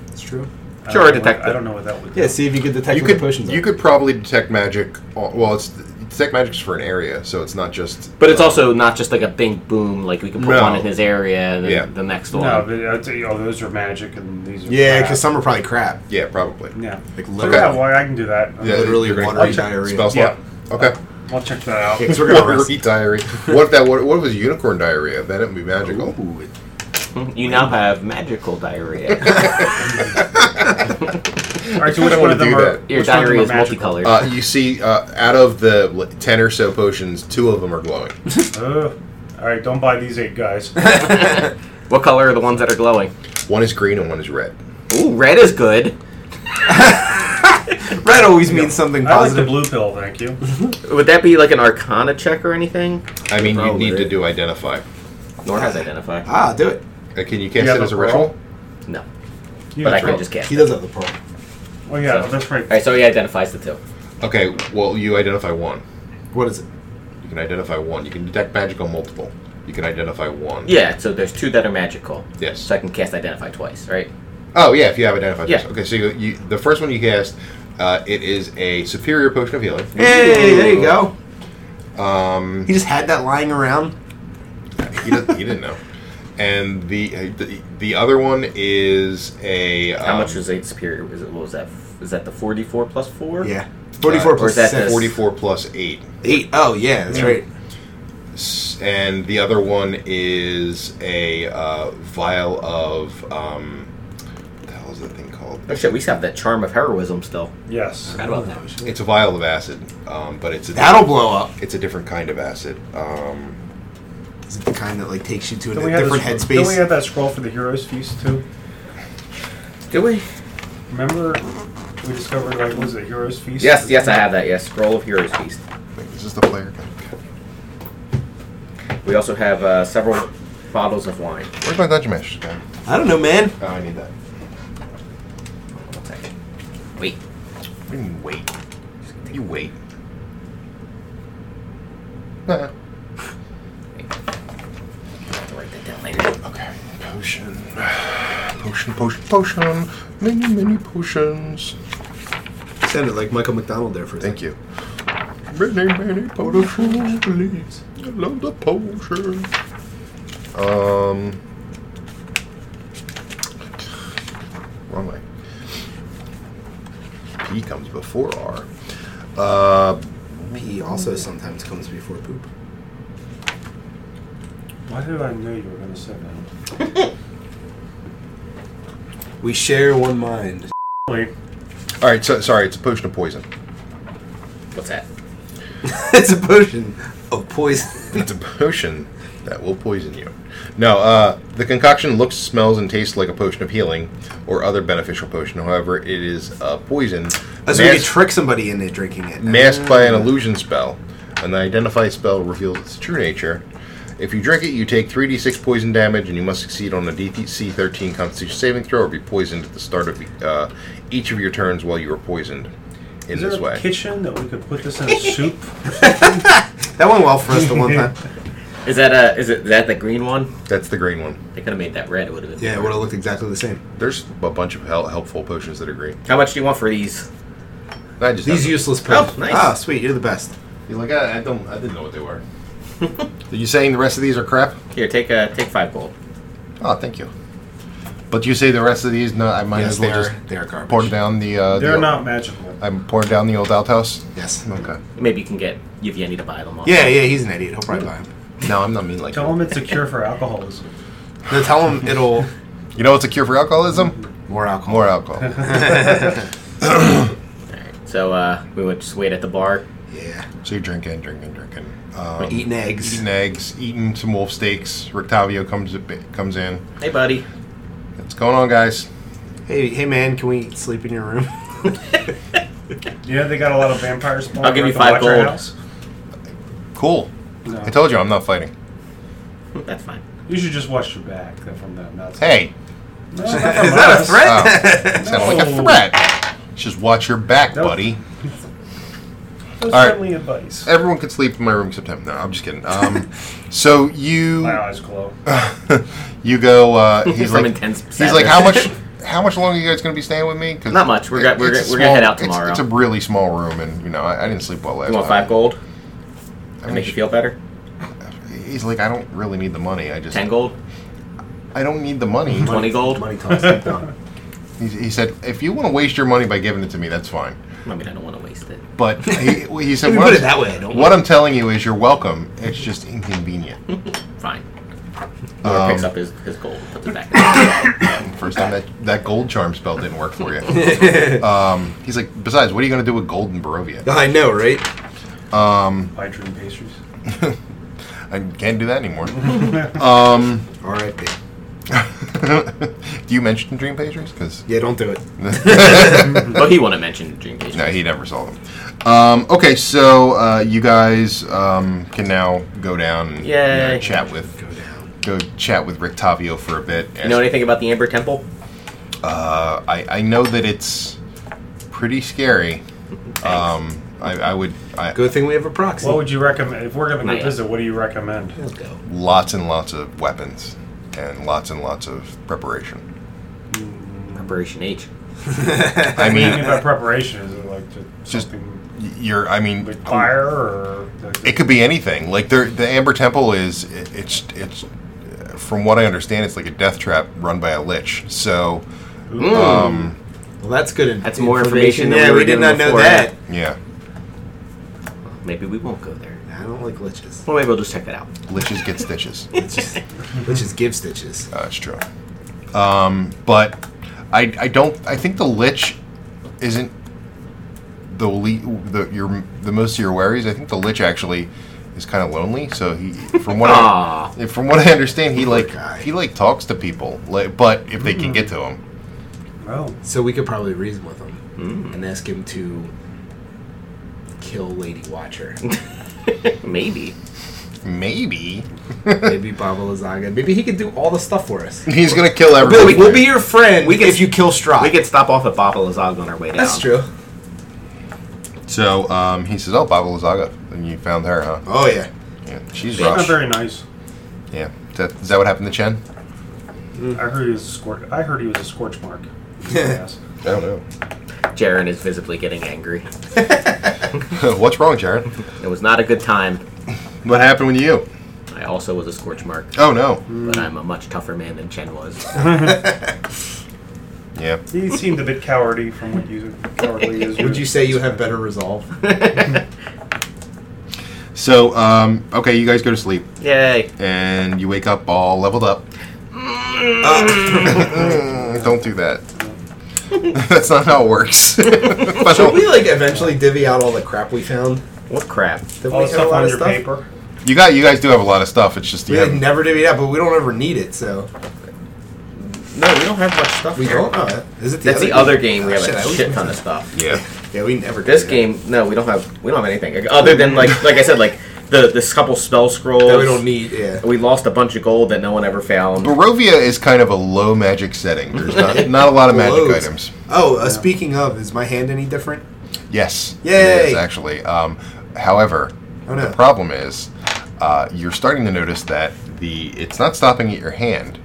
Speaker 5: That's true.
Speaker 4: I
Speaker 1: Sure,
Speaker 4: don't know
Speaker 1: detect
Speaker 4: what- I
Speaker 1: it.
Speaker 4: don't know what that would.
Speaker 5: Yeah. See if you could detect
Speaker 3: you
Speaker 5: what
Speaker 3: could
Speaker 5: the potions
Speaker 3: you
Speaker 5: are.
Speaker 3: could probably detect magic. on- Well, it's detect magic's for an area, so it's not just. uh,
Speaker 1: But it's also not just like a bing boom. Like we can put
Speaker 3: No.
Speaker 1: one in his area and then
Speaker 3: Yeah.
Speaker 1: the next one.
Speaker 4: No, but I'd say, oh, those are magic, and these are.
Speaker 5: yeah,
Speaker 4: crap.
Speaker 5: because some are probably crap.
Speaker 3: Yeah, probably.
Speaker 4: Yeah.
Speaker 5: Like
Speaker 4: So,
Speaker 5: literally.
Speaker 4: yeah, well, I can do that.
Speaker 3: Yeah,
Speaker 5: Literally
Speaker 3: you're gonna-
Speaker 5: watery
Speaker 3: I'll check-
Speaker 5: diarrhea.
Speaker 3: Spell slot. Okay.
Speaker 4: I'll check that out.
Speaker 5: Yeah, 'cause we're gonna
Speaker 3: watery
Speaker 5: rest.
Speaker 3: diarrhea. What if that? What, what if it was unicorn diarrhea? Then it would be magical.
Speaker 5: Ooh, it-
Speaker 1: Hmm? You now have magical diarrhea.
Speaker 4: All right, so
Speaker 3: I
Speaker 4: which
Speaker 3: don't
Speaker 4: one
Speaker 3: wanna
Speaker 4: of them
Speaker 3: do
Speaker 4: are?
Speaker 3: that.
Speaker 1: Your
Speaker 4: which ones of them
Speaker 1: diarrhea
Speaker 4: are
Speaker 1: is
Speaker 4: magical?
Speaker 1: multicolored.
Speaker 3: Uh, you see, uh, out of the like, ten or so potions, two of them are glowing.
Speaker 4: Ugh. all right, don't buy these eight guys.
Speaker 1: what color are the ones that are glowing?
Speaker 3: One is green and one is red.
Speaker 1: Ooh, red is good.
Speaker 5: Red always means something
Speaker 4: I like the
Speaker 5: positive.
Speaker 4: blue pill, thank you.
Speaker 1: Would that be like an Arcana check or anything?
Speaker 3: I mean, you
Speaker 5: Probably.
Speaker 3: need to do identify.
Speaker 1: Nor has identify.
Speaker 5: ah, do it.
Speaker 3: Uh, can you cast
Speaker 4: Yeah,
Speaker 3: it
Speaker 4: the
Speaker 3: as a
Speaker 4: pearl.
Speaker 3: ritual?
Speaker 1: No,
Speaker 4: You
Speaker 1: but I
Speaker 4: can
Speaker 1: can
Speaker 4: roll.
Speaker 1: just cast.
Speaker 5: He
Speaker 1: It.
Speaker 5: does have the pearl.
Speaker 4: Well, yeah,
Speaker 1: So-
Speaker 4: that's right.
Speaker 1: All right, so he identifies the two.
Speaker 3: Okay. Well, you identify one.
Speaker 5: What is it?
Speaker 3: You can identify one. You can detect magic on multiple. You can identify one.
Speaker 1: Yeah, so there's two that are magical.
Speaker 3: Yes.
Speaker 1: So I can cast identify twice, right?
Speaker 3: Oh yeah, if you have identified.
Speaker 1: Yeah.
Speaker 3: this. Okay, so you, you, the first one you cast, uh, it is a superior potion of healing.
Speaker 5: Hey, there you go.
Speaker 3: Um,
Speaker 5: He just had that lying around.
Speaker 3: he, didn't, he didn't know. And the, uh, the the other one is a
Speaker 1: How
Speaker 3: um,
Speaker 1: much is eight superior? Is it what was that? Is that the forty-four plus four?
Speaker 5: Yeah. Forty-four
Speaker 3: Uh,
Speaker 1: or
Speaker 5: plus
Speaker 1: is that
Speaker 5: six.
Speaker 1: the-
Speaker 3: forty four plus eight,
Speaker 5: Eight. Oh yeah, that's
Speaker 4: Yeah.
Speaker 5: right.
Speaker 3: S- and the other one is a uh, vial of um, what the hell is that thing called?
Speaker 1: Oh shit, we still have that charm of heroism still.
Speaker 4: Yes.
Speaker 1: Forgot about that.
Speaker 3: It's a vial of acid, um, but it's a
Speaker 5: That'll blow up.
Speaker 3: it's a different kind of acid. Um,
Speaker 5: Is it the kind that like takes you to a
Speaker 4: Don't we have
Speaker 5: different
Speaker 4: the sc- Don't we have
Speaker 5: headspace?
Speaker 4: that scroll for the Heroes Feast, too?
Speaker 1: Do we?
Speaker 4: Remember, we discovered, like, what was it Heroes Feast?
Speaker 1: Yes, yes, I have that. Yes, scroll of heroes feast.
Speaker 3: wait, is this the player?
Speaker 1: We also have uh, several bottles of wine.
Speaker 3: Where's my dungeon master's guy?
Speaker 5: I don't know, man.
Speaker 3: Oh, I need that.
Speaker 1: One second. Wait.
Speaker 3: What do you mean wait? You wait. Nah.
Speaker 1: I have to write that down later.
Speaker 3: Okay. Potion. Potion, potion, potion. Many, many potions.
Speaker 5: Sounded like Michael McDonald there for a
Speaker 3: Thank you. Many, many potions, please. I love the potion. Um. Wrong way. P comes before R. Uh,
Speaker 5: Pee also sometimes comes before poop.
Speaker 4: Why did I know you were going to say that?
Speaker 5: We share one mind.
Speaker 4: Wait,
Speaker 3: all right. So sorry. It's a potion of poison.
Speaker 1: What's that?
Speaker 5: it's a potion of poison.
Speaker 3: It's a potion that will poison you. No, uh, the concoction looks, smells, and tastes like a potion of healing or other beneficial potion. However, it is a poison
Speaker 5: Oh, so you Oh. could trick somebody into drinking it.
Speaker 3: masked by an illusion spell. An identify spell reveals its true nature. If you drink it, you take 3d6 poison damage, and you must succeed on a DC 13 Constitution saving throw or be poisoned at the start of uh, each of your turns while you are poisoned. In
Speaker 4: Is there
Speaker 3: this
Speaker 4: a
Speaker 3: way,
Speaker 4: kitchen that we could put this in a soup?
Speaker 5: That went well for us the one time.
Speaker 1: Is that a is it is that the green one?
Speaker 3: that's the green one.
Speaker 1: They could have made that red. It would have been.
Speaker 5: Yeah, it would have looked exactly the same.
Speaker 3: There's a bunch of hel- helpful potions that are green.
Speaker 1: How much do you want for these?
Speaker 3: I just
Speaker 5: These
Speaker 3: have-
Speaker 5: useless potions.
Speaker 1: nice.
Speaker 5: Ah, sweet. You're the best.
Speaker 3: He's like, I, I don't, I didn't know what they were. are you saying the rest of these are crap?
Speaker 1: Here, take a take five gold.
Speaker 3: Oh, thank you. But you say the rest of these? No, I might
Speaker 5: Yes,
Speaker 3: as well
Speaker 5: they're,
Speaker 3: just
Speaker 5: they're garbage.
Speaker 3: pour down the. Uh,
Speaker 4: They're
Speaker 3: the-
Speaker 4: not magical.
Speaker 3: I'm pouring down the old outhouse.
Speaker 5: Yes.
Speaker 3: Okay.
Speaker 1: Maybe you can get Yevgeny to buy them all.
Speaker 5: Yeah, yeah, he's an idiot. He'll probably buy them.
Speaker 3: No, I'm not mean like
Speaker 4: Tell
Speaker 3: that.
Speaker 4: them it's a cure for alcoholism.
Speaker 5: No, tell him it'll
Speaker 3: You know what's a cure for alcoholism?
Speaker 5: more alcohol.
Speaker 3: More alcohol.
Speaker 1: So uh, we would just wait at the bar.
Speaker 5: Yeah.
Speaker 3: so you're drinking, drinking, drinking. Um,
Speaker 5: Eating eggs.
Speaker 3: Eating eggs, eating some wolf steaks. Rictavio comes comes in.
Speaker 1: Hey, buddy.
Speaker 3: What's going on, guys?
Speaker 5: Hey, hey, man, can we sleep in your room?
Speaker 4: You know they got a lot of vampire spawn.
Speaker 1: I'll give you
Speaker 4: over at the
Speaker 1: five
Speaker 4: Watcher
Speaker 1: gold.
Speaker 4: House?
Speaker 3: Cool.
Speaker 4: No.
Speaker 3: I told you I'm not fighting.
Speaker 1: That's fine.
Speaker 4: You should just watch your back from them. That's
Speaker 3: Hey,
Speaker 4: No,
Speaker 5: Is
Speaker 4: not from
Speaker 5: that a
Speaker 4: us.
Speaker 5: threat?
Speaker 3: sounded like a
Speaker 4: No.
Speaker 3: threat. Just watch your back,
Speaker 4: Nope.
Speaker 3: buddy.
Speaker 4: Those
Speaker 3: All right.
Speaker 4: friendly advice.
Speaker 3: Everyone could sleep in my room except him. No, I'm just kidding. Um, so you
Speaker 4: My eyes glow.
Speaker 3: you go. Uh, he's
Speaker 1: From
Speaker 3: like
Speaker 1: intense
Speaker 3: he's like
Speaker 1: sadness.
Speaker 3: how much how much longer you guys gonna be staying with me? 'Cause
Speaker 1: Not much. We're got- we're
Speaker 3: it's a
Speaker 1: got- we're gonna head out
Speaker 3: it's-
Speaker 1: tomorrow.
Speaker 3: It's, a really small room, and you know I, I didn't sleep well last
Speaker 1: You want
Speaker 3: time.
Speaker 1: five gold?
Speaker 3: I
Speaker 1: That
Speaker 3: mean,
Speaker 1: make you feel better?
Speaker 3: He's like I don't really need the money. I just
Speaker 1: Ten gold?
Speaker 3: I don't need the money.
Speaker 1: Oh. Twenty gold?
Speaker 5: Money talks. keep going.
Speaker 3: He, he said if you want to waste your money by giving it to me, that's fine.
Speaker 1: I mean, I don't want to waste it.
Speaker 3: But he, he said
Speaker 5: Let me put
Speaker 3: what I'm-
Speaker 5: it that way. I don't
Speaker 3: What I'm telling you is you're welcome. It's just inconvenient.
Speaker 1: Fine. Hmm. Or picks
Speaker 3: Um,
Speaker 1: up his, his gold, and puts it back. in.
Speaker 3: First time that that gold charm spell didn't work for you. um, he's like, besides, what are you going to do with gold in Barovia?
Speaker 5: I know, right?
Speaker 4: I dream pastries.
Speaker 3: I can't do that anymore. Um,
Speaker 5: R.I.P.
Speaker 3: do you mention dream pastries? Because
Speaker 5: Yeah, don't do it.
Speaker 1: but he wouldn't mention dream case.
Speaker 3: no, he never saw them. Um, okay, so uh, you guys um, can now go down and you know,
Speaker 1: Yay.
Speaker 3: chat with go, chat with Rick Tavio for a bit.
Speaker 1: You know anything about the Amber Temple?
Speaker 3: Uh, I, I know that it's pretty scary. Um, I, I would I,
Speaker 5: Good thing we have a proxy.
Speaker 4: What would you recommend if we're gonna
Speaker 1: Not
Speaker 4: go
Speaker 1: yet.
Speaker 4: visit? What do you recommend?
Speaker 5: Let's go.
Speaker 3: lots and lots of weapons and lots and lots of preparation.
Speaker 1: Preparation H.
Speaker 3: I
Speaker 4: What do you mean
Speaker 3: mean,
Speaker 4: by preparation? Is it like just
Speaker 3: Just-
Speaker 4: something
Speaker 3: you're. I mean,
Speaker 4: like fire or? Like
Speaker 3: it could be anything. Like there, the Amber Temple is it, it's it's from what I understand, it's like a death trap run by a lich. So um,
Speaker 5: Hmm. Well, that's good. In-
Speaker 1: That's more information than we
Speaker 5: yeah,
Speaker 1: were
Speaker 5: we did
Speaker 1: given
Speaker 5: not know
Speaker 1: before.
Speaker 5: that.
Speaker 3: yeah,
Speaker 1: Maybe we won't go there.
Speaker 5: I don't like liches.
Speaker 1: Well, maybe we'll just check that out.
Speaker 3: liches get stitches.
Speaker 5: Liches, liches give stitches.
Speaker 3: That's true. Um, but I, I don't. I think the lich isn't the le- the your the most of your worries. I think the lich actually is kind of lonely. So he from what
Speaker 1: Aw.
Speaker 3: I, from what I understand, he like
Speaker 5: guy.
Speaker 3: he like talks to people. Like, but if they can get to him,
Speaker 4: Oh,
Speaker 5: So we could probably reason with him
Speaker 1: Hmm.
Speaker 5: and ask him to kill Lady Watcher.
Speaker 1: Maybe.
Speaker 3: maybe
Speaker 5: Maybe Baba Lazaga. Maybe he could do all the stuff for us.
Speaker 3: he's gonna kill
Speaker 5: Billy,
Speaker 3: everybody.
Speaker 5: we'll be your friend
Speaker 1: We can-
Speaker 5: if you kill Strahd.
Speaker 1: We could stop off at Baba Lazag on our way down.
Speaker 5: That's true.
Speaker 3: So um, he says, "Oh, Baba Lazaga, and you found her, huh?
Speaker 5: Oh yeah.
Speaker 3: Yeah, she's
Speaker 4: it's not
Speaker 3: rough.
Speaker 4: very nice.
Speaker 3: Yeah, is that, is that what happened to Chen?
Speaker 5: Mm.
Speaker 4: I heard he was a scorch. I heard he was a scorch mark. Yes.
Speaker 3: I don't know.
Speaker 1: Jaren is visibly getting angry.
Speaker 3: What's wrong, Jared?
Speaker 1: It was not a good time.
Speaker 3: What happened with you?
Speaker 1: I also was a scorch mark,
Speaker 3: Oh no.
Speaker 1: but I'm a much tougher man than Chen was.
Speaker 3: Yeah.
Speaker 4: He seemed a bit cowardly from what you cowardly is.
Speaker 5: Would you say you have better resolve?
Speaker 3: So, um, okay, you guys go to sleep
Speaker 1: Yay.
Speaker 3: and you wake up all leveled up. Mm, Don't do that. That's not how it works. But
Speaker 5: Should we like eventually divvy out all the crap we found?
Speaker 1: What crap?
Speaker 5: Didn't
Speaker 4: All
Speaker 5: we
Speaker 4: the
Speaker 5: hit
Speaker 4: stuff
Speaker 5: a lot
Speaker 4: on
Speaker 5: of
Speaker 4: your
Speaker 5: stuff?
Speaker 4: paper.
Speaker 3: You got. You guys do have a lot of stuff. It's just
Speaker 5: We
Speaker 3: you
Speaker 5: had
Speaker 3: have,
Speaker 5: never did yeah, but we don't ever need it, so
Speaker 1: No, we don't have much stuff.
Speaker 5: we
Speaker 1: here.
Speaker 5: don't. Oh, is it the
Speaker 1: That's
Speaker 5: other
Speaker 1: the other game we
Speaker 5: Oh,
Speaker 1: have
Speaker 5: shit, I
Speaker 1: a
Speaker 5: always
Speaker 1: shit
Speaker 5: miss
Speaker 1: ton of
Speaker 5: it.
Speaker 1: stuff.
Speaker 3: yeah.
Speaker 5: Yeah, we never.
Speaker 1: This
Speaker 5: did it.
Speaker 1: game, no, we don't have we don't have anything other than like like I said, like the the couple spell scrolls
Speaker 5: that we don't need. Yeah,
Speaker 1: We lost a bunch of gold that no one ever found.
Speaker 3: Barovia is kind of a low magic setting. There's not, not a lot of magic
Speaker 5: Loads.
Speaker 3: items.
Speaker 5: Oh, uh,
Speaker 4: Yeah.
Speaker 5: speaking of, is my hand any different?
Speaker 3: Yes. it
Speaker 5: Yay.
Speaker 3: is, actually. Um, however,
Speaker 5: Oh, no.
Speaker 3: the problem is uh, you're starting to notice that the it's not stopping at your hand.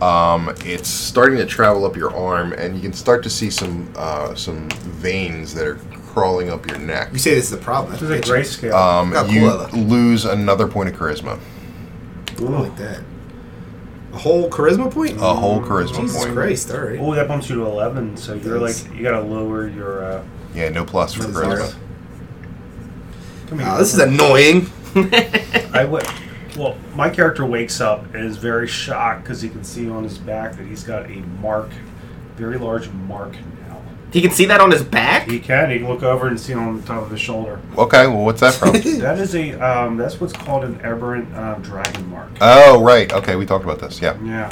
Speaker 3: Um, it's starting to travel up your arm, and you can start to see some uh, some veins that are crawling up your neck.
Speaker 5: You say this is a problem.
Speaker 4: This is a
Speaker 5: Bitch.
Speaker 4: grayscale.
Speaker 3: Um,
Speaker 5: How cool
Speaker 3: you
Speaker 5: I look.
Speaker 3: lose another point of charisma,
Speaker 5: I like that. A whole charisma point.
Speaker 3: a whole charisma
Speaker 5: Jesus
Speaker 3: point.
Speaker 5: Christ! All right.
Speaker 4: oh, that bumps you to eleven. So you're
Speaker 5: Thanks.
Speaker 4: like you gotta lower your. Uh,
Speaker 3: Yeah, no plus for
Speaker 5: This is
Speaker 3: charisma.
Speaker 5: awesome.
Speaker 4: come
Speaker 5: Wow, Uh, this is annoying.
Speaker 4: I would. Well, my character wakes up and is very shocked because he can see on his back that he's got a mark, very large mark now.
Speaker 1: He can see that on his back.
Speaker 4: He can. He can look over and see it on the top of his shoulder.
Speaker 3: Okay, well, what's that from?
Speaker 4: That is a. Um, that's what's called an aberrant um, dragon mark.
Speaker 3: oh, right. Okay, we talked about this. Yeah.
Speaker 4: yeah.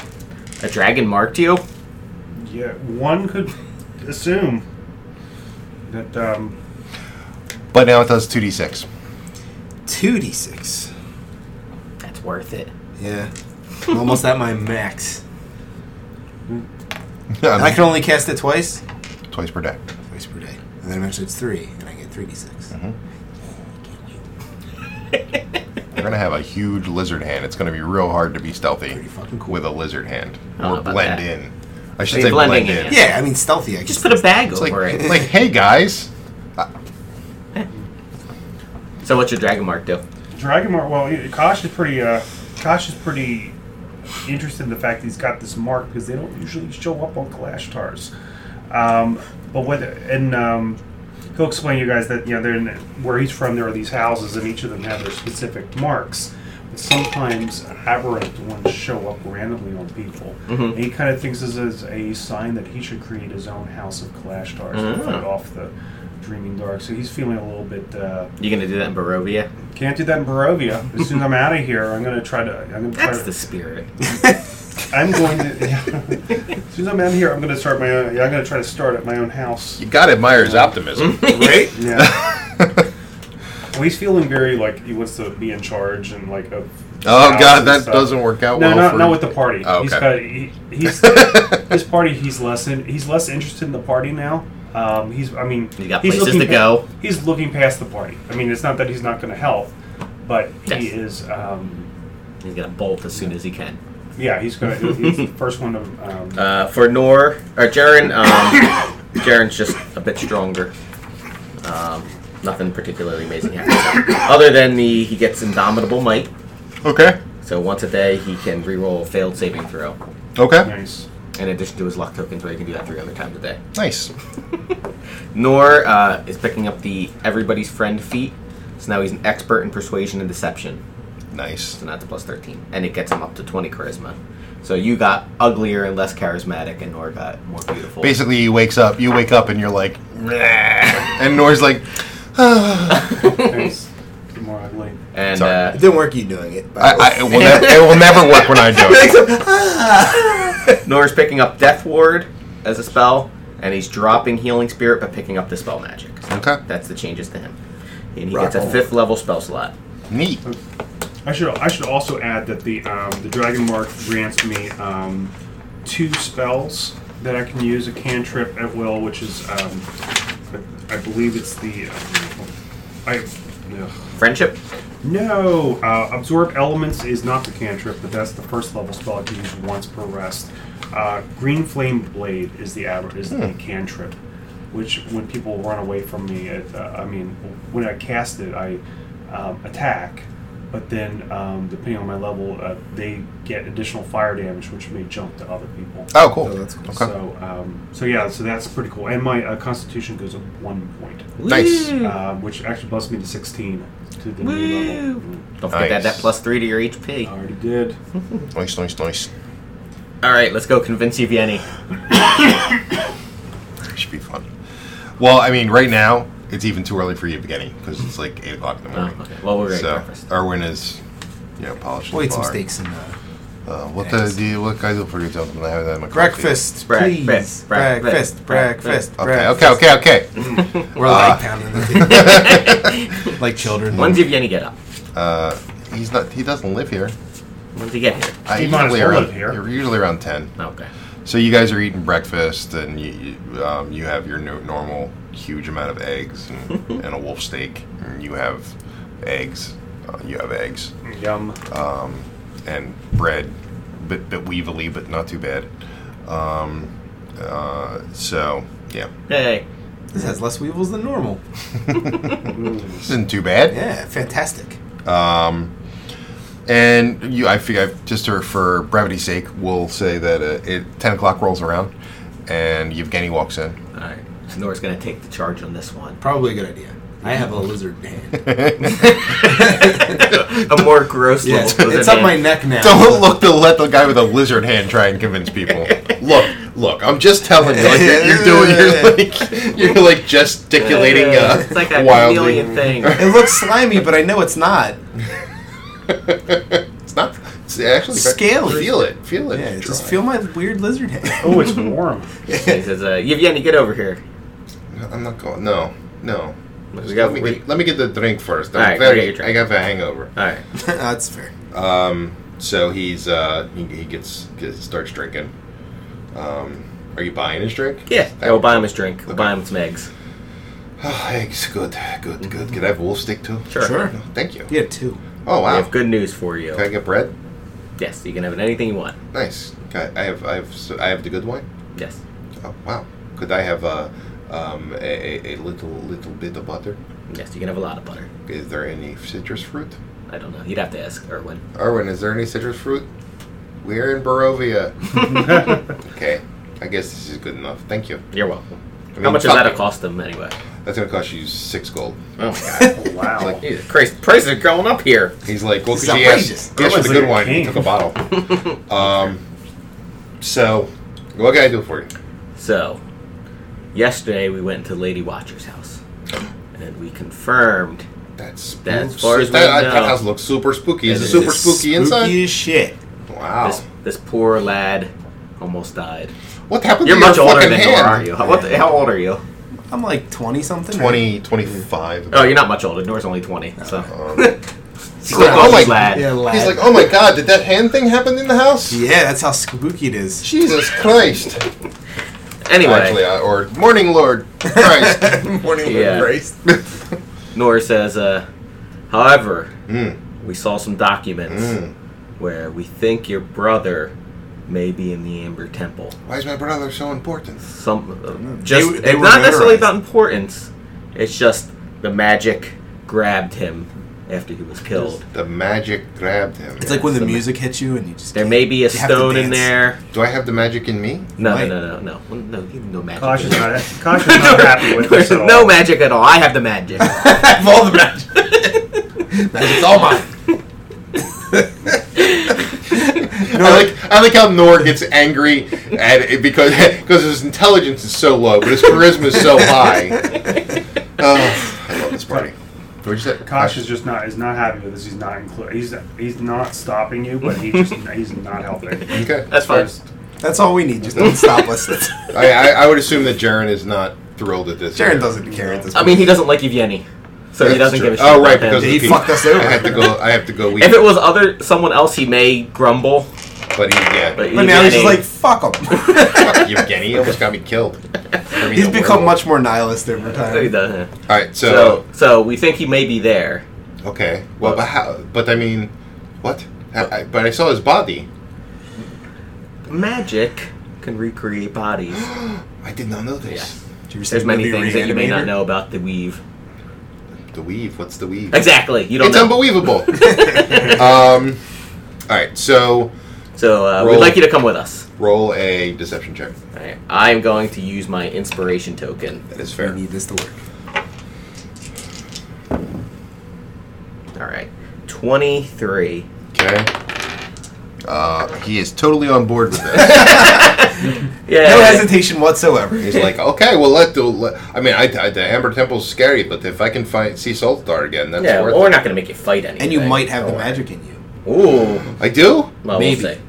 Speaker 1: A dragon marked you.
Speaker 4: Yeah. One could assume that. Um,
Speaker 3: But now it does 2d6.
Speaker 5: Two d six.
Speaker 1: That's worth it.
Speaker 5: Yeah. I'm almost at my max. And I
Speaker 3: Um,
Speaker 5: can only cast it twice.
Speaker 3: Twice per day.
Speaker 5: Twice per day. And then eventually it's three, and I get three d six.
Speaker 3: Mm-hmm. You're going to have a huge lizard hand. It's going to be real hard to be stealthy
Speaker 5: Pretty fucking cool.
Speaker 3: with a lizard
Speaker 1: I
Speaker 3: hand.
Speaker 1: don't know
Speaker 3: Or
Speaker 1: about
Speaker 3: blend
Speaker 1: that.
Speaker 3: in. I should
Speaker 1: Are you
Speaker 3: say blend
Speaker 1: blending
Speaker 3: in.
Speaker 1: in?
Speaker 5: Yeah, I mean stealthy. I
Speaker 1: Just
Speaker 5: guess.
Speaker 1: put a bag
Speaker 3: It's like,
Speaker 1: over it.
Speaker 3: like, hey guys.
Speaker 1: So what's your dragon mark do?
Speaker 4: Dragon mark. Well, yeah, Kosh is pretty. Uh, Kosh is pretty interested in the fact that he's got this mark because they don't usually show up on Clash Tars. Um, but what and um, he'll explain to you guys that you know they're in, where he's from. There are these houses, and each of them have their specific marks. But sometimes aberrant ones show up randomly on people. And he kind of thinks this is a sign that he should create his own house of Clash Tars to fight off the Dreaming Dark. So he's feeling a little bit. Uh,
Speaker 1: You gonna do that in Barovia?
Speaker 4: can't do that in Barovia. As soon as I'm out of here, I'm gonna try to. I'm gonna try
Speaker 1: That's
Speaker 4: to,
Speaker 1: the spirit.
Speaker 4: I'm going to. as soon as I'm out of here, I'm gonna start my own. Yeah, I'm gonna try to start at my own house.
Speaker 3: You got to admire his optimism.
Speaker 5: right?
Speaker 4: Yeah. well, he's feeling very like he wants to be in charge and like of.
Speaker 3: oh,
Speaker 4: house
Speaker 3: God,
Speaker 4: and
Speaker 3: that
Speaker 4: stuff.
Speaker 3: doesn't work out
Speaker 4: No,
Speaker 3: well.
Speaker 4: not,
Speaker 3: for-
Speaker 4: not with the party.
Speaker 3: Oh,
Speaker 4: He's got
Speaker 3: okay.
Speaker 4: he, he's his party. He's less in, he's less interested in the party now. Um, he's I mean
Speaker 1: He's got
Speaker 4: he's
Speaker 1: places
Speaker 4: looking
Speaker 1: to go.
Speaker 4: He's looking past the party. I mean, it's not that he's not going to help, but he
Speaker 1: Yes.
Speaker 4: is. Um,
Speaker 1: He's gonna bolt as soon as he can.
Speaker 4: Yeah, he's gonna. He's the first one to. Um,
Speaker 1: Uh, for Nor or Jaren, um, Jaren's just a bit stronger. Um, nothing particularly amazing happens other than the he gets indomitable might.
Speaker 3: Okay.
Speaker 1: So once a day he can reroll a failed saving throw.
Speaker 3: Okay.
Speaker 4: nice.
Speaker 1: In addition to his luck tokens, where he can do that three other times a day.
Speaker 3: Nice.
Speaker 1: Nor uh, is picking up the everybody's friend feat, so now he's an expert in persuasion and deception.
Speaker 3: Nice.
Speaker 1: So now it's plus thirteen, and it gets him up to twenty charisma. So you got uglier and less charismatic, and Nor got more beautiful.
Speaker 3: Basically, he wakes up. You wake up and you're like, "Nah." and Nor's like,
Speaker 4: Nice. Get more ugly.
Speaker 1: and
Speaker 3: Sorry.
Speaker 1: uh,
Speaker 5: It didn't work you doing it. by the way.
Speaker 3: I, I, it, will never, it will never work when I do it.
Speaker 1: Nora's picking up Death Ward as a spell, and he's dropping Healing Spirit but picking up the spell magic.
Speaker 3: Okay.
Speaker 1: That's the changes to him. And he
Speaker 5: Rock
Speaker 1: gets a
Speaker 5: on.
Speaker 1: fifth level spell slot.
Speaker 3: Neat.
Speaker 4: I should. I should also add that the um, the dragon mark grants me um, two spells that I can use a cantrip at will, which is um, I, I believe it's the um, I. Ugh.
Speaker 1: Friendship?
Speaker 4: No, uh, absorb elements is not the cantrip, but that's the first level spell I can use once per rest. Uh, Green flame blade is the aber- is
Speaker 3: Hmm.
Speaker 4: the cantrip, which when people run away from me, it, uh, I mean, when I cast it, I um, attack, but then um, depending on my level, uh, they get additional fire damage, which may jump to other people.
Speaker 3: Oh, cool.
Speaker 5: Oh, that's cool.
Speaker 3: Okay.
Speaker 4: So, um, so yeah, so that's pretty cool. And my uh, constitution goes up one point,
Speaker 3: Nice.
Speaker 1: Woo!
Speaker 4: um, which actually busts me to sixteen to the new
Speaker 1: Woo!
Speaker 4: level. Mm.
Speaker 1: Don't forget that,
Speaker 3: Nice.
Speaker 1: that plus three to your HP.
Speaker 4: I already did.
Speaker 3: Nice, nice, nice.
Speaker 1: All right, let's go convince Evgeny.
Speaker 3: It should be fun. Well, I mean, right now, It's even too early for you, beginning because it's like eight o'clock in the
Speaker 1: Oh,
Speaker 3: morning.
Speaker 1: okay. Well, we're ready
Speaker 3: so
Speaker 1: breakfast.
Speaker 3: Erwin is, you know, polishing.
Speaker 2: We'll
Speaker 3: the
Speaker 2: eat some
Speaker 3: bar.
Speaker 2: steaks and uh,
Speaker 3: Uh, what
Speaker 2: Yes.
Speaker 3: the do you, what guys look for you? Tell them I have that in my coffee.
Speaker 2: breakfast, please.
Speaker 1: Breakfast, breakfast,
Speaker 2: breakfast, breakfast,
Speaker 3: Okay, okay, okay, okay.
Speaker 1: Mm.
Speaker 2: We're
Speaker 3: Ah.
Speaker 2: like pounding the thing like children.
Speaker 1: When's Evgeny get up?
Speaker 3: Uh, he's not. He doesn't live here.
Speaker 1: When's he get here?
Speaker 3: I
Speaker 4: He might as
Speaker 3: usually
Speaker 4: well
Speaker 3: around-
Speaker 4: live here.
Speaker 3: You're usually around ten.
Speaker 1: Okay.
Speaker 3: So you guys are eating breakfast, and you you, um, you have your no- normal huge amount of eggs and, and a wolf steak. And you have eggs. Uh, you have eggs
Speaker 4: Yum.
Speaker 3: um, and bread, bit bit weevily, but not too bad. Um, uh, so yeah,
Speaker 1: Hey.
Speaker 2: This has less weevils than normal.
Speaker 3: this isn't too bad.
Speaker 2: Yeah, fantastic.
Speaker 3: Um, and you, I figure, just to, for brevity's sake, we'll say that uh, it, 10 o'clock rolls around and Yevgeny walks in.
Speaker 1: All right. So Nora's gonna take the charge on this one.
Speaker 2: Probably a good idea. I have a lizard hand.
Speaker 1: a more gross
Speaker 2: yeah,
Speaker 1: level.
Speaker 2: it's,
Speaker 1: to the
Speaker 2: it's on
Speaker 1: name.
Speaker 2: my neck now.
Speaker 3: Don't look to let the guy with a lizard hand try and convince people. look, look, I'm just telling you. Like, you're you're doing, you're like, you're like gesticulating uh,
Speaker 1: it's like that
Speaker 3: wildly.
Speaker 1: chameleon thing.
Speaker 2: It looks slimy, but I know it's not.
Speaker 3: it's not, it's actually
Speaker 2: Scaly.
Speaker 3: Feel it, feel it.
Speaker 2: Yeah,
Speaker 3: It's
Speaker 2: just
Speaker 3: dry.
Speaker 2: feel my weird lizard hand.
Speaker 4: Oh, it's warm.
Speaker 1: he says, uh, "Yevgeny, get over here."
Speaker 3: I'm not going, no, no.
Speaker 1: We
Speaker 3: Just
Speaker 1: got-
Speaker 3: let, me
Speaker 1: we-
Speaker 3: get, let me get the drink first.
Speaker 1: All
Speaker 3: I'm
Speaker 1: right, go get
Speaker 3: very,
Speaker 1: your drink.
Speaker 3: I got a hangover.
Speaker 1: All right.
Speaker 2: That's fair.
Speaker 3: Um, so he's uh, he, he gets, gets starts drinking. Um, are you buying his drink?
Speaker 1: Yeah. I will buy him his drink. We'll buy him some eggs.
Speaker 3: Oh, eggs, good, good, good. Can I have a wolf stick too?
Speaker 1: Sure.
Speaker 2: Sure.
Speaker 3: No, thank you.
Speaker 2: Yeah, two.
Speaker 3: Oh
Speaker 1: I
Speaker 3: wow.
Speaker 1: have good news for you.
Speaker 3: Can I get bread?
Speaker 1: Yes, you can have anything you want.
Speaker 3: Nice. Can I, I have I have so I have the good wine.
Speaker 1: Yes.
Speaker 3: Oh wow. Could I have uh, um, a, a a little little bit of butter?
Speaker 1: Yes, you can have a lot of butter.
Speaker 3: Is there any citrus fruit?
Speaker 1: I don't know. You'd have to ask Erwin.
Speaker 3: Erwin, is there any citrus fruit? We're in Barovia. okay. I guess this is good enough. Thank you.
Speaker 1: You're welcome.
Speaker 3: I
Speaker 1: How
Speaker 3: mean,
Speaker 1: much does
Speaker 3: fuck
Speaker 1: that
Speaker 3: it.
Speaker 1: cost them anyway?
Speaker 3: That's gonna cost you six gold.
Speaker 1: Oh my god.
Speaker 4: Wow.
Speaker 1: Jesus Christ, prices are going up here.
Speaker 3: He's like, well,
Speaker 2: This
Speaker 3: because
Speaker 2: is
Speaker 3: he
Speaker 2: outrageous.
Speaker 3: asked, he asked for
Speaker 4: That
Speaker 3: the
Speaker 4: was
Speaker 3: good
Speaker 4: like a
Speaker 3: wine. He
Speaker 4: king.
Speaker 3: took a bottle. um, so, what can I do for you?
Speaker 1: So, yesterday we went to Lady Watcher's house, and we confirmed.
Speaker 3: That's
Speaker 1: As far as we
Speaker 3: that, that
Speaker 1: know.
Speaker 3: house looks super spooky. Is
Speaker 1: It
Speaker 3: it,
Speaker 1: is.
Speaker 3: super
Speaker 2: It's
Speaker 3: spooky, inside?
Speaker 2: Spooky as shit.
Speaker 3: Wow.
Speaker 1: This this poor lad almost died.
Speaker 3: what happened
Speaker 1: You're
Speaker 3: to your
Speaker 1: much older
Speaker 3: fucking
Speaker 1: than
Speaker 3: hand?
Speaker 1: Nora, aren't you? How, what the, how old are you?
Speaker 2: I'm like 20 something. right?
Speaker 3: 20, 25.
Speaker 1: Oh, you're not much older. Nora's only twenty. So,
Speaker 3: Um,
Speaker 1: She's like,
Speaker 3: Oh
Speaker 1: "Oh,
Speaker 3: my-
Speaker 1: lad."
Speaker 2: Yeah, lad.
Speaker 3: he's like, oh my god, did that hand thing happen in the house?
Speaker 2: yeah, that's how spooky it is.
Speaker 3: Jesus Christ.
Speaker 1: Anyway,
Speaker 3: Actually, I, or Morning Lord Christ.
Speaker 2: Morning,
Speaker 1: Yeah.
Speaker 2: Grace.
Speaker 1: Nora says, uh, however,
Speaker 3: Mm,
Speaker 1: we saw some documents
Speaker 3: mm.
Speaker 1: where we think your brother may be in the Amber Temple.
Speaker 3: Why is my brother so important?
Speaker 1: Some uh,
Speaker 2: Mm. They
Speaker 1: just
Speaker 2: w- they
Speaker 1: it's
Speaker 2: were
Speaker 1: not necessarily
Speaker 2: notarized.
Speaker 1: about importance. It's just the magic grabbed him after he was killed.
Speaker 3: The magic grabbed him.
Speaker 2: It's like when the
Speaker 1: Some-
Speaker 2: music hits you and you just.
Speaker 1: There may be a
Speaker 2: You have to
Speaker 1: stone in
Speaker 2: dance.
Speaker 1: there.
Speaker 3: Do I have the magic in me?
Speaker 1: No,
Speaker 2: Right.
Speaker 1: no, no, no, no, Well, no, you- no magic.
Speaker 4: Kosh is
Speaker 1: no,
Speaker 4: not, Kosh is not happy with this at all.
Speaker 1: no magic at all. I have the magic.
Speaker 2: have all the magic. Magic's all mine.
Speaker 3: I like I like how Nor gets angry at it because because his intelligence is so low, but his charisma is so high. Oh, I love this party. What'd you say?
Speaker 4: Kosh is just not is not happy with this. He's not included. He's he's not stopping you, but he just he's not helping.
Speaker 3: Okay.
Speaker 1: That's fine.
Speaker 4: Just-
Speaker 2: That's all we need. Just don't stop us.
Speaker 3: I, I, I would assume that Jaren is not thrilled at this.
Speaker 2: Jared doesn't care at this
Speaker 1: I
Speaker 2: point.
Speaker 1: mean, he doesn't like Evgeny, so he
Speaker 3: That's
Speaker 1: doesn't
Speaker 3: true.
Speaker 1: give a shit.
Speaker 3: Oh
Speaker 1: about
Speaker 3: right,
Speaker 1: him.
Speaker 3: because of
Speaker 2: He
Speaker 3: the
Speaker 2: fucked
Speaker 3: people.
Speaker 2: us over.
Speaker 3: I have to go. I have to go. Weep,
Speaker 1: If it was other someone else, he may grumble.
Speaker 3: but he, yeah,
Speaker 1: But,
Speaker 2: But now he's
Speaker 1: Evgeny-
Speaker 2: just like, fuck him.
Speaker 3: fuck Evgeny he almost got me killed. For being
Speaker 2: he's
Speaker 3: a
Speaker 2: become
Speaker 3: werewolf.
Speaker 2: much more nihilist over
Speaker 1: he
Speaker 2: time.
Speaker 1: does, yeah.
Speaker 3: All right,
Speaker 1: so,
Speaker 3: so,
Speaker 1: so we think he may be there.
Speaker 3: okay. Well, but how? But I mean, what? I, I- but I saw his body.
Speaker 1: Magic can recreate bodies.
Speaker 3: I did not know this.
Speaker 2: Did you see
Speaker 1: There's
Speaker 2: the
Speaker 1: many
Speaker 2: movie
Speaker 1: things that you may
Speaker 2: Reanimator?
Speaker 1: not know about the weave.
Speaker 3: The weave. What's the weave?
Speaker 1: Exactly, you don't
Speaker 3: it's
Speaker 1: know.
Speaker 3: unbelievable. um, all right, so
Speaker 1: So uh, we'd
Speaker 3: Roll.
Speaker 1: like you to come with us.
Speaker 3: roll a deception check.
Speaker 1: All right. I am going to use my inspiration token.
Speaker 3: That is
Speaker 2: We
Speaker 3: fair.
Speaker 1: Mm-hmm.
Speaker 2: need this to work.
Speaker 1: All right, twenty-three.
Speaker 3: Okay. Uh, he is totally on board with this.
Speaker 1: Yeah.
Speaker 2: No hesitation whatsoever.
Speaker 3: He's like, okay, well, let the. Let, I mean, I, I, the Amber Temple's scary, but if I can find see Soltar again, that's
Speaker 1: Yeah,
Speaker 3: worth
Speaker 1: well, we're
Speaker 3: it.
Speaker 1: not going to make you fight anything.
Speaker 2: And you might have the
Speaker 1: Don't worry.
Speaker 2: magic in you,
Speaker 1: Ooh.
Speaker 3: I do.
Speaker 1: Well,
Speaker 2: Maybe.
Speaker 1: we'll see.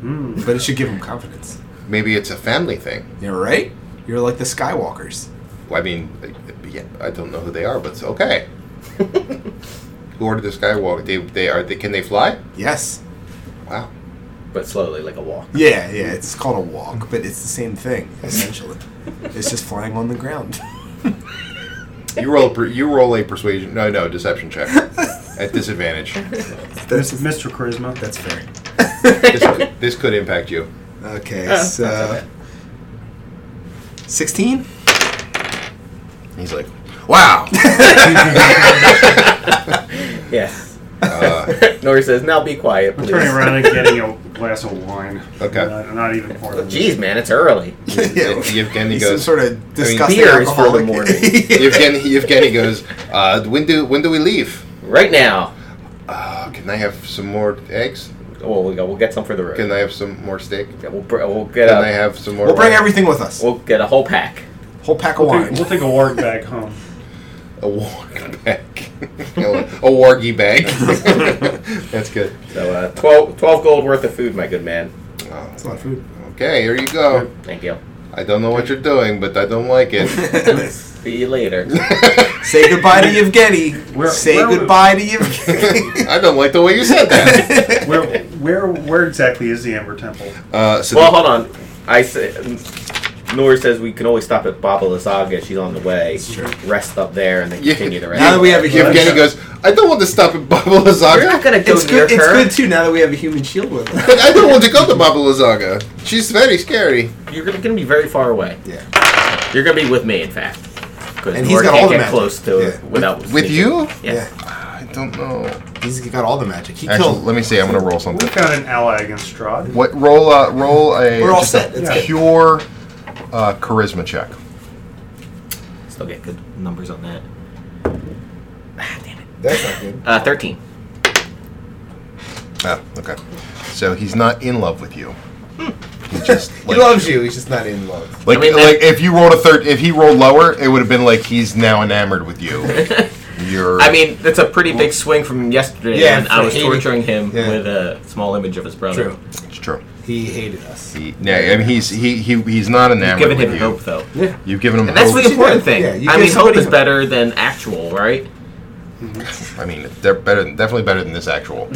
Speaker 4: Hmm.
Speaker 2: but it should give him confidence.
Speaker 3: Maybe it's a family thing.
Speaker 2: You're right. You're like the Skywalkers.
Speaker 3: Well, I mean, I- yeah, I don't know who they are, but it's okay. who ordered the Skywalker? They, they are. They, can they fly?
Speaker 2: Yes.
Speaker 3: Wow.
Speaker 1: But slowly, like a walk.
Speaker 2: Yeah, yeah. It's called a walk, but it's the same thing essentially. it's just flying on the ground.
Speaker 3: You roll. a per- You roll a persuasion. No, no, deception check at disadvantage.
Speaker 4: Mis- Mr. Charisma.
Speaker 2: That's fair.
Speaker 3: This, could- this could impact you.
Speaker 2: Okay,
Speaker 1: Oh, that's
Speaker 2: so
Speaker 1: okay.
Speaker 2: sixteen.
Speaker 3: He's like, wow.
Speaker 1: Yes.
Speaker 3: Uh,
Speaker 1: Nori says, now be quiet,
Speaker 4: I'm
Speaker 1: please.
Speaker 4: turning around and getting a glass of wine.
Speaker 3: Okay.
Speaker 4: Not, not even part of
Speaker 1: Jeez, man, it's early.
Speaker 2: yeah,
Speaker 3: Yevgeny
Speaker 2: he's
Speaker 3: goes-
Speaker 2: some sort of disgusting
Speaker 1: beer is for the
Speaker 2: alcoholic.
Speaker 1: morning.
Speaker 3: Evgeny, Evgeny goes. Uh, when do when do we leave?
Speaker 1: Right now.
Speaker 3: Uh, can I have some more eggs?
Speaker 1: Well, Oh, we go, we'll get some for the road.
Speaker 3: Can I have some more steak?
Speaker 1: Yeah, we'll, br- we'll get
Speaker 3: Can I
Speaker 1: a,
Speaker 3: have some more?
Speaker 2: We'll bring
Speaker 3: wine?
Speaker 2: everything with us.
Speaker 1: we'll get a whole pack.
Speaker 2: Whole pack of
Speaker 4: We'll take,
Speaker 2: wine.
Speaker 4: we'll take a warg back home.
Speaker 3: a warg bag, a wargy bag. That's good.
Speaker 1: So uh, 12, 12 gold worth of food, my good man.
Speaker 3: Oh,
Speaker 2: That's a lot of food.
Speaker 3: okay, here you go.
Speaker 1: Thank you.
Speaker 3: I don't know what you're doing, but I don't like it.
Speaker 1: See you later.
Speaker 2: Say goodbye to Yevgeny.
Speaker 4: Where-
Speaker 2: Say
Speaker 4: where would-
Speaker 2: goodbye to Yevgeny.
Speaker 3: I don't like the way you said that.
Speaker 4: Where, where, where exactly is the Amber Temple?
Speaker 3: Uh, so
Speaker 1: well,
Speaker 3: the-
Speaker 1: hold on. I say, Nori says we can always stop at Baba Lazaga. She's on the way. Rest up there and then
Speaker 3: Yeah.
Speaker 1: continue the rest.
Speaker 2: Now that we have a human,
Speaker 3: Evgeny goes. I don't want to stop at Baba
Speaker 1: We're
Speaker 3: Lazaga.
Speaker 1: not gonna go
Speaker 2: it's
Speaker 1: near
Speaker 2: good. It's
Speaker 1: her.
Speaker 2: good too. Now that we have a human shield with us.
Speaker 3: But I don't want to go to Baba Lazaga. She's very scary.
Speaker 1: You're gonna, gonna be very far away.
Speaker 2: Yeah.
Speaker 1: You're gonna be with me, in fact. Because
Speaker 2: And he's got
Speaker 1: can't
Speaker 2: all the
Speaker 1: get
Speaker 2: magic.
Speaker 1: close to it
Speaker 2: Yeah.
Speaker 1: without
Speaker 3: With
Speaker 1: sneaking.
Speaker 3: you?
Speaker 1: Yes.
Speaker 2: Yeah.
Speaker 3: I don't know.
Speaker 2: He's got all the magic. He
Speaker 3: Actually,
Speaker 2: killed.
Speaker 3: let me see. I'm gonna roll
Speaker 4: We
Speaker 3: something.
Speaker 4: found an ally against Strahd.
Speaker 3: What roll? Uh, roll a.
Speaker 2: We're all
Speaker 3: just a
Speaker 2: set. It's
Speaker 4: Yeah.
Speaker 2: good.
Speaker 3: Pure uh, charisma check.
Speaker 1: Still get good numbers on that. Ah, damn it.
Speaker 2: That's not good.
Speaker 1: Uh, Thirteen.
Speaker 3: Ah, okay. So he's not in love with you.
Speaker 1: Hmm.
Speaker 3: He just
Speaker 2: He
Speaker 3: like,
Speaker 2: loves you. He's just not in love.
Speaker 3: like,
Speaker 1: I mean,
Speaker 3: like if you rolled a third, if he rolled lower, it would have been like he's now enamored with you. You're.
Speaker 1: I mean, that's a pretty big swing from yesterday
Speaker 2: Yeah,
Speaker 1: when I
Speaker 2: from
Speaker 1: was
Speaker 2: 80.
Speaker 1: torturing him
Speaker 2: Yeah.
Speaker 1: with a small image of his brother.
Speaker 2: True.
Speaker 3: it's true.
Speaker 2: He hated us.
Speaker 3: He, yeah, I mean, he's he, he he's not
Speaker 1: You've
Speaker 3: enamored
Speaker 1: given
Speaker 3: with
Speaker 1: him
Speaker 3: you.
Speaker 1: hope, though.
Speaker 3: You've given him
Speaker 1: And that's
Speaker 3: hope.
Speaker 1: the important
Speaker 2: did.
Speaker 1: thing.
Speaker 2: Yeah, you
Speaker 1: I
Speaker 2: gave
Speaker 1: mean, hope
Speaker 2: somebody
Speaker 1: is
Speaker 2: hope.
Speaker 1: better than actual, right?
Speaker 3: I mean, they're better, than- definitely better than this actual.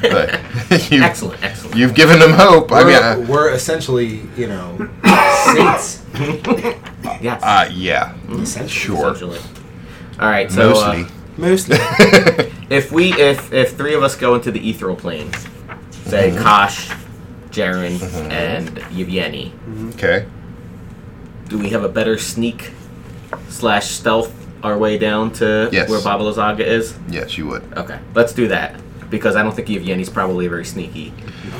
Speaker 3: but you,
Speaker 1: Excellent, excellent.
Speaker 3: You've given him hope. I
Speaker 2: We're,
Speaker 3: mean, uh,
Speaker 2: we're essentially, you know, saints.
Speaker 1: yes.
Speaker 3: uh, yeah, sure,
Speaker 1: Essentially. All right. So
Speaker 3: mostly.
Speaker 1: uh,
Speaker 2: Mostly.
Speaker 1: if we if if three of us go into the ethereal plane, say Kosh, Jaren, and Yevgeny,
Speaker 3: okay.
Speaker 1: do we have a better sneak slash stealth our way down to
Speaker 3: Yes.
Speaker 1: where Baba Lazaga is?
Speaker 3: Yes, you would.
Speaker 1: Okay, let's do that because I don't think Yevgeny's probably very sneaky.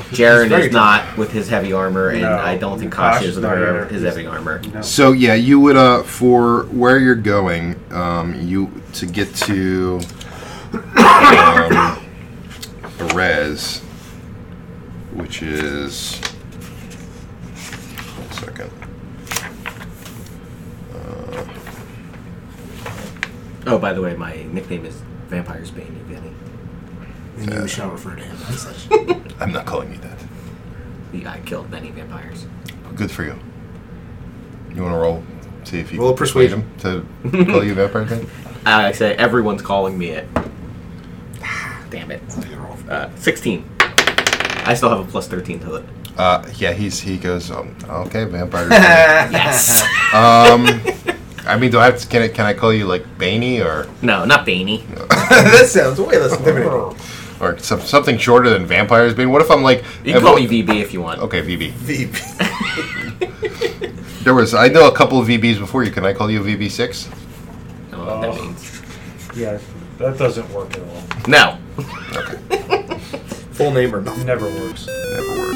Speaker 1: Jaren
Speaker 2: very
Speaker 1: is not with his heavy armor, and
Speaker 4: No,
Speaker 1: I don't think
Speaker 4: Kosh
Speaker 1: Kosh is
Speaker 4: is
Speaker 1: with
Speaker 4: not
Speaker 1: her-
Speaker 4: either.
Speaker 1: his heavy armor.
Speaker 4: No.
Speaker 3: So yeah, you would uh for where you're going, um, you to get to um, Perez, which is one second. Uh,
Speaker 1: Oh, by the way, my nickname is Vampire's Bane, Yevgeny.
Speaker 2: and you shall refer to him as such.
Speaker 3: I'm not calling you that.
Speaker 1: We- I killed many vampires.
Speaker 3: Good for you. You want to roll? See if you
Speaker 2: Roll a persuasion.
Speaker 3: to call you vampire thing.
Speaker 1: I say everyone's calling me it. Damn it. Uh, 16. I still have a plus 13 to it.
Speaker 3: Uh, yeah, he's he goes. Um, okay, vampire.
Speaker 1: Yes.
Speaker 3: um, I mean, do I have to? Can I can I call you like Baney or
Speaker 1: no, not Baney.
Speaker 2: that sounds way less intimidating.
Speaker 3: or some, something shorter than vampires? Bane. What if I'm like?
Speaker 1: You can call me VB if you want.
Speaker 3: Okay, VB.
Speaker 2: Veep.
Speaker 3: There was I know a couple of VBs before you. Can I call you VB six?
Speaker 1: I don't know what that
Speaker 4: Oh.
Speaker 1: means.
Speaker 4: Yeah, that doesn't work at all.
Speaker 1: No.
Speaker 2: Full name or nothing.
Speaker 4: Never works.
Speaker 3: Never